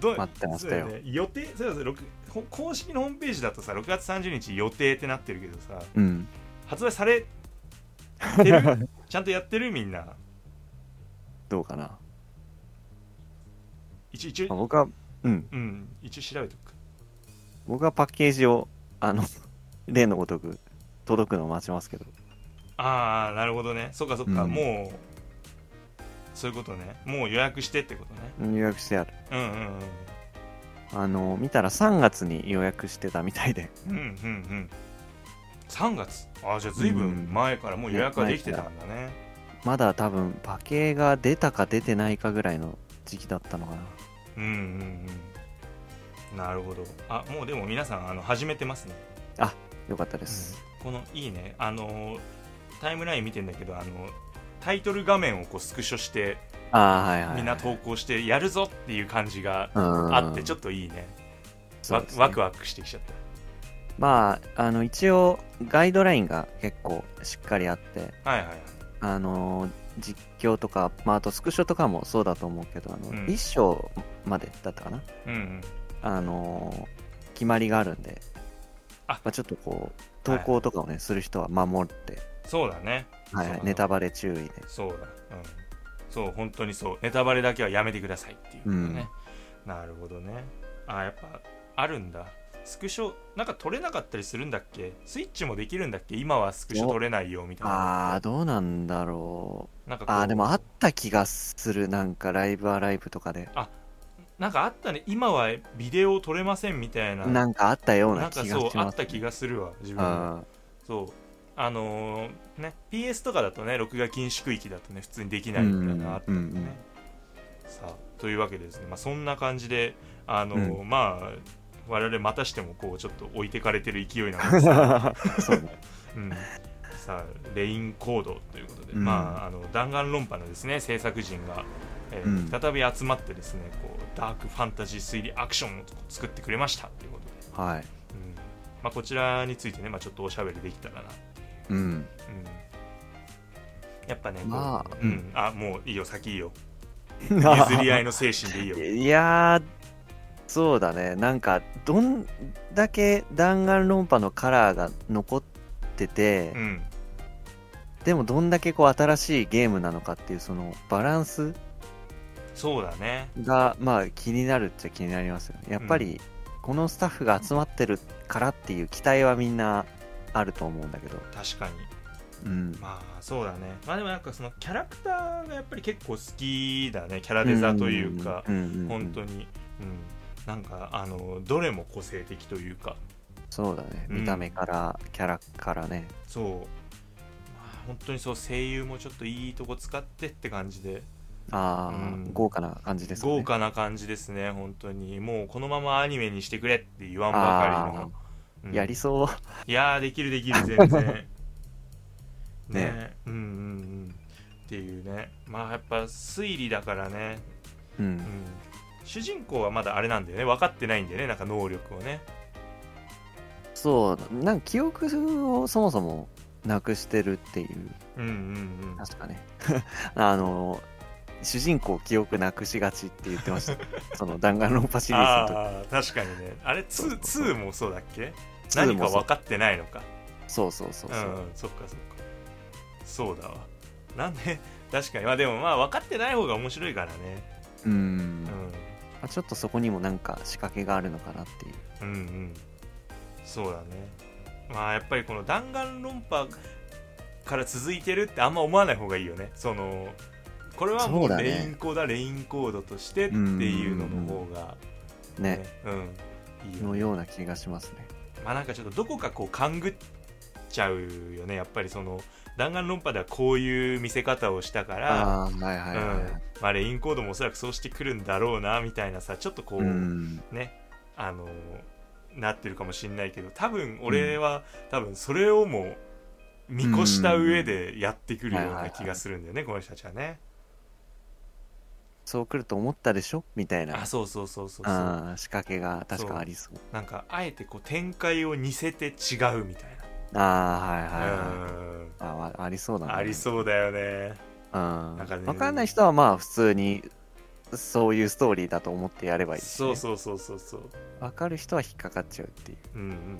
[SPEAKER 2] ど
[SPEAKER 3] 待ってましたよ
[SPEAKER 2] そうだね予定そうだね六こ公式のホームページだとさ6月30日予定ってなってるけどさ
[SPEAKER 3] うん
[SPEAKER 2] 発売されて
[SPEAKER 3] [laughs]
[SPEAKER 2] るちゃんとやってるみんな
[SPEAKER 3] どうかな
[SPEAKER 2] 一一
[SPEAKER 3] まあ
[SPEAKER 2] 応
[SPEAKER 3] 僕はうん
[SPEAKER 2] うん一応調べておく
[SPEAKER 3] 僕はパッケージをあの [laughs] 例のごとく届くのを待ちますけど
[SPEAKER 2] ああなるほどねそっかそっか、
[SPEAKER 3] うん
[SPEAKER 2] もうそういうことねもう予約してってことね
[SPEAKER 3] 予約してある
[SPEAKER 2] うんうん
[SPEAKER 3] あの見たら3月に予約してたみたいで
[SPEAKER 2] うんうんうんうん3月ああじゃあ随分前からもう予約ができてたんだね、
[SPEAKER 3] まだ多分パケが出たか出てないかぐらいの時期だったのかな
[SPEAKER 2] うんうんうんなるほどあもうでも皆さんあの始めてますね、
[SPEAKER 3] よかったです、
[SPEAKER 2] このいいねあのータイムライン見てんだけどあのタイトル画面をこうスクショして
[SPEAKER 3] ああはいはい
[SPEAKER 2] みんな投稿してやるぞっていう感じがあ
[SPEAKER 3] あ
[SPEAKER 2] ってちょ
[SPEAKER 3] っ
[SPEAKER 2] っといいね
[SPEAKER 3] と
[SPEAKER 2] わワクワクしてきちゃった
[SPEAKER 3] まああの一応ガイドラインが結構しっかりあって
[SPEAKER 2] はいはいはい
[SPEAKER 3] あの実況とか、まあ、あとスクショとかもそうだと思うけどあの、
[SPEAKER 2] うん
[SPEAKER 3] 1章までだったかな
[SPEAKER 2] うんうん
[SPEAKER 3] あのー決まりがあるんで、
[SPEAKER 2] あ
[SPEAKER 3] まあ、ちょっとこう、投稿とかをね、する人は守って、
[SPEAKER 2] そうだね
[SPEAKER 3] は
[SPEAKER 2] そう
[SPEAKER 3] いはい
[SPEAKER 2] だ、ね
[SPEAKER 3] ネタバレ注意で。
[SPEAKER 2] そうだ、うん、そう本当にそうネタバレだけはやめてくださいっていうことね、なるほどねあやっぱあるんだスクショなんか取れなかったりするんだっけスイッチもできるんだっけ今はスクショ取れないよみたい
[SPEAKER 3] あ
[SPEAKER 2] な
[SPEAKER 3] ー、どうなんだろう。
[SPEAKER 2] なんかこう
[SPEAKER 3] あー、でもあった気がする、なんか、ライブアライブとかで。
[SPEAKER 2] なんかあったね今はビデオ取れませんみたいな
[SPEAKER 3] なんかあったよう
[SPEAKER 2] な
[SPEAKER 3] なん
[SPEAKER 2] か
[SPEAKER 3] 気
[SPEAKER 2] そ
[SPEAKER 3] が
[SPEAKER 2] う
[SPEAKER 3] し
[SPEAKER 2] あ
[SPEAKER 3] ま
[SPEAKER 2] っ
[SPEAKER 3] す。
[SPEAKER 2] た気がするわ自分も
[SPEAKER 3] あ
[SPEAKER 2] そうあのーね PS とかだとね録画禁止区域だとね普通にできないみたいなのあったんで
[SPEAKER 3] うんうんうん
[SPEAKER 2] ねさあというわけでですね、まあ、そんな感じであのー、まあ我々またしてもこうちょっと置いてかれてる勢いなん
[SPEAKER 3] [laughs]
[SPEAKER 2] ですが、 [laughs]
[SPEAKER 3] ーそうね。
[SPEAKER 2] うん、さあレインコードということで、
[SPEAKER 3] うん
[SPEAKER 2] まああの弾丸論破のですね制作陣が、えー
[SPEAKER 3] うん
[SPEAKER 2] 再び集まってですねこうダークファンタジー推理アクションを作ってくれましたということで、
[SPEAKER 3] はい。
[SPEAKER 2] うんまあ、こちらについてね、まあ、ちょっとおしゃべりできたらな
[SPEAKER 3] うん。
[SPEAKER 2] やっぱね、
[SPEAKER 3] まあ
[SPEAKER 2] こううん、あもういいよ、先い
[SPEAKER 3] [laughs]
[SPEAKER 2] いよ、[laughs]
[SPEAKER 3] 譲
[SPEAKER 2] 譲り合いの精神でいいよ。
[SPEAKER 3] [laughs] いやー、そうだね、なんか、どんだけ弾丸論破のカラーが残ってて、
[SPEAKER 2] うん、
[SPEAKER 3] でもどんだけこう新しいゲームなのかっていう、そのバランス
[SPEAKER 2] そうだね、
[SPEAKER 3] が、まあ、気になるっちゃ気になりますよね。やっぱり、このスタッフが集まってるからっていう期待はみんなあると思うんだけど、
[SPEAKER 2] 確かに。
[SPEAKER 3] うん、
[SPEAKER 2] まあ、そうだね。まあ、でもなんか、そのキャラクターがやっぱり結構好きだね、キャラデザというか、
[SPEAKER 3] んうんうんうん
[SPEAKER 2] 本当に、うん、なんか、あの、どれも個性的というか、
[SPEAKER 3] そうだね、
[SPEAKER 2] うん
[SPEAKER 3] 見た目から、キャラからね、
[SPEAKER 2] そう、まあ本当にそう、声優もちょっといいとこ使ってって感じで、
[SPEAKER 3] あー
[SPEAKER 2] うん
[SPEAKER 3] 豪華な感じですかね。
[SPEAKER 2] 豪華な感じですね、本当に。もうこのままアニメにしてくれって言わんばか
[SPEAKER 3] あ
[SPEAKER 2] りの。
[SPEAKER 3] ーやり
[SPEAKER 2] そ
[SPEAKER 3] そう。
[SPEAKER 2] いやー、できるできる、
[SPEAKER 3] [laughs]
[SPEAKER 2] 全然。ね
[SPEAKER 3] ね
[SPEAKER 2] うんうんうん。っていうね。まあやっぱ推理だからね、
[SPEAKER 3] う、
[SPEAKER 2] うんん。主人公はまだあれなんだよね、分かってないんだよね、なんか能力をね。
[SPEAKER 3] そう、なんか記憶をそもそもなくしてるっていう、
[SPEAKER 2] うんうんうん。
[SPEAKER 3] 確かね。 [laughs] あの、主人公記憶なくしがちって言って
[SPEAKER 2] [laughs]
[SPEAKER 3] ました。その弾丸論破シリーズの
[SPEAKER 2] ああー、確かにね。あれ、
[SPEAKER 3] そうそうそう
[SPEAKER 2] 2もそうだっけ
[SPEAKER 3] 時。
[SPEAKER 2] 何か
[SPEAKER 3] そ
[SPEAKER 2] 分
[SPEAKER 3] う
[SPEAKER 2] かってないのか。
[SPEAKER 3] そうそうそう
[SPEAKER 2] う
[SPEAKER 3] そ
[SPEAKER 2] ん
[SPEAKER 3] う。
[SPEAKER 2] うん、そっかそっかそうだわなんで [laughs] 確かにまあでもまあ分かってない方が面白いからね
[SPEAKER 3] うん。
[SPEAKER 2] うん
[SPEAKER 3] まあちょっとそこにもなんか仕掛けがあるのかなっていう。
[SPEAKER 2] うんうんそうだねまあやっぱりこの弾丸論破から続いてるってあんま思わない方がいいよねそのこれはも
[SPEAKER 3] そう
[SPEAKER 2] う
[SPEAKER 3] だね
[SPEAKER 2] レインコードはレインコードとしてっていうのの方が
[SPEAKER 3] ね
[SPEAKER 2] ねうんいいよ
[SPEAKER 3] の
[SPEAKER 2] ね
[SPEAKER 3] ような気がしますね
[SPEAKER 2] まあなんかちょっとどこかこう勘ぐっちゃうよねやっぱりその弾丸論破ではこういう見せ方をしたから
[SPEAKER 3] ああーはいはいはいはい、
[SPEAKER 2] うんまあレインコードもおそらくそうしてくるんだろうなみたいなさちょっとこう、
[SPEAKER 3] うん
[SPEAKER 2] ねあのなってるかもしんないけど多分俺は、多分それをも見越した上でやってくるような気がするんだよね、この人たちはね
[SPEAKER 3] そう来ると思ったでしょみたいな
[SPEAKER 2] あそうそうそうそうそう
[SPEAKER 3] あー仕掛けが確かありそう
[SPEAKER 2] なんかあえてこう展開を似せて違うみたい
[SPEAKER 3] ああ
[SPEAKER 2] な、
[SPEAKER 3] はいはい、はい
[SPEAKER 2] うん
[SPEAKER 3] あわありそうだね
[SPEAKER 2] ありそうだよね
[SPEAKER 3] う
[SPEAKER 2] な
[SPEAKER 3] んわ
[SPEAKER 2] んかね
[SPEAKER 3] かんない人はまあ普通にそういうストーリーだと思ってやればいいし、ね、
[SPEAKER 2] そうそうそうそうそう
[SPEAKER 3] わかる人は引っかかっちゃうっていう
[SPEAKER 2] うんうんうん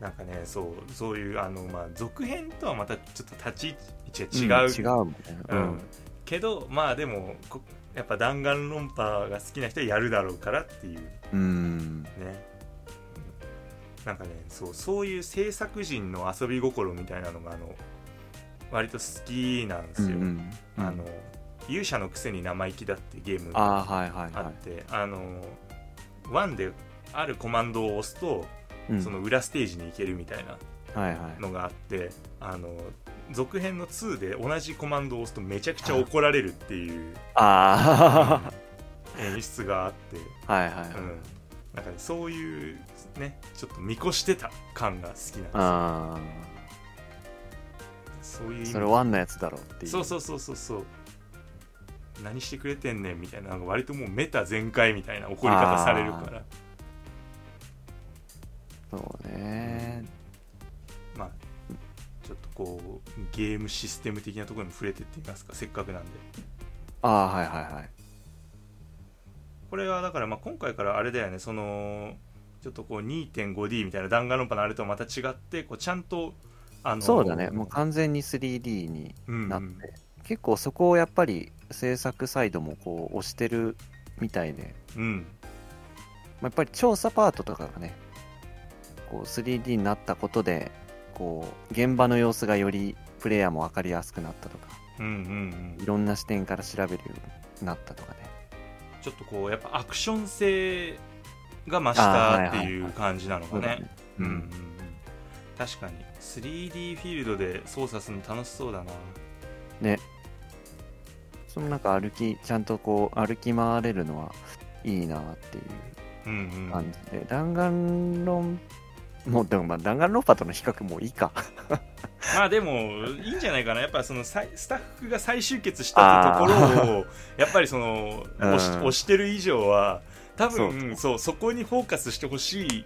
[SPEAKER 2] なんかねそうそういうあのまあ続編とはまたちょっと立ち位置が違う,、
[SPEAKER 3] ん違うもんね
[SPEAKER 2] う
[SPEAKER 3] うんん、
[SPEAKER 2] けどまあでもこやっぱ弾丸論破が好きな人はやるだろうからっていうね
[SPEAKER 3] うん、
[SPEAKER 2] うんなんかねそうそういう制作人の遊び心みたいなのがあの割と好きなんです
[SPEAKER 3] うんう
[SPEAKER 2] よ、
[SPEAKER 3] ん
[SPEAKER 2] あの勇者のくせに生意気だってゲームが
[SPEAKER 3] あーはいはい
[SPEAKER 2] あ
[SPEAKER 3] は
[SPEAKER 2] ってあのワンであるコマンドを押すと、
[SPEAKER 3] い、うん、
[SPEAKER 2] その裏ステージに行けるみたいな
[SPEAKER 3] はいはい
[SPEAKER 2] のがあってあの続編の2で同じコマンドを押すとめちゃくちゃ怒られるっていう
[SPEAKER 3] あ
[SPEAKER 2] [laughs] 演出があって、
[SPEAKER 3] あはいはいはい、
[SPEAKER 2] うん、なんかねそういうねちょっと見越してた感が好きなん
[SPEAKER 3] あ
[SPEAKER 2] ですよそういう意
[SPEAKER 3] あ
[SPEAKER 2] 味
[SPEAKER 3] それワンのやつだろうっていう
[SPEAKER 2] そうそうそうそうそう何してくれてんねんみたいななんか割ともうメタ全開みたいな怒り方されるから
[SPEAKER 3] そうね
[SPEAKER 2] まあちょっとこうゲームシステム的なところにも触れてってみますかせっかくなんで
[SPEAKER 3] ああはいはいはい
[SPEAKER 2] これはだからまあ今回からあれだよねそのちょっとこう 2.5D みたいな弾丸論破のあれとはまた違ってこうちゃんとあの
[SPEAKER 3] そうだねもう完全に 3D に
[SPEAKER 2] うん
[SPEAKER 3] なって、結構そこをやっぱり制作サイドもこう押してるみたいで、
[SPEAKER 2] うん、うん
[SPEAKER 3] まあ、やっぱり調査パートとかがねこう 3D になったことでこう現場の様子がよりプレイヤーも分かりやすくなったとか
[SPEAKER 2] うんうんう
[SPEAKER 3] い
[SPEAKER 2] ん
[SPEAKER 3] ろんな視点から調べるようになったとかね
[SPEAKER 2] ちょっとこうやっぱアクション性が増したっていう感じなのか
[SPEAKER 3] そうだ
[SPEAKER 2] ね
[SPEAKER 3] ね
[SPEAKER 2] うんうんうん確かに 3D フィールドで操作するの楽しそうだな
[SPEAKER 3] そのなんか歩きちゃんとこう歩き回れるのはいいなっていう
[SPEAKER 2] うんうん
[SPEAKER 3] 感じで、弾丸論もうでもまあ弾丸論破との比較もいいか
[SPEAKER 2] まあでもいいんじゃないかなやっぱそのさいスタッフが再集結したってところをやっぱりその押し
[SPEAKER 3] うん
[SPEAKER 2] 押してる以上は多分そうそこにフォーカスしてほしい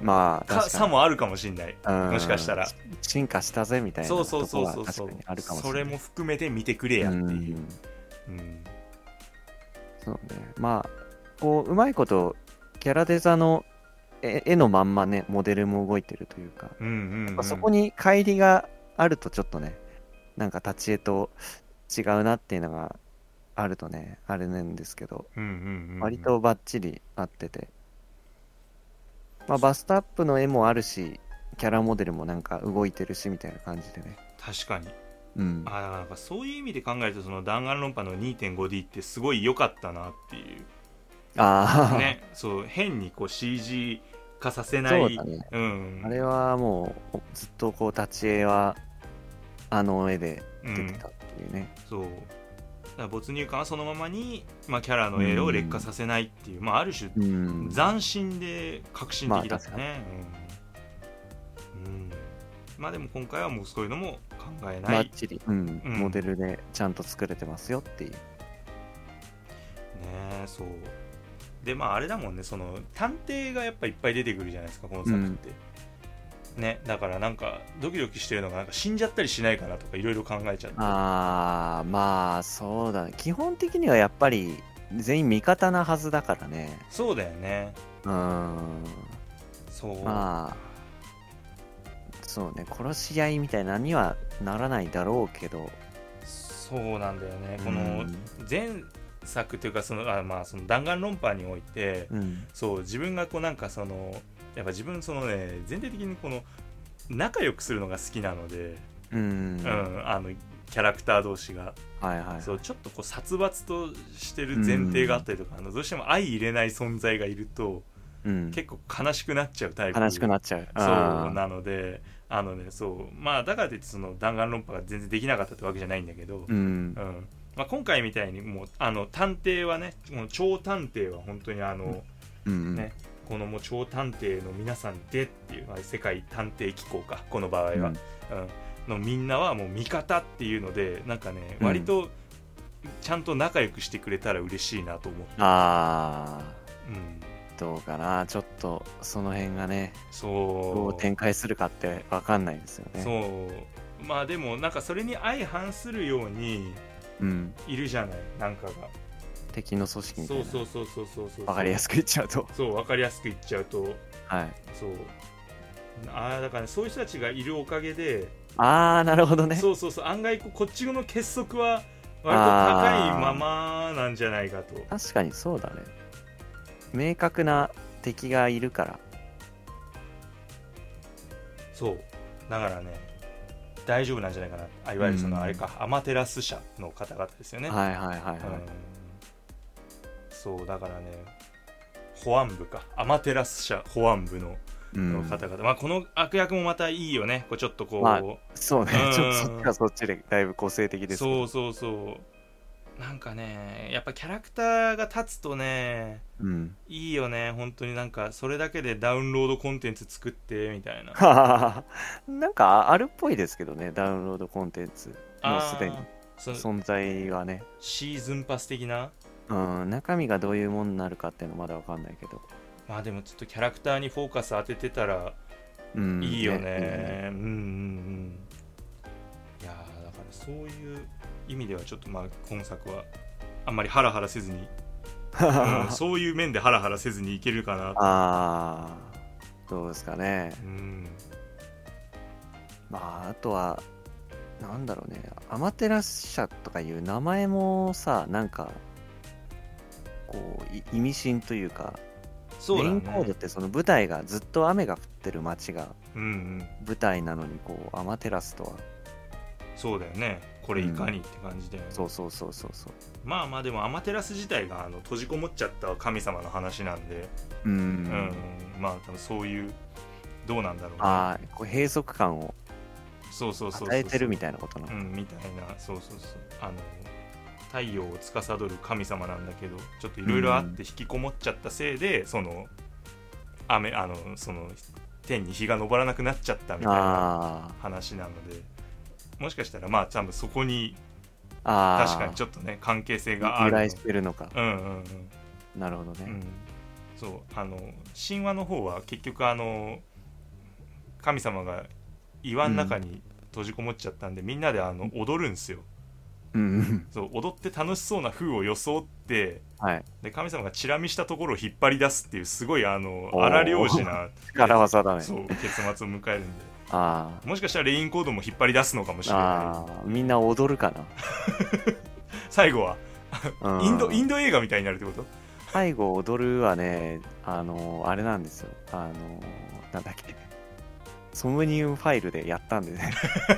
[SPEAKER 3] まあ
[SPEAKER 2] か
[SPEAKER 3] 確
[SPEAKER 2] さ
[SPEAKER 3] かに
[SPEAKER 2] もあるかもしれない
[SPEAKER 3] も
[SPEAKER 2] もしかしたら
[SPEAKER 3] 進化したぜみたいな
[SPEAKER 2] そう
[SPEAKER 3] と
[SPEAKER 2] そう
[SPEAKER 3] こ
[SPEAKER 2] そう
[SPEAKER 3] は
[SPEAKER 2] そう
[SPEAKER 3] 確
[SPEAKER 2] そう
[SPEAKER 3] かにあるかもしれ
[SPEAKER 2] そ
[SPEAKER 3] ない
[SPEAKER 2] れも含めて見てくれやっていううんうん
[SPEAKER 3] そうねまあこううまいことキャラデザの絵絵のまんまねモデルも動いてるというか、
[SPEAKER 2] うんうんうん
[SPEAKER 3] まあそこに乖離があるとちょっとねなんか立ち絵と違うなっていうのがあるとねあれなんですけど
[SPEAKER 2] うんうんうんうん
[SPEAKER 3] 割とバッチリ合ってて、まあ、バストアップの絵もあるしキャラモデルもなんか動いてるしみたいな感じでね
[SPEAKER 2] 確かに
[SPEAKER 3] うん
[SPEAKER 2] あだからなんかそういう意味で考えるとその弾丸論破の 2.5D ってすごい良かったなっていう
[SPEAKER 3] ああ、 [laughs]
[SPEAKER 2] ねそう変にこう CG 化させない
[SPEAKER 3] そうだね
[SPEAKER 2] うん
[SPEAKER 3] あれはもうずっとこう立ち絵はあの絵で
[SPEAKER 2] うん
[SPEAKER 3] 出てたっていうね、
[SPEAKER 2] そうだから没入感はそのままに、まあ、キャラの絵を劣化させないっていう、まあ、ある種
[SPEAKER 3] うん
[SPEAKER 2] 斬新で革新的だった
[SPEAKER 3] ま
[SPEAKER 2] ね、うんうんまあでも今回はもうそういうのも考えない、
[SPEAKER 3] バ
[SPEAKER 2] ね
[SPEAKER 3] ッ、チリ、うん
[SPEAKER 2] うん
[SPEAKER 3] モデルでちゃんと作れてますよっていう
[SPEAKER 2] そうでまああれだもんねその探偵がやっぱいっぱい出てくるじゃないですかこの作品って、ねだからなんかドキドキしてるのがなんか死んじゃったりしないかなとかいろいろ考えちゃって
[SPEAKER 3] ああまあそうだね基本的にはやっぱり全員味方なはずだからね
[SPEAKER 2] そうだよね
[SPEAKER 3] うん
[SPEAKER 2] そう、
[SPEAKER 3] まあそうね殺し合いみたいなにはならないだろうけど
[SPEAKER 2] そうなんだよねこ
[SPEAKER 3] う
[SPEAKER 2] の
[SPEAKER 3] ん
[SPEAKER 2] 前作というかそのあまあその弾丸論破において
[SPEAKER 3] うん
[SPEAKER 2] そう自分がこうなんかそのやっぱ自分そのね全体的にこの仲良くするのが好きなので、
[SPEAKER 3] うん
[SPEAKER 2] うんあのキャラクター同士が
[SPEAKER 3] はいはい
[SPEAKER 2] そうちょっとこう殺伐としてる前提があったりとか、あのどうしても相入れない存在がいると
[SPEAKER 3] うん
[SPEAKER 2] 結構悲しくなっちゃうタイプ
[SPEAKER 3] 悲しくなっちゃう
[SPEAKER 2] そう
[SPEAKER 3] あ
[SPEAKER 2] なのであのねそうまあだからといってその弾丸論破が全然できなかったってわけじゃないんだけど
[SPEAKER 3] ー、うん
[SPEAKER 2] うんまあ、今回みたいにもうあの探偵はねもう超探偵は本当にあの、
[SPEAKER 3] うん
[SPEAKER 2] ねこのもう超探偵の皆さんでっていう、まあ、世界探偵機構かこの場合は、
[SPEAKER 3] う
[SPEAKER 2] うんんのみんなはもう味方っていうのでなんかね
[SPEAKER 3] うん
[SPEAKER 2] 割とちゃんと仲良くしてくれたら嬉しいなと思う、
[SPEAKER 3] ああ
[SPEAKER 2] うん、
[SPEAKER 3] どうかなちょっとその辺がねど
[SPEAKER 2] そう
[SPEAKER 3] う展開するかって分かんないですよねう、
[SPEAKER 2] そうまあでもなんかそれに相反するように
[SPEAKER 3] ん、
[SPEAKER 2] いるじゃないなんかが
[SPEAKER 3] 敵の組織みたい
[SPEAKER 2] そ
[SPEAKER 3] な
[SPEAKER 2] うそうそうそうそうそう
[SPEAKER 3] 分かりや
[SPEAKER 2] く
[SPEAKER 3] すく言っちゃうと
[SPEAKER 2] そう分かりやすく言っちゃうと
[SPEAKER 3] はい
[SPEAKER 2] そうああだから、ね、そういう人たちがいるおかげで
[SPEAKER 3] ああなるほどね
[SPEAKER 2] そうそうそう案外こうこっちの結束は割と高いままなんじゃないかと
[SPEAKER 3] 確かにそうだね明確な敵がいるから
[SPEAKER 2] そうだからね大丈夫なんじゃないかなあいわゆるその
[SPEAKER 3] うん
[SPEAKER 2] あれか、アマテラス社の方々ですよね、
[SPEAKER 3] はいはいはいはい、
[SPEAKER 2] うんそうだからね保安部かアマテラス社保安部の
[SPEAKER 3] うん
[SPEAKER 2] 方々、まあ、この悪役もまたいいよねこうちょっとこう、
[SPEAKER 3] まあそうね
[SPEAKER 2] う、ん
[SPEAKER 3] ちょっとそっちはそっちでだいぶ個性的で
[SPEAKER 2] そ
[SPEAKER 3] すけど
[SPEAKER 2] うそうそうなんかねやっぱキャラクターが立つとね
[SPEAKER 3] うん。
[SPEAKER 2] いいよね本当になんかそれだけでダウンロードコンテンツ作ってみたいな
[SPEAKER 3] なんかあるっぽいですけどね、ダウンロードコンテンツ、もうすでに
[SPEAKER 2] あーその
[SPEAKER 3] 存在はね、
[SPEAKER 2] シーズンパス的な
[SPEAKER 3] うん、中身がどういうものになるかっていうのまだわかんないけど、
[SPEAKER 2] まあでもちょっとキャラクターにフォーカス当ててたら
[SPEAKER 3] うん、
[SPEAKER 2] いいよねうんうんうんいやーだからそういう意味ではちょっとまあ今作はあんまりハラハラせず
[SPEAKER 3] [laughs]
[SPEAKER 2] に、うん
[SPEAKER 3] あ
[SPEAKER 2] そういう面でハラハラせずにいけるかな
[SPEAKER 3] あー、どうですかね。
[SPEAKER 2] うん
[SPEAKER 3] まあ、あとは、なんだろうね、アマテラス社とかいう名前もさ、なんか、こうい意味深というか、
[SPEAKER 2] そう
[SPEAKER 3] レ
[SPEAKER 2] だ
[SPEAKER 3] イ
[SPEAKER 2] ね
[SPEAKER 3] ンコードってその舞台がずっと雨が降ってる街が
[SPEAKER 2] うんうん
[SPEAKER 3] 舞台なのにこうアマテラスとは
[SPEAKER 2] そうだよねこれいかにって感じだよね、
[SPEAKER 3] そうそうそうそうそう
[SPEAKER 2] まあまあでもアマテラス自体があの閉じこもっちゃった神様の話なんで、
[SPEAKER 3] う
[SPEAKER 2] うん
[SPEAKER 3] ん、
[SPEAKER 2] まあ多分そういうどうなんだろうね
[SPEAKER 3] ああこう閉塞感を
[SPEAKER 2] そうそうそうそう
[SPEAKER 3] 与えてるみたいなことなの
[SPEAKER 2] うんみたいなそうそうそうあの太陽を司る神様なんだけどちょっといろいろあって引きこもっちゃったせいで、その雨あのその天に日が昇らなくなっちゃったみたいな
[SPEAKER 3] あ
[SPEAKER 2] 話なのでもしかしたらまあ多分そこに
[SPEAKER 3] あああ
[SPEAKER 2] 確かにち
[SPEAKER 3] ょっ
[SPEAKER 2] ょっとね関係性
[SPEAKER 3] と
[SPEAKER 2] があるの
[SPEAKER 3] 由来してるのか
[SPEAKER 2] うんうんうん
[SPEAKER 3] なるほどね、
[SPEAKER 2] うん、そうあの神話の方は結局あの神様が岩の中に閉じこもっちゃったんで、みんなであの踊るんですよ
[SPEAKER 3] うんうん
[SPEAKER 2] そう踊って楽しそうな風を装って
[SPEAKER 3] はい
[SPEAKER 2] で神様がチラ見したところを引っ張り出すっていうすごいあの
[SPEAKER 3] おー
[SPEAKER 2] 荒漁師な、
[SPEAKER 3] 力技だね
[SPEAKER 2] そう結末を迎えるんで
[SPEAKER 3] あ
[SPEAKER 2] もしかしたらレインコードも引っ張り出すのかもし
[SPEAKER 3] あ
[SPEAKER 2] れな
[SPEAKER 3] ああみんな踊るか
[SPEAKER 2] い最後は
[SPEAKER 3] な、うん
[SPEAKER 2] インドインド映画みたいになるってこと
[SPEAKER 3] 最後踊るはねあのあれなんですよあのなんだっけソムニウムファイルでやったんでね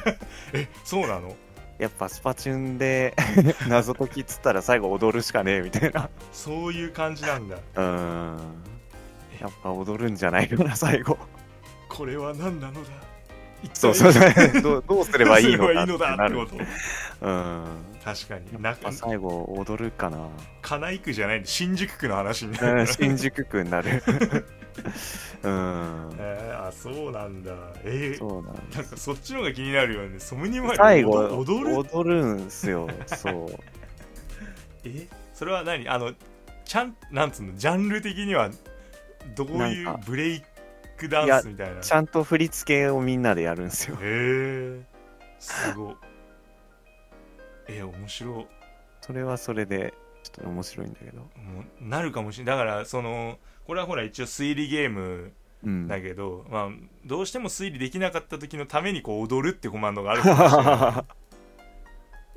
[SPEAKER 3] [laughs]
[SPEAKER 2] えそうなの
[SPEAKER 3] やっぱスパチュンで [laughs] 謎解きっつったら最後踊るしかねえみたいな。
[SPEAKER 2] そういう感じなんだ
[SPEAKER 3] うーん。やっぱ踊るんじゃないのな、最後。
[SPEAKER 2] これは何なのだ一体
[SPEAKER 3] そうそうそう。 [laughs] どうどうすればいいの
[SPEAKER 2] どうすれば
[SPEAKER 3] か
[SPEAKER 2] いいのだ
[SPEAKER 3] な
[SPEAKER 2] ってこ
[SPEAKER 3] る
[SPEAKER 2] と
[SPEAKER 3] うーん。
[SPEAKER 2] 確かに
[SPEAKER 3] や
[SPEAKER 2] な
[SPEAKER 3] っぱ最後踊る
[SPEAKER 2] [laughs]
[SPEAKER 3] かな。
[SPEAKER 2] 金井区じゃないんで新宿区の話にな
[SPEAKER 3] うん
[SPEAKER 2] る、
[SPEAKER 3] 新宿区に
[SPEAKER 2] [laughs]
[SPEAKER 3] なる。うーん。
[SPEAKER 2] えーあそうなんだえー
[SPEAKER 3] そうなんだ
[SPEAKER 2] なんかそっちの方が気になるよねソムニマリ
[SPEAKER 3] 最後
[SPEAKER 2] 踊る
[SPEAKER 3] 踊るんすよ。
[SPEAKER 2] [laughs]
[SPEAKER 3] そう。
[SPEAKER 2] えそれは何あのちゃんなんつうのジャンル的にはどうい
[SPEAKER 3] なん
[SPEAKER 2] う
[SPEAKER 3] か
[SPEAKER 2] ブレイクダンスみたいなへ
[SPEAKER 3] ちゃんと振り付けをみんなでやるんすよ。
[SPEAKER 2] えすごいえ面白い
[SPEAKER 3] それはそれで、ちょっと面白いんだけど。
[SPEAKER 2] もうなるかもしれないだからそのこれはほら一応推理ゲーム
[SPEAKER 3] うん。
[SPEAKER 2] だけど、まあ、どうしても推理できなかった時のためにこう踊るってコマンドがあるかもしれない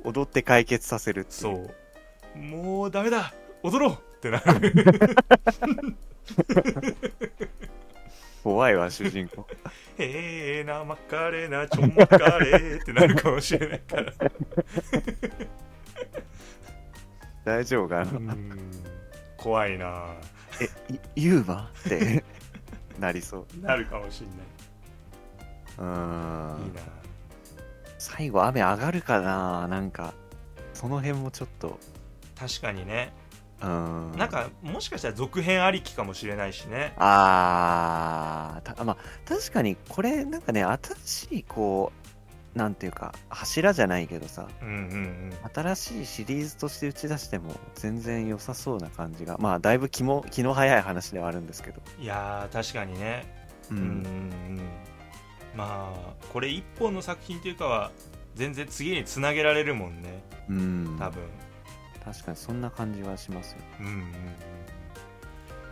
[SPEAKER 3] [laughs] 踊って解決させるっていう
[SPEAKER 2] そうもうダメだ踊ろうってなる
[SPEAKER 3] 怖いわ、主
[SPEAKER 2] [laughs]
[SPEAKER 3] 人公。
[SPEAKER 2] えーなまかれなちょんまかれってなるかもしれないから
[SPEAKER 3] 大丈夫かな
[SPEAKER 2] 怖いな
[SPEAKER 3] え、いユーマって
[SPEAKER 2] [laughs]
[SPEAKER 3] なりそう。
[SPEAKER 2] なるかもしれな
[SPEAKER 3] う
[SPEAKER 2] いいい
[SPEAKER 3] ん。
[SPEAKER 2] な
[SPEAKER 3] 最後、雨上がるかななんか、その辺もちょっと。
[SPEAKER 2] 確かにね
[SPEAKER 3] うん。
[SPEAKER 2] なんかもしかしたら続編ありきかもしれないしね
[SPEAKER 3] あーたまあ確かにこれなんかね新しいこうなんていうか柱じゃないけどさ
[SPEAKER 2] うんうんうん
[SPEAKER 3] 新しいシリーズとして打ち出しても全然良さそうな感じがまあだいぶ気も気の早い話ではあるんですけど
[SPEAKER 2] いやー確かにね
[SPEAKER 3] う
[SPEAKER 2] うんうんうんまあこれ一本の作品というかは全然次につなげられるもんね
[SPEAKER 3] うん
[SPEAKER 2] 多分
[SPEAKER 3] 確かにそんな感じはしますよ
[SPEAKER 2] うんうんうん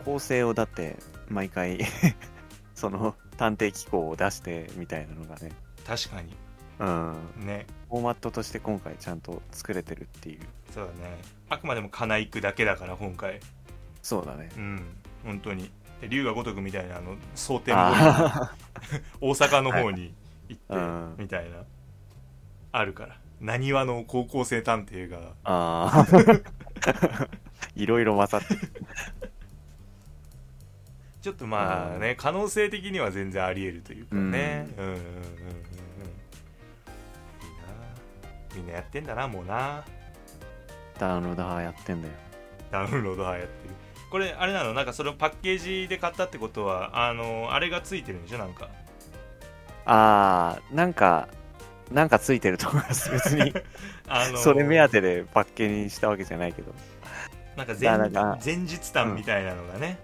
[SPEAKER 3] 構成をだって毎回 [laughs] その探偵機構を出してみたいなのがね
[SPEAKER 2] 確かに
[SPEAKER 3] うん
[SPEAKER 2] ね
[SPEAKER 3] フォーマットとして今回ちゃんと作れてるっていう
[SPEAKER 2] そうだねあくまでも金井くだけだから今回
[SPEAKER 3] そうだね
[SPEAKER 2] うん本当にで龍が如くみたいなあの蒼天門に
[SPEAKER 3] あ
[SPEAKER 2] 大阪の方
[SPEAKER 3] [laughs]
[SPEAKER 2] に行って、
[SPEAKER 3] うん
[SPEAKER 2] みたいなあるからなにわの高校生探偵が
[SPEAKER 3] ーあーいろいろ混ざって
[SPEAKER 2] ちょっとまあね、可能性的には全然ありえるというかねうんうんうんうんうんいいなみんなやってんだなもうな
[SPEAKER 3] ダウンロード派やってんだよ
[SPEAKER 2] ダウンロード派やってるこれあれなのなんかそれをパッケージで買ったってことはあのあれがついてるんでしょなんか
[SPEAKER 3] ああなんかなんかついてると思います別に
[SPEAKER 2] あの
[SPEAKER 3] それ目当てでパッケージにしたわけじゃないけど
[SPEAKER 2] なんか
[SPEAKER 3] だからな
[SPEAKER 2] 前前日談みたいなのがね、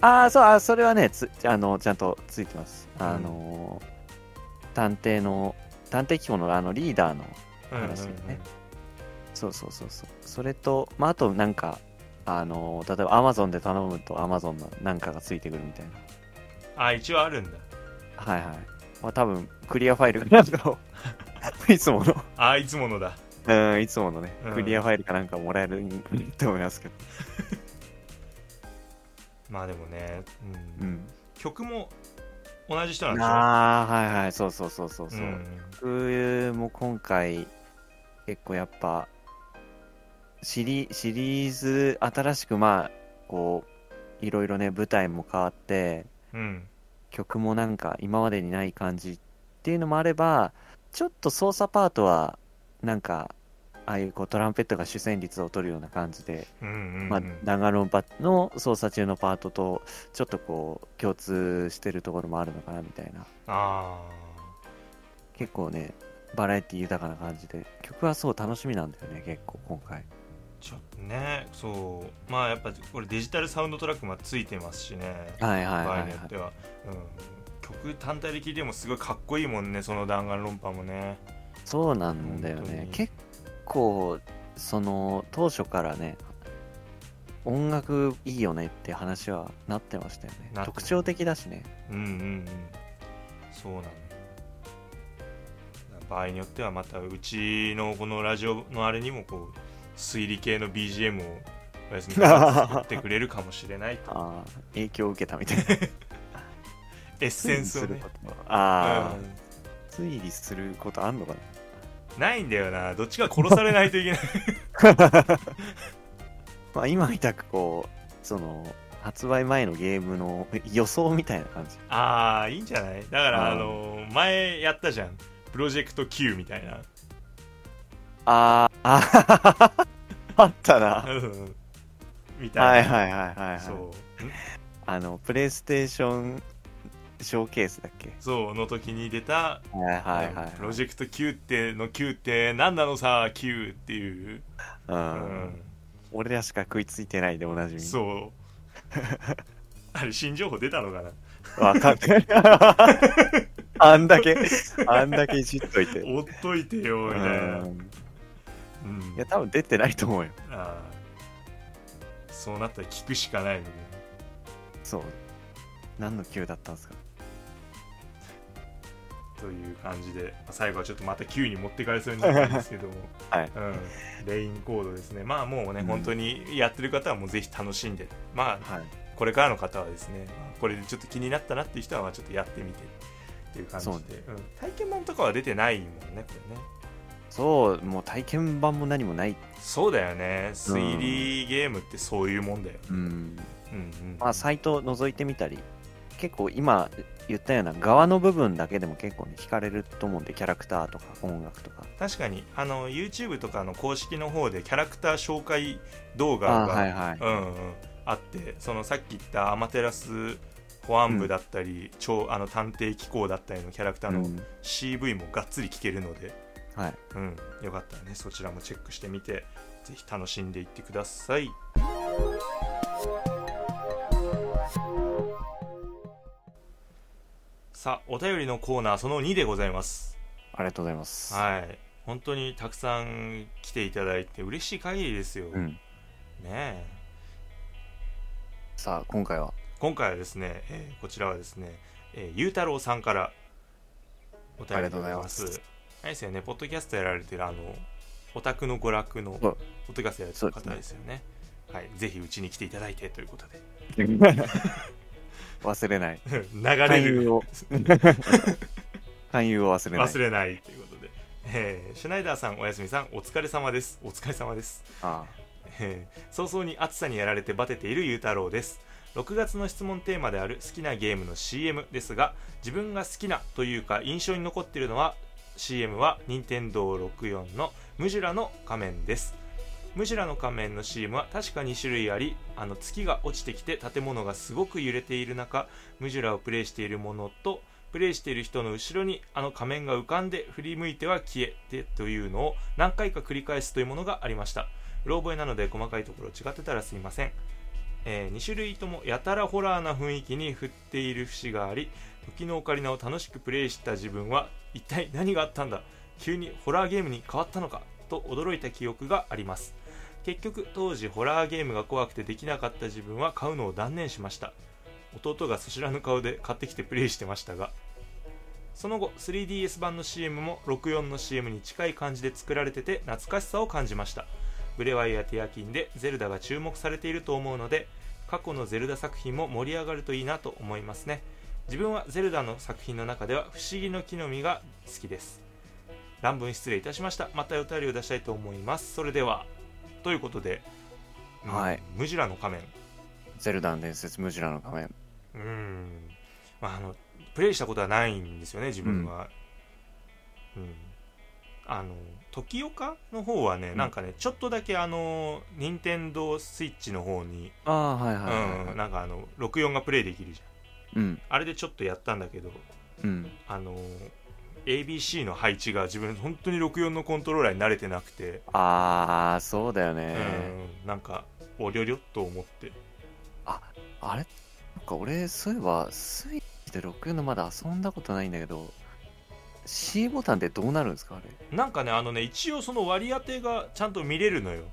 [SPEAKER 3] ああそうあそれはねつあのちゃんとついてますあのー、探偵の探偵機構のあのリーダーの
[SPEAKER 2] うんうんうん
[SPEAKER 3] 話だよねそうそうそうそうそれと、まあ、あとなんかあのー例えばアマゾンで頼むとアマゾンのなんかがついてくるみたいな
[SPEAKER 2] あ一応あるんだ
[SPEAKER 3] はいはいまあ多分クリアファイルかなんかを [laughs] いつもの
[SPEAKER 2] あいつものだ
[SPEAKER 3] うんいつものね
[SPEAKER 2] うん
[SPEAKER 3] クリアファイルかなんかもらえると思いますけど
[SPEAKER 2] まあでもね、う
[SPEAKER 3] うんん
[SPEAKER 2] 曲も同じ人なんでしょ
[SPEAKER 3] ああはいはいそうそうそうそうそう、
[SPEAKER 2] ん
[SPEAKER 3] 僕も今回結構やっぱシリシリーズ新しくまあこういろいろね舞台も変わって
[SPEAKER 2] うん
[SPEAKER 3] 曲もなんか今までにない感じっていうのもあればちょっと操作パートはなんかああいうこうトランペットが主旋律を取るような感じで、
[SPEAKER 2] うんうんうん
[SPEAKER 3] まあ、長野パの操作中のパートとちょっとこう共通してるところもあるのかなみたいな
[SPEAKER 2] あ
[SPEAKER 3] 結構ねバラエティ豊かな感じで曲はそう楽しみなんだよね結構今回
[SPEAKER 2] ーちょっとねそうまあやっぱこれデジタルサウンドトラックもついてますしね
[SPEAKER 3] はいはい
[SPEAKER 2] 場
[SPEAKER 3] はい、
[SPEAKER 2] 合
[SPEAKER 3] は
[SPEAKER 2] に
[SPEAKER 3] い
[SPEAKER 2] よっては、うん、曲単体で聴いてもすごいかっこいいもんねその弾丸論破もね
[SPEAKER 3] そうなんだよ
[SPEAKER 2] 本当
[SPEAKER 3] ね
[SPEAKER 2] に
[SPEAKER 3] 結構その当初からね音楽いいよねって話はなってましたよね
[SPEAKER 2] なって
[SPEAKER 3] 特徴的
[SPEAKER 2] [laughs]
[SPEAKER 3] だしね
[SPEAKER 2] うんうんうんそうなんだ場合によってはまたうちのこのラジオのあれにもこう推理系の BGM をおやすみなさい言ってくれるかもしれないと
[SPEAKER 3] ああ影響を受けたみたいな
[SPEAKER 2] エッセンスをね
[SPEAKER 3] ああ、
[SPEAKER 2] うん
[SPEAKER 3] 推理することあんのかな [laughs]
[SPEAKER 2] ないんだよなどっちか殺されないといけない
[SPEAKER 3] まあ今みたくこうその発売前のゲームの予想みたいな感じ
[SPEAKER 2] ああいいんじゃないだからあ
[SPEAKER 3] うん
[SPEAKER 2] の前やったじゃんプロジェクト Q みたいな
[SPEAKER 3] あーあーあったな
[SPEAKER 2] うん [laughs] みた
[SPEAKER 3] はいい
[SPEAKER 2] な、
[SPEAKER 3] はいはいはい、はい、
[SPEAKER 2] そう
[SPEAKER 3] あのプレイステーションショーケースだっけ
[SPEAKER 2] そうの時に出た
[SPEAKER 3] はいはいはい、
[SPEAKER 2] プロジェクト Q っての Q って何なのさ Q っていう、
[SPEAKER 3] う
[SPEAKER 2] うん
[SPEAKER 3] ん、俺らしか食いついてないでおなじみ
[SPEAKER 2] そう
[SPEAKER 3] [laughs]
[SPEAKER 2] あれ新情報出たのかな
[SPEAKER 3] わかん
[SPEAKER 2] [laughs]
[SPEAKER 3] ないあんだけあんだけいじっといて
[SPEAKER 2] 追っといてよみたいな、
[SPEAKER 3] う
[SPEAKER 2] うんん
[SPEAKER 3] いや多分出てないと思うよ
[SPEAKER 2] あーそうなったら聞くしかないのね
[SPEAKER 3] そう何の級だったんですか
[SPEAKER 2] という感じで最後はちょっとまた Q に持ってかれそうになったんですけども、
[SPEAKER 3] はい
[SPEAKER 2] うん、レインコードですねまあもうね、
[SPEAKER 3] うん
[SPEAKER 2] 本当にやってる方はもうぜひ楽しんでまあ
[SPEAKER 3] はい
[SPEAKER 2] これからの方はですねあこれでちょっと気になったなっていう人はまあちょっとやってみてっていう感じで
[SPEAKER 3] そうね
[SPEAKER 2] うん体験版とかは出てないもんねこれね
[SPEAKER 3] そうもう体験版も何もない、
[SPEAKER 2] そうだよね 3D ゲームってそういうもんだよ、
[SPEAKER 3] うん
[SPEAKER 2] うんうん
[SPEAKER 3] まあ、サイト覗いてみたり結構今言ったような側の部分だけでも結構ね惹かれると思うんでキャラクターとか音楽とか
[SPEAKER 2] 確かにあの YouTube とかの公式の方でキャラクター紹介動画が
[SPEAKER 3] あーはいはい
[SPEAKER 2] うんうん、あってそのさっき言ったアマテラス保安部だったり、超あの探偵機構だったりのキャラクター
[SPEAKER 3] う
[SPEAKER 2] の
[SPEAKER 3] ん
[SPEAKER 2] CV もがっつり聞けるので、
[SPEAKER 3] はい
[SPEAKER 2] うん、よかったらねそちらもチェックしてみてぜひ楽しんでいってくださいさあお便りのコーナーその2でございます
[SPEAKER 3] ありがとうございます、
[SPEAKER 2] はい本当にたくさん来ていただいて嬉しい限りですよ、
[SPEAKER 3] う
[SPEAKER 2] ね
[SPEAKER 3] ん、
[SPEAKER 2] え
[SPEAKER 3] さあ今回は
[SPEAKER 2] 今回はですね、えーこちらはですね、えー、ゆうたろうさんからお便りでございます。
[SPEAKER 3] ありがとうございま
[SPEAKER 2] あれですよね、ポッドキャストやられてるあの、オタクの娯楽の
[SPEAKER 3] そ
[SPEAKER 2] ポッ
[SPEAKER 3] う
[SPEAKER 2] ドキャストやられてる方
[SPEAKER 3] そう
[SPEAKER 2] で
[SPEAKER 3] です
[SPEAKER 2] よね。はい、ぜひうちに来ていただいてということで [laughs]
[SPEAKER 3] 忘れない
[SPEAKER 2] 流れる [laughs]
[SPEAKER 3] を勧誘を忘れない
[SPEAKER 2] 忘れないということで、えーシュナイダーさんおやすみさんお疲れ様ですお疲れ様です
[SPEAKER 3] あ
[SPEAKER 2] えー早々に暑さにやられてバテているゆうたろうです6月の質問テーマである好きなゲームの CM ですが自分が好きなというか印象に残っているのは CM は任天堂64のムジュラの仮面ですムジュラの仮面の CM は確か2種類ありあの月が落ちてきて建物がすごく揺れている中ムジュラをプレイしているものとプレイしている人の後ろにあの仮面が浮かんで振り向いては消えてというのを何回か繰り返すというものがありましたうろ覚えなので細かいところ違ってたらすいません、え2種類ともやたらホラーな雰囲気に振っている節があり時のオカリナを楽しくプレイした自分は一体何があったんだ急にホラーゲームに変わったのかと驚いた記憶があります結局当時ホラーゲームが怖くてできなかった自分は買うのを断念しました弟がそ知らぬ顔で買ってきてプレイしてましたがその後 3DS 版の CM も64の CM に近い感じで作られてて懐かしさを感じましたブレワイやティアキンでゼルダが注目されていると思うので過去のゼルダ作品も盛り上がるといいなと思いますね自分はゼルダの作品の中では「不思議の木の実」が好きです乱文失礼いたしましたまたお便りを出したいと思いますそれではということで、うん
[SPEAKER 3] はい
[SPEAKER 2] ムジュラの仮面
[SPEAKER 3] あゼルダの伝説ムジュラの仮面
[SPEAKER 2] うん、まあ、あのプレイしたことはないんですよね自分は、うんあの時岡の方はね、
[SPEAKER 3] ん
[SPEAKER 2] なんかねちょっとだけあの任天堂スイッチの方に、
[SPEAKER 3] ああはいはいはい、は
[SPEAKER 2] うん、なんかあの64がプレイできるじゃ
[SPEAKER 3] い、うん
[SPEAKER 2] んあれでちょっとやったんだけど
[SPEAKER 3] うん
[SPEAKER 2] あの ABC の配置が自分本当に64のコントローラーに慣れてなくて、
[SPEAKER 3] ああそうだよね、
[SPEAKER 2] うん、なんかおりょりょっと思って
[SPEAKER 3] あれなんか俺そういえばスイッチで64のまだ遊んだことないんだけど C ボタンってどうなるんですかあれ
[SPEAKER 2] なんかねあのね一応その割り当てがちゃんと見れるのよ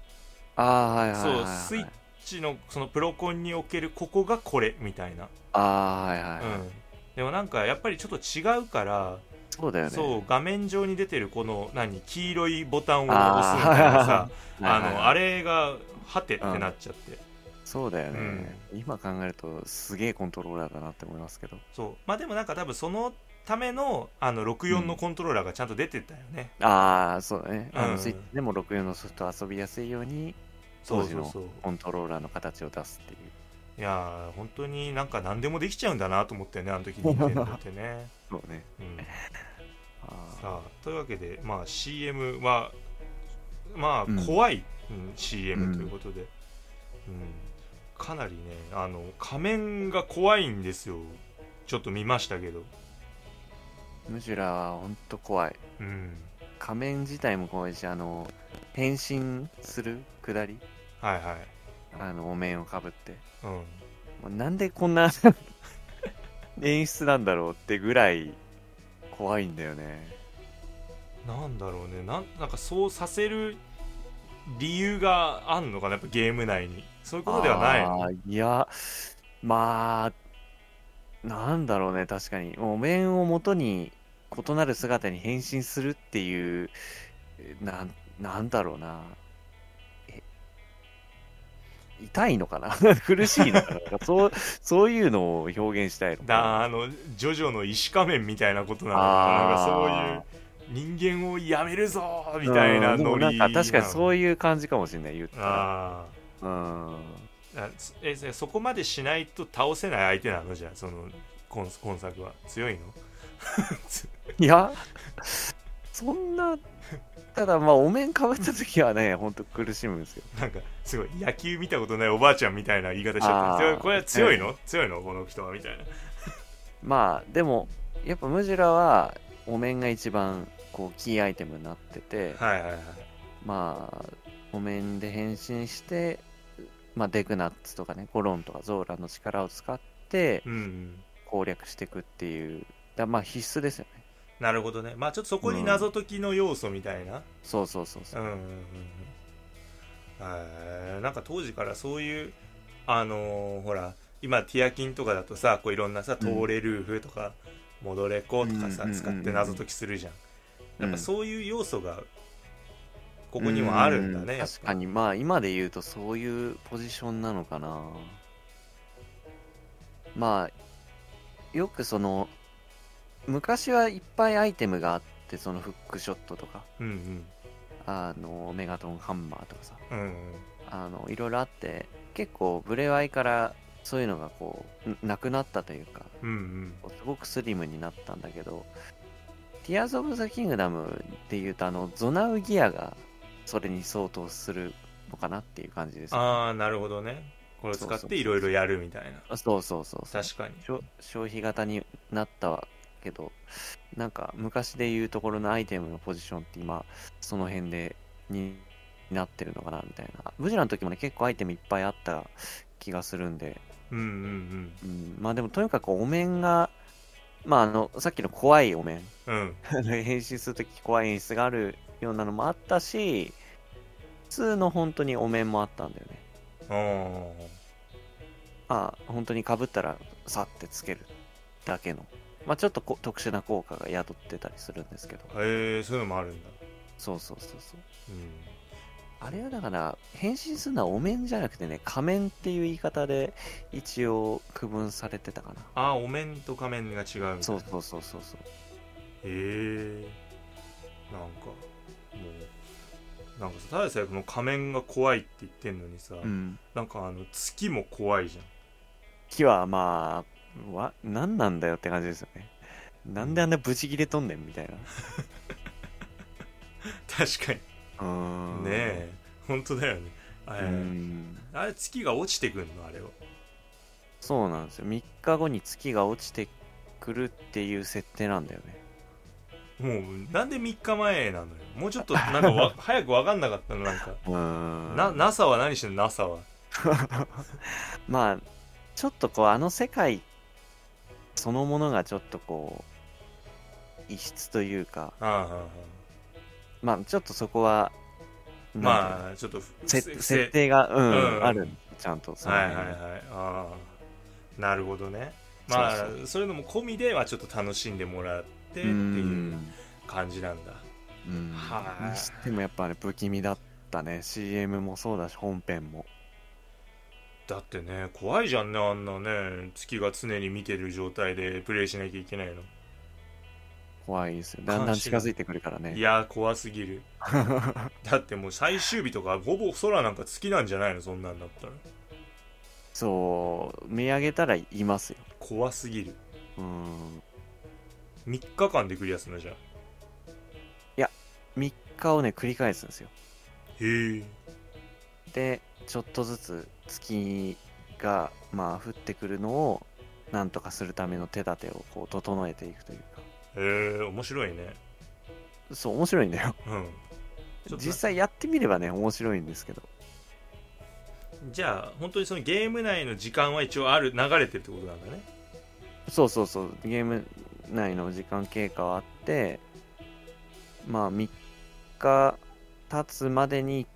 [SPEAKER 3] ああはいはいはい、
[SPEAKER 2] そう
[SPEAKER 3] はい、
[SPEAKER 2] スイッチのそのプロコンにおけるここがこれみたいな、
[SPEAKER 3] ああはいはい、
[SPEAKER 2] うん、でもなんかやっぱりちょっと違うから、
[SPEAKER 3] そうだよね
[SPEAKER 2] そう画面上に出てるこの何黄色いボタンを
[SPEAKER 3] あ
[SPEAKER 2] 押す
[SPEAKER 3] ー
[SPEAKER 2] みたいなさ [laughs] あ,、
[SPEAKER 3] はいはいはい
[SPEAKER 2] のあれがはてってなっちゃって、
[SPEAKER 3] そうだよね、今考えるとすげえコントローラーだなって思いますけど
[SPEAKER 2] そうまあでもなんか多分そのためのあの64のコントローラーがちゃんと出てたよね、
[SPEAKER 3] ああそうだねあ
[SPEAKER 2] うん
[SPEAKER 3] のスイッチでも64のソフト遊びやすいように
[SPEAKER 2] そ
[SPEAKER 3] 当
[SPEAKER 2] う
[SPEAKER 3] 時
[SPEAKER 2] そう
[SPEAKER 3] の
[SPEAKER 2] そう
[SPEAKER 3] コントローラーの形を出すっていう
[SPEAKER 2] いやー本当になんか何でもできちゃうんだなと思ったよねあの時任天堂ってね、
[SPEAKER 3] そうね
[SPEAKER 2] うん
[SPEAKER 3] あ
[SPEAKER 2] さあというわけで、まあ、CM は、ま
[SPEAKER 3] うん
[SPEAKER 2] あ、怖い、うん CM
[SPEAKER 3] うん
[SPEAKER 2] ということで、うんかなりねあの仮面が怖いんですよちょっと見ましたけど、
[SPEAKER 3] ームジュラはほんと怖い
[SPEAKER 2] うん、
[SPEAKER 3] 仮面自体も怖いしあの変身するくだり
[SPEAKER 2] はいはい、
[SPEAKER 3] あのお面をかぶって
[SPEAKER 2] うん、
[SPEAKER 3] もうなんでこんな [laughs] 演出なんだろうってぐらい怖いんだよね
[SPEAKER 2] なんだろうねなんなんかそうさせる理由があんのかなやっぱゲーム内にそういうことではないの
[SPEAKER 3] あーいや、まあ、なんだろうね、確かに。お面を元に異なる姿に変身するっていう、なんなんだろうな。痛いのかな [laughs] 苦しいのかななんかそうそういうのを表現したいのかな
[SPEAKER 2] だあのジョジョの石仮面みたいなことなの
[SPEAKER 3] あー
[SPEAKER 2] かななんかそういう人間をやめるぞーみたいな
[SPEAKER 3] うんで
[SPEAKER 2] ノ
[SPEAKER 3] も
[SPEAKER 2] リ
[SPEAKER 3] なんか確かに
[SPEAKER 2] う
[SPEAKER 3] そういう感じかもしれない言うたら
[SPEAKER 2] あ
[SPEAKER 3] うん
[SPEAKER 2] ーあそえそそこまでしないと倒せない相手なのじゃあその今今作は強いの
[SPEAKER 3] いやそんなただまあお面かぶった時はね本当苦しむんですよ
[SPEAKER 2] なんかすごい野球見たことないおばあちゃんみたいな言い方しちゃった
[SPEAKER 3] あー
[SPEAKER 2] これは強いの、強いのこの人はみたいな
[SPEAKER 3] まあでもやっぱムジュラはお面が一番こうキーアイテムになってて
[SPEAKER 2] はいはいはい
[SPEAKER 3] まあお面で変身して、まあ、デクナッツとかねゴロンとかゾーラの力を使って
[SPEAKER 2] うんうん
[SPEAKER 3] 攻略していくっていうだまあ必須ですよね
[SPEAKER 2] なるほどねまあちょっとそこに謎解きの要素みたいな、
[SPEAKER 3] そうそうそうそう
[SPEAKER 2] うんうんうんうんえーなんか当時からそういうあのーほら今ティアキンとかだとさこういろんなさ
[SPEAKER 3] うん
[SPEAKER 2] 通れルーフとか、戻れ子とかさ、
[SPEAKER 3] うんうんうんうん
[SPEAKER 2] 使って謎解きするじゃんやっぱそういう要素がこ
[SPEAKER 3] こ
[SPEAKER 2] こにもあるんだね、やっ
[SPEAKER 3] 確かにまあ今で言うとそういうポジションなのかなまあよくその昔はいっぱいアイテムがあってそのフックショットとか
[SPEAKER 2] ぱうん
[SPEAKER 3] あのメガトンハンマーとかさ
[SPEAKER 2] うんうんうん
[SPEAKER 3] あのいろいろあって結構ブレワイからそういうのがこうんなくなったというか
[SPEAKER 2] うんうん
[SPEAKER 3] すごくスリムになったんだけど「ティアーズ・オブ・ザ・キングダム」でいうとあのゾナウギアがそれに相当するのかなっていう感じですよ
[SPEAKER 2] ああなるほどねこれを使
[SPEAKER 3] そう
[SPEAKER 2] っ
[SPEAKER 3] そう
[SPEAKER 2] ていろいろやるみたいな
[SPEAKER 3] そうそうそうそう
[SPEAKER 2] 確かに
[SPEAKER 3] 消消費型になったけどなんか昔でいうところのアイテムのポジションって今その辺でになってるのかなみたいなブジュラの時もね結構アイテムいっぱいあった気がするんで、
[SPEAKER 2] うんうん
[SPEAKER 3] うん、まあでもとにかくお面がまああのさっきの怖いお面
[SPEAKER 2] うんうん
[SPEAKER 3] あの変身するとき怖い演出があるようなのもあったし普通の本当にお面もあったんだよね
[SPEAKER 2] おー
[SPEAKER 3] あ本当にかぶったらさってつけるだけのまあちょっとこ特殊な効果が宿ってたりするんですけど
[SPEAKER 2] えー、そういうのもあるんだ、
[SPEAKER 3] そうそうそうそ
[SPEAKER 2] う
[SPEAKER 3] う
[SPEAKER 2] ん
[SPEAKER 3] あれはだから変身するのはお面じゃなくてね仮面っていう言い方で一応区分されてたかな
[SPEAKER 2] ああお面と仮面が違うみたいな
[SPEAKER 3] そうそうそうそうそう
[SPEAKER 2] へえなんかもうなんかさただでさえこの仮面が怖いって言ってんのにさ、
[SPEAKER 3] うん
[SPEAKER 2] なんかあの月も怖いじ
[SPEAKER 3] 木はまあわ何なんだよって感じですよねなんであんなブチ切れとんねんみたいな
[SPEAKER 2] ゃん確かに
[SPEAKER 3] うーん
[SPEAKER 2] ねえ本当だよねあれ,、
[SPEAKER 3] うん
[SPEAKER 2] あれ月が落ちてくんのあれは
[SPEAKER 3] そうなんですよ3日後に月が落ちてくるっていう設定なんだよね
[SPEAKER 2] もうなんで3日前なのよもうちょっ
[SPEAKER 3] [laughs]
[SPEAKER 2] となんかわ早く分かんなかったのなんか、
[SPEAKER 3] うーん
[SPEAKER 2] な NASA は何してんの NASA は
[SPEAKER 3] まあちょっとこうあの世界そのものがちょっとこう異質というか
[SPEAKER 2] あああああ
[SPEAKER 3] まあちょっとそこは
[SPEAKER 2] あ
[SPEAKER 3] なんていうの
[SPEAKER 2] まあちょっとふ
[SPEAKER 3] せ
[SPEAKER 2] せ
[SPEAKER 3] 設定が、うん
[SPEAKER 2] うん
[SPEAKER 3] あるちゃんとその
[SPEAKER 2] はいはい
[SPEAKER 3] 辺
[SPEAKER 2] はいああなるほどねまあそ
[SPEAKER 3] そうう
[SPEAKER 2] いうのも込みではちょっと楽しんでもらってって
[SPEAKER 3] う
[SPEAKER 2] いうん感じなんだ
[SPEAKER 3] うん
[SPEAKER 2] はい
[SPEAKER 3] にしてもやっぱね不気味だったね CM もそうだし本編も
[SPEAKER 2] だってね怖いじゃんねあんなね月が常に見てる状態でプレイしなきゃいけないの
[SPEAKER 3] 怖いですよだんだん近づいてくるからね
[SPEAKER 2] いやー怖すぎるだってもう最終日とかほぼ空なんか月なんじゃないのそんなんだったら
[SPEAKER 3] そう、見上げたらいますよ。
[SPEAKER 2] 怖すぎる
[SPEAKER 3] うん。
[SPEAKER 2] 3日間でクリアするのじゃあ
[SPEAKER 3] 3日をね、繰り返すんですよ。
[SPEAKER 2] へえ
[SPEAKER 3] で、ちょっとずつ月が、まあ、降ってくるのを、なんとかするための手立てをこう整えていくというか。
[SPEAKER 2] へえ面白いね
[SPEAKER 3] そう、面白いんだよ。
[SPEAKER 2] うんちょっと
[SPEAKER 3] 実際やってみればね、面白いんですけど。
[SPEAKER 2] じゃあ本当にそのゲーム内の時間は一応ある流れてるってことなんだね
[SPEAKER 3] そうそうそう、ゲーム内の時間経過はあって、まあ、3日経つまでに、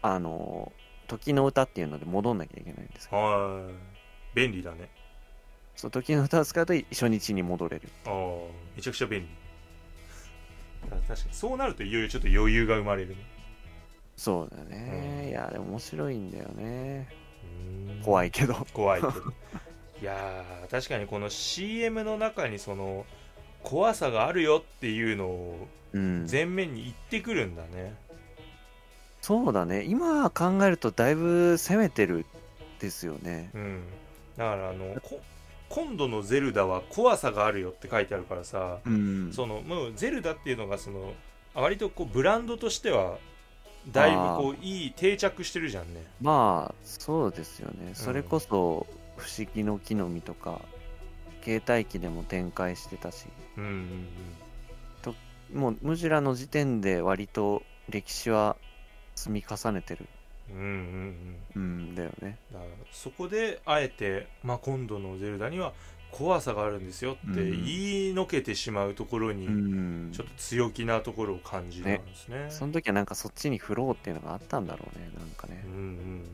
[SPEAKER 3] あの、時の歌っていうので戻んなきゃいけないんですけど
[SPEAKER 2] はい便利だね
[SPEAKER 3] そう時の歌を使うと初日に戻れる
[SPEAKER 2] ああめちゃくちゃ便利だから確かにそうなるといよいよちょっと余裕が生まれるね
[SPEAKER 3] そうだね、
[SPEAKER 2] うん
[SPEAKER 3] いやでも面白いんだよね
[SPEAKER 2] い
[SPEAKER 3] 怖いけど
[SPEAKER 2] 怖いけどいやー確かにこの CM の中にその怖さがあるよっていうのを
[SPEAKER 3] うん
[SPEAKER 2] 前面に言ってくるんだね、
[SPEAKER 3] そうだね今考えるとだいぶ攻めてるですよね
[SPEAKER 2] うん、だからあのこ今度の「ゼルダ」は怖さがあるよって書いてあるからさ、
[SPEAKER 3] うん
[SPEAKER 2] そのもうゼルダっていうのがその割とこうブランドとしてはだいぶこういい定着してるじゃんね
[SPEAKER 3] まあそうですよねそれこそ「不思議の木の実」とか携帯機でも展開してたし
[SPEAKER 2] うんうん
[SPEAKER 3] もうムジュラの時点で割と歴史は積み重ねてる
[SPEAKER 2] うんうんうんうん
[SPEAKER 3] うんだよね
[SPEAKER 2] だからそこであえて、まあ、今度の「ゼルダ」には怖さがあるんですよって
[SPEAKER 3] うん
[SPEAKER 2] 言いのけてしまうところに、
[SPEAKER 3] うん
[SPEAKER 2] ちょっと強気なところを感じたんですね
[SPEAKER 3] その時はなんかそっちに振ろうっていうのがあったんだろうねなんかね
[SPEAKER 2] うんうんうん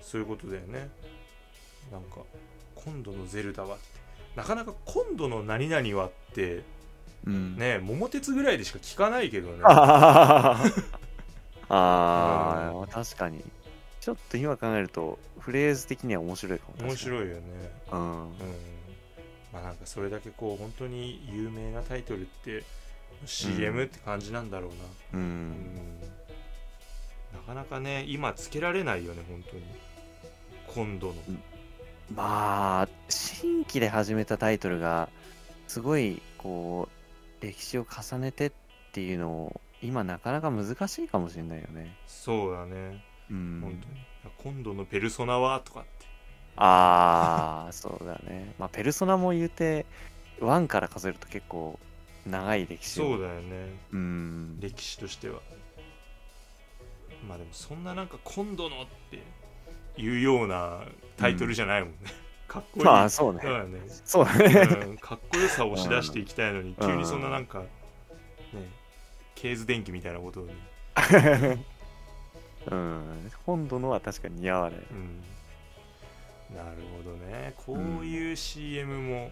[SPEAKER 2] そういうことだよねなんか今度の「ゼルダ」はってなかなか今度の「何々は」って
[SPEAKER 3] うん
[SPEAKER 2] ね桃鉄ぐらいでしか聞かないけどね
[SPEAKER 3] [laughs] ああ、確かに。ちょっと今考えると、フレーズ的には面白いかも確かに。
[SPEAKER 2] 面白いよね
[SPEAKER 3] うん。
[SPEAKER 2] うんまあなんかそれだけこう本当に有名なタイトルって CM って感じなんだろう
[SPEAKER 3] う
[SPEAKER 2] な、うん
[SPEAKER 3] ん。
[SPEAKER 2] なかなかね今つけられないよね本当に今度の
[SPEAKER 3] まあ、新規で始めたタイトルが、すごい、こう、歴史を重ねてっていうのを、今なかなか難しいかもしれないよね。
[SPEAKER 2] そうだね
[SPEAKER 3] う
[SPEAKER 2] 本
[SPEAKER 3] ん。
[SPEAKER 2] 当に、今度の「ペルソナは?」とかって
[SPEAKER 3] ああ、そうだね。まあ、ペルソナも言うて、1から数えると結構、長い歴史を。
[SPEAKER 2] そうだよね
[SPEAKER 3] うん。
[SPEAKER 2] 歴史としてはまあでもそんななんか「今度の」っていうようなタイトルじゃないもんね、かっこいい
[SPEAKER 3] まあ、そうね。
[SPEAKER 2] だからね
[SPEAKER 3] そうだね。
[SPEAKER 2] うんかっこよさを押し出していきたいのに、
[SPEAKER 3] うん
[SPEAKER 2] 急にそんななんか、ね、ケーズ電気みたいなことをね、
[SPEAKER 3] うん、今度のは確かに似合わない。
[SPEAKER 2] うん、なるほどね、こういう CM も、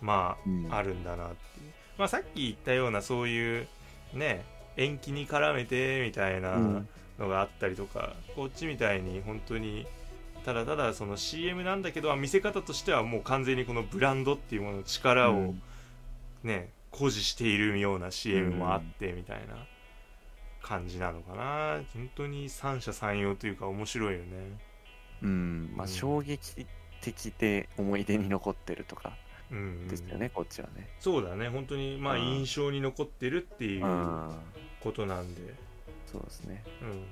[SPEAKER 2] まあ、あるんだなっていう、まあ、さっき言ったような、そういうね、延期に絡めてみたいな
[SPEAKER 3] うん
[SPEAKER 2] のがあったりとか、こっちみたいに本当に。ただただその CM なんだけど見せ方としてはもう完全にこのブランドっていうものの力をね誇示しているような CM もあってみたいな感じなのかな、本当に三者三様というか面白いよね
[SPEAKER 3] うん、うんまあ衝撃的で思い出に残ってるとか
[SPEAKER 2] うん、うん
[SPEAKER 3] ですよね、こっちはね。
[SPEAKER 2] そうだね本当にまあ
[SPEAKER 3] うん、
[SPEAKER 2] 印象に残ってるっていううんことなんで、
[SPEAKER 3] そうですね。
[SPEAKER 2] うん、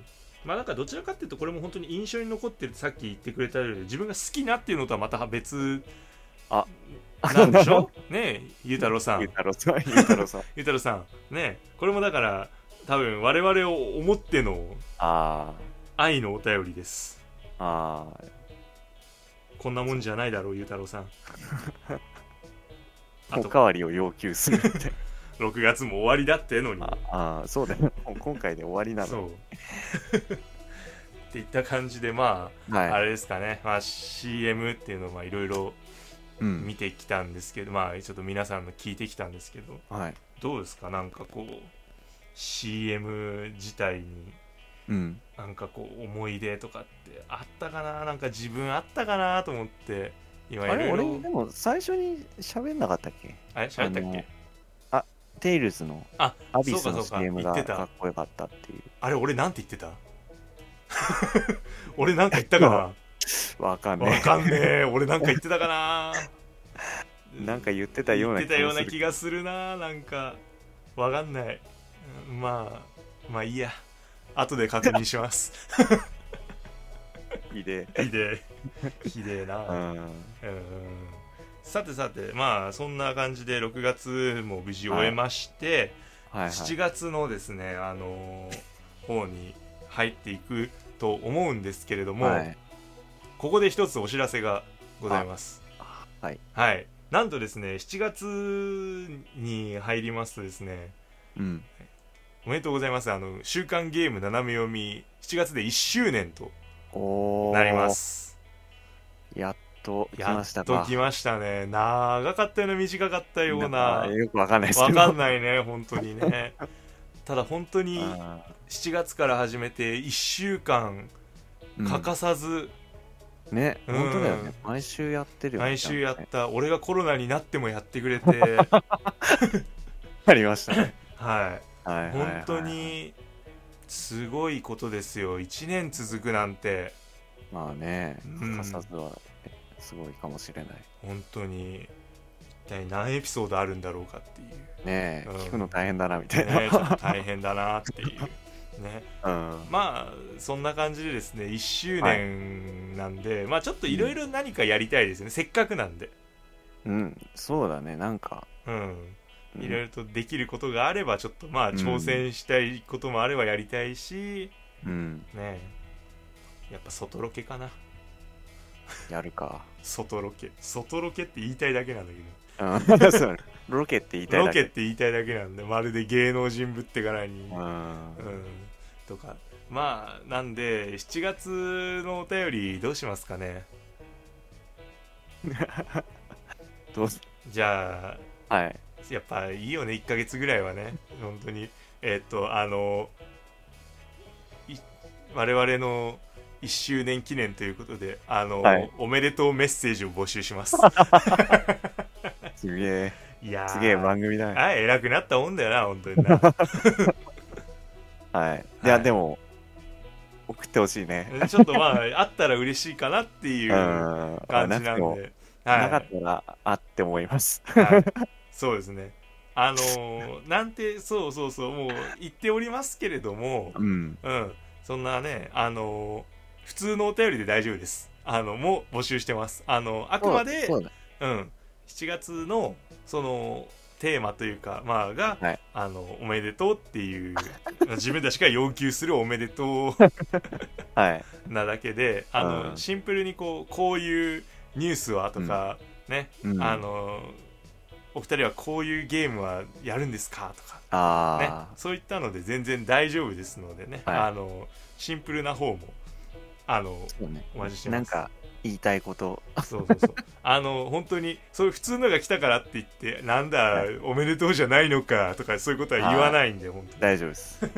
[SPEAKER 2] まあなんかどちらかっていうとこれも本当に印象に残ってるってさっき言ってくれたように自分が好きなっていうのとはまた別
[SPEAKER 3] あ
[SPEAKER 2] なんでし
[SPEAKER 3] [laughs]
[SPEAKER 2] ょねえゆうたろうさん
[SPEAKER 3] ゆうたろうさん、 [laughs] ゆうたろうさん。
[SPEAKER 2] ゆうたろうさんねえこれもだから多分我々を思っての
[SPEAKER 3] あ
[SPEAKER 2] 愛のお便りです
[SPEAKER 3] あ、ああ、
[SPEAKER 2] こんなもんじゃないだろう、ゆうたろう
[SPEAKER 3] [laughs]
[SPEAKER 2] さん。あ
[SPEAKER 3] お
[SPEAKER 2] と、
[SPEAKER 3] かわりを要求するみ
[SPEAKER 2] [laughs]
[SPEAKER 3] たい
[SPEAKER 2] 6月も終わりだってのに
[SPEAKER 3] な。。ああ、そうだよ。もう今回で終わりな
[SPEAKER 2] そ
[SPEAKER 3] の。
[SPEAKER 2] う。っていった感じで、まあ、あ
[SPEAKER 3] はい。
[SPEAKER 2] れですかね、まあ、CM っていうのをまあいろいろ
[SPEAKER 3] うん
[SPEAKER 2] 見。てきたんですけど、まあ、ちょっと皆さんの聞いてきたんですけど、
[SPEAKER 3] はい。
[SPEAKER 2] どうですか、なんかこう、CM 自体に、
[SPEAKER 3] うん。
[SPEAKER 2] なんかこう、思い出とかってあったかな、なんか自分あったかなと思って、今
[SPEAKER 3] あ
[SPEAKER 2] いろ
[SPEAKER 3] れ、
[SPEAKER 2] い
[SPEAKER 3] 俺、
[SPEAKER 2] ろ
[SPEAKER 3] で、も最初に喋んなかったっけ
[SPEAKER 2] あれ、喋ったっ
[SPEAKER 3] あ
[SPEAKER 2] け
[SPEAKER 3] のテイルズの
[SPEAKER 2] あ
[SPEAKER 3] アビスの
[SPEAKER 2] そうかそうか
[SPEAKER 3] CM
[SPEAKER 2] 言
[SPEAKER 3] が
[SPEAKER 2] ってた
[SPEAKER 3] かっこよかったっていう。
[SPEAKER 2] あれ、俺なんて言ってた [laughs] 俺なんか言ったか
[SPEAKER 3] わかん
[SPEAKER 2] な
[SPEAKER 3] な
[SPEAKER 2] わ
[SPEAKER 3] い。
[SPEAKER 2] かんねえ。俺なんか言ってたかな
[SPEAKER 3] なんか言ってたよ
[SPEAKER 2] 言
[SPEAKER 3] う
[SPEAKER 2] っ
[SPEAKER 3] な
[SPEAKER 2] てたような
[SPEAKER 3] する
[SPEAKER 2] 気がするな。なんか、わかんない。うんまあ、まあいいや。後で確認し
[SPEAKER 3] [laughs]
[SPEAKER 2] ます。
[SPEAKER 3] いで。
[SPEAKER 2] ひでえ。ひでえ
[SPEAKER 3] う
[SPEAKER 2] な。
[SPEAKER 3] ん。
[SPEAKER 2] うんさてさて、まあそんな感じで6月も無事終えまして、
[SPEAKER 3] はい、はい。
[SPEAKER 2] 7月のですね、あのー方に入っていくと思うんですけれども、
[SPEAKER 3] はい。
[SPEAKER 2] ここで一つお知らせがございます。
[SPEAKER 3] はい。
[SPEAKER 2] はい。なんとですね、7月に入りますとですね、
[SPEAKER 3] うん。
[SPEAKER 2] おめでとうございます。あの、週刊ゲーム斜め読み、7月で1周年と
[SPEAKER 3] おー
[SPEAKER 2] なりま。す。
[SPEAKER 3] やっと来
[SPEAKER 2] や
[SPEAKER 3] ま
[SPEAKER 2] っ
[SPEAKER 3] した
[SPEAKER 2] と
[SPEAKER 3] か。
[SPEAKER 2] 来ましたね。長かったような短かったような
[SPEAKER 3] あ。よくわかんないです
[SPEAKER 2] わ
[SPEAKER 3] けど。 [laughs]
[SPEAKER 2] かんないね、本当にね。ただ本当に
[SPEAKER 3] あ
[SPEAKER 2] 7月から始めて1週間
[SPEAKER 3] ー
[SPEAKER 2] 欠かさず、
[SPEAKER 3] うんね、
[SPEAKER 2] うん
[SPEAKER 3] 本当だよね。毎週やってるよね。
[SPEAKER 2] 毎週やっ
[SPEAKER 3] ちゃんとね
[SPEAKER 2] た、俺がコロナになってもやってく
[SPEAKER 3] [laughs]
[SPEAKER 2] れて
[SPEAKER 3] ありましたね。
[SPEAKER 2] は
[SPEAKER 3] はい
[SPEAKER 2] い
[SPEAKER 3] はいはい
[SPEAKER 2] [laughs] 本当。にすごいことですよ1年続くなんて
[SPEAKER 3] まあね
[SPEAKER 2] うん、
[SPEAKER 3] 欠かさずは、すごいかもしれない。
[SPEAKER 2] 本当に一体何エピソードあるんだろうかっていう、
[SPEAKER 3] ねえ、
[SPEAKER 2] うん
[SPEAKER 3] 聞くの大変だな、みたいな。
[SPEAKER 2] ね、ちょっと大変だなっていうね
[SPEAKER 3] [laughs] うん。
[SPEAKER 2] まあそんな感じでですね1周年なんで、まあちょっといろいろ何かやりたいですね、せっかくなんで
[SPEAKER 3] うん、そうだね、なんか。
[SPEAKER 2] うん
[SPEAKER 3] うん
[SPEAKER 2] いろいろとできることがあればちょっとまあ
[SPEAKER 3] うん
[SPEAKER 2] 挑戦したいこともあればやりたいし、
[SPEAKER 3] うん、
[SPEAKER 2] ねえやっぱ外ロケかな
[SPEAKER 3] やるか。
[SPEAKER 2] 外ロケ外ロケって言いたいだけなんだけ
[SPEAKER 3] うん、そうロケって言い
[SPEAKER 2] ど
[SPEAKER 3] たい
[SPEAKER 2] ロ
[SPEAKER 3] だ
[SPEAKER 2] ケっ
[SPEAKER 3] け。
[SPEAKER 2] て言いたいだけなんでまるで芸能人ぶってからに、
[SPEAKER 3] う
[SPEAKER 2] うん
[SPEAKER 3] ん。
[SPEAKER 2] とかまあなんで7月のお便りどうしますかね
[SPEAKER 3] どうす
[SPEAKER 2] じゃあ
[SPEAKER 3] はい。
[SPEAKER 2] やっぱいいよね1ヶ月ぐらいはね本当にえっとあのい我々の1周年記念ということであの、
[SPEAKER 3] はい
[SPEAKER 2] おめでとうメッセージを募集し
[SPEAKER 3] [laughs]
[SPEAKER 2] ます
[SPEAKER 3] すげえ、
[SPEAKER 2] いやー
[SPEAKER 3] すげえ番組だね。
[SPEAKER 2] あ偉くなったもんだよな本当にな
[SPEAKER 3] はい。い
[SPEAKER 2] は
[SPEAKER 3] や、
[SPEAKER 2] い
[SPEAKER 3] でも、送ってほしいね。。
[SPEAKER 2] ちょっとまああったら嬉しいかなっていううん感
[SPEAKER 3] あ
[SPEAKER 2] じ
[SPEAKER 3] な
[SPEAKER 2] な
[SPEAKER 3] く
[SPEAKER 2] ん
[SPEAKER 3] て
[SPEAKER 2] で、
[SPEAKER 3] も、なかったら、あって思います。
[SPEAKER 2] はい、そうですねあのーなんてそうそうそうもう言っておりますけれども
[SPEAKER 3] うん。
[SPEAKER 2] うんそんなねあのー普通のお便りで大丈夫ですあのもう募集してますあのあくまで
[SPEAKER 3] そうだ
[SPEAKER 2] うん、7月のそのテーマというかまあが、
[SPEAKER 3] はい
[SPEAKER 2] あのおめでとうっていう自分たちが要求するおめでと
[SPEAKER 3] はい。
[SPEAKER 2] うなだけであの、
[SPEAKER 3] うん
[SPEAKER 2] シンプルにこうこういうニュースはとか、ね
[SPEAKER 3] うん
[SPEAKER 2] あ、のお二人はこういうゲームはやるんですかとか、ね
[SPEAKER 3] あ、
[SPEAKER 2] そういったので全然大丈夫ですのでね、
[SPEAKER 3] はい
[SPEAKER 2] あのシンプルな方もあの
[SPEAKER 3] ーそうね
[SPEAKER 2] お待ちしてます
[SPEAKER 3] なんか、言いたいこと。
[SPEAKER 2] そうそう
[SPEAKER 3] [laughs]
[SPEAKER 2] そうあの本当にそういう普通のが来たからって言ってなんだ
[SPEAKER 3] は
[SPEAKER 2] おめでとうじゃないのかとかそういうことは言わないんで本当
[SPEAKER 3] 大丈
[SPEAKER 2] [laughs]
[SPEAKER 3] 夫です。
[SPEAKER 2] に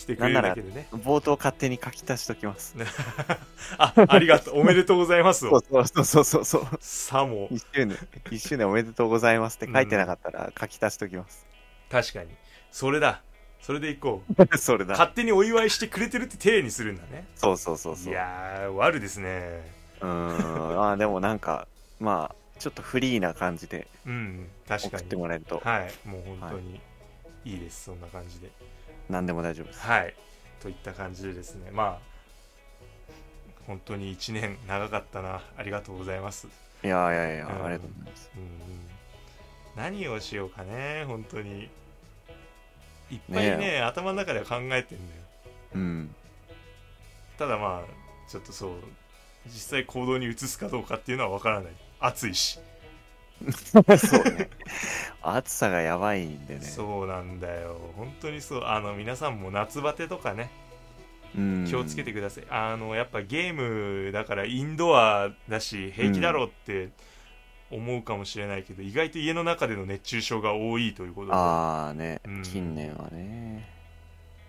[SPEAKER 2] 来てくれるだけでね
[SPEAKER 3] 冒頭勝手に書き足しときます。
[SPEAKER 2] あありがとうおめでとうございます
[SPEAKER 3] そ
[SPEAKER 2] を
[SPEAKER 3] うそうそうそうそう。
[SPEAKER 2] さも
[SPEAKER 3] 一周年、一周年おめでとうございますって書いてなかったら書き足しと
[SPEAKER 2] [laughs]
[SPEAKER 3] きます。
[SPEAKER 2] 確かにそれだそれでいこう
[SPEAKER 3] それだ。
[SPEAKER 2] 勝手にお祝いしてくれてるって体にするんだね
[SPEAKER 3] そうそうそうそう。
[SPEAKER 2] いやー悪ですね
[SPEAKER 3] うーん。あーでもなんか、まあ、ちょっとフリーな感じで
[SPEAKER 2] うん確
[SPEAKER 3] 送
[SPEAKER 2] か
[SPEAKER 3] って
[SPEAKER 2] に
[SPEAKER 3] もらえると、
[SPEAKER 2] はいもう本当にいいです、そんな感じで
[SPEAKER 3] 何でも大丈夫です。
[SPEAKER 2] はいといった感じでですねまあ本当に1年長かったなありがとうございます
[SPEAKER 3] いやいやいや、
[SPEAKER 2] うん
[SPEAKER 3] ありがとうございます。
[SPEAKER 2] うんうん何をしようかね本当にいっぱいね
[SPEAKER 3] ね
[SPEAKER 2] 頭の中では考えてんだよ [laughs]
[SPEAKER 3] うん。
[SPEAKER 2] ただまあちょっとそう実際行動に移すかどうかっていうのは分からない暑いし、
[SPEAKER 3] そうね。暑さがやばいんでね。
[SPEAKER 2] そうなんだよ本当にそうあの皆さんも夏バテとかね
[SPEAKER 3] うん。
[SPEAKER 2] 気をつけてください、あのやっぱゲームだからインドアだし平気だろうって思うかもしれないけど、意外と家の中での熱中症が多いということで
[SPEAKER 3] ああね、
[SPEAKER 2] うん
[SPEAKER 3] 近年はね。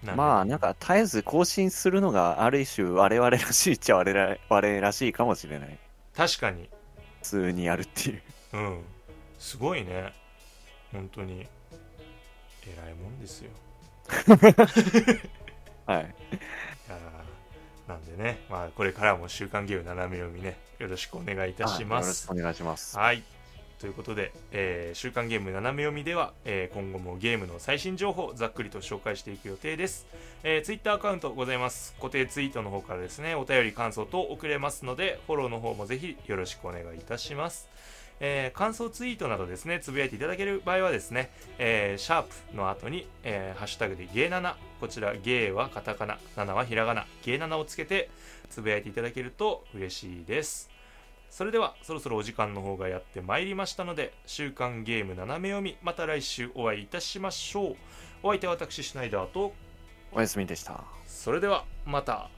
[SPEAKER 2] なんで
[SPEAKER 3] まあなんか絶えず更新するのがある種我々らしいっちゃ我々 [laughs] ら我々らしいかもしれない。
[SPEAKER 2] 確かに
[SPEAKER 3] 普通にやるっていう。
[SPEAKER 2] うんすごいね本当に偉いもんですよ
[SPEAKER 3] はい。
[SPEAKER 2] いやーなんでね、まあ、これからも「週刊ゲーム斜め読みね」よろしくお願いいたしま
[SPEAKER 3] はいよろ
[SPEAKER 2] す
[SPEAKER 3] しくお願いします。
[SPEAKER 2] はい。ということで、えー週刊ゲーム斜め読みでは、えー今後もゲームの最新情報をざっくりと紹介していく予定です。えー、Twitter アカウントございます。固定ツイートの方からですね、お便り感想等送れますので、フォローの方もぜひよろしくお願いいたします。えー感想ツイートなどですね、つぶやいていただける場合はですね、えーシャープの後に、えーハッシュタグでゲー7、こちらゲーはカタカナ、7はひらがな、ゲー7をつけてつぶやいていただけると嬉しいです。それではそろそろお時間の方がやってまいりましたので週刊ゲーム斜め読みまた来週お会いいたしましょうお相手は私シュナイダーと
[SPEAKER 3] おやすみでした。
[SPEAKER 2] それではまた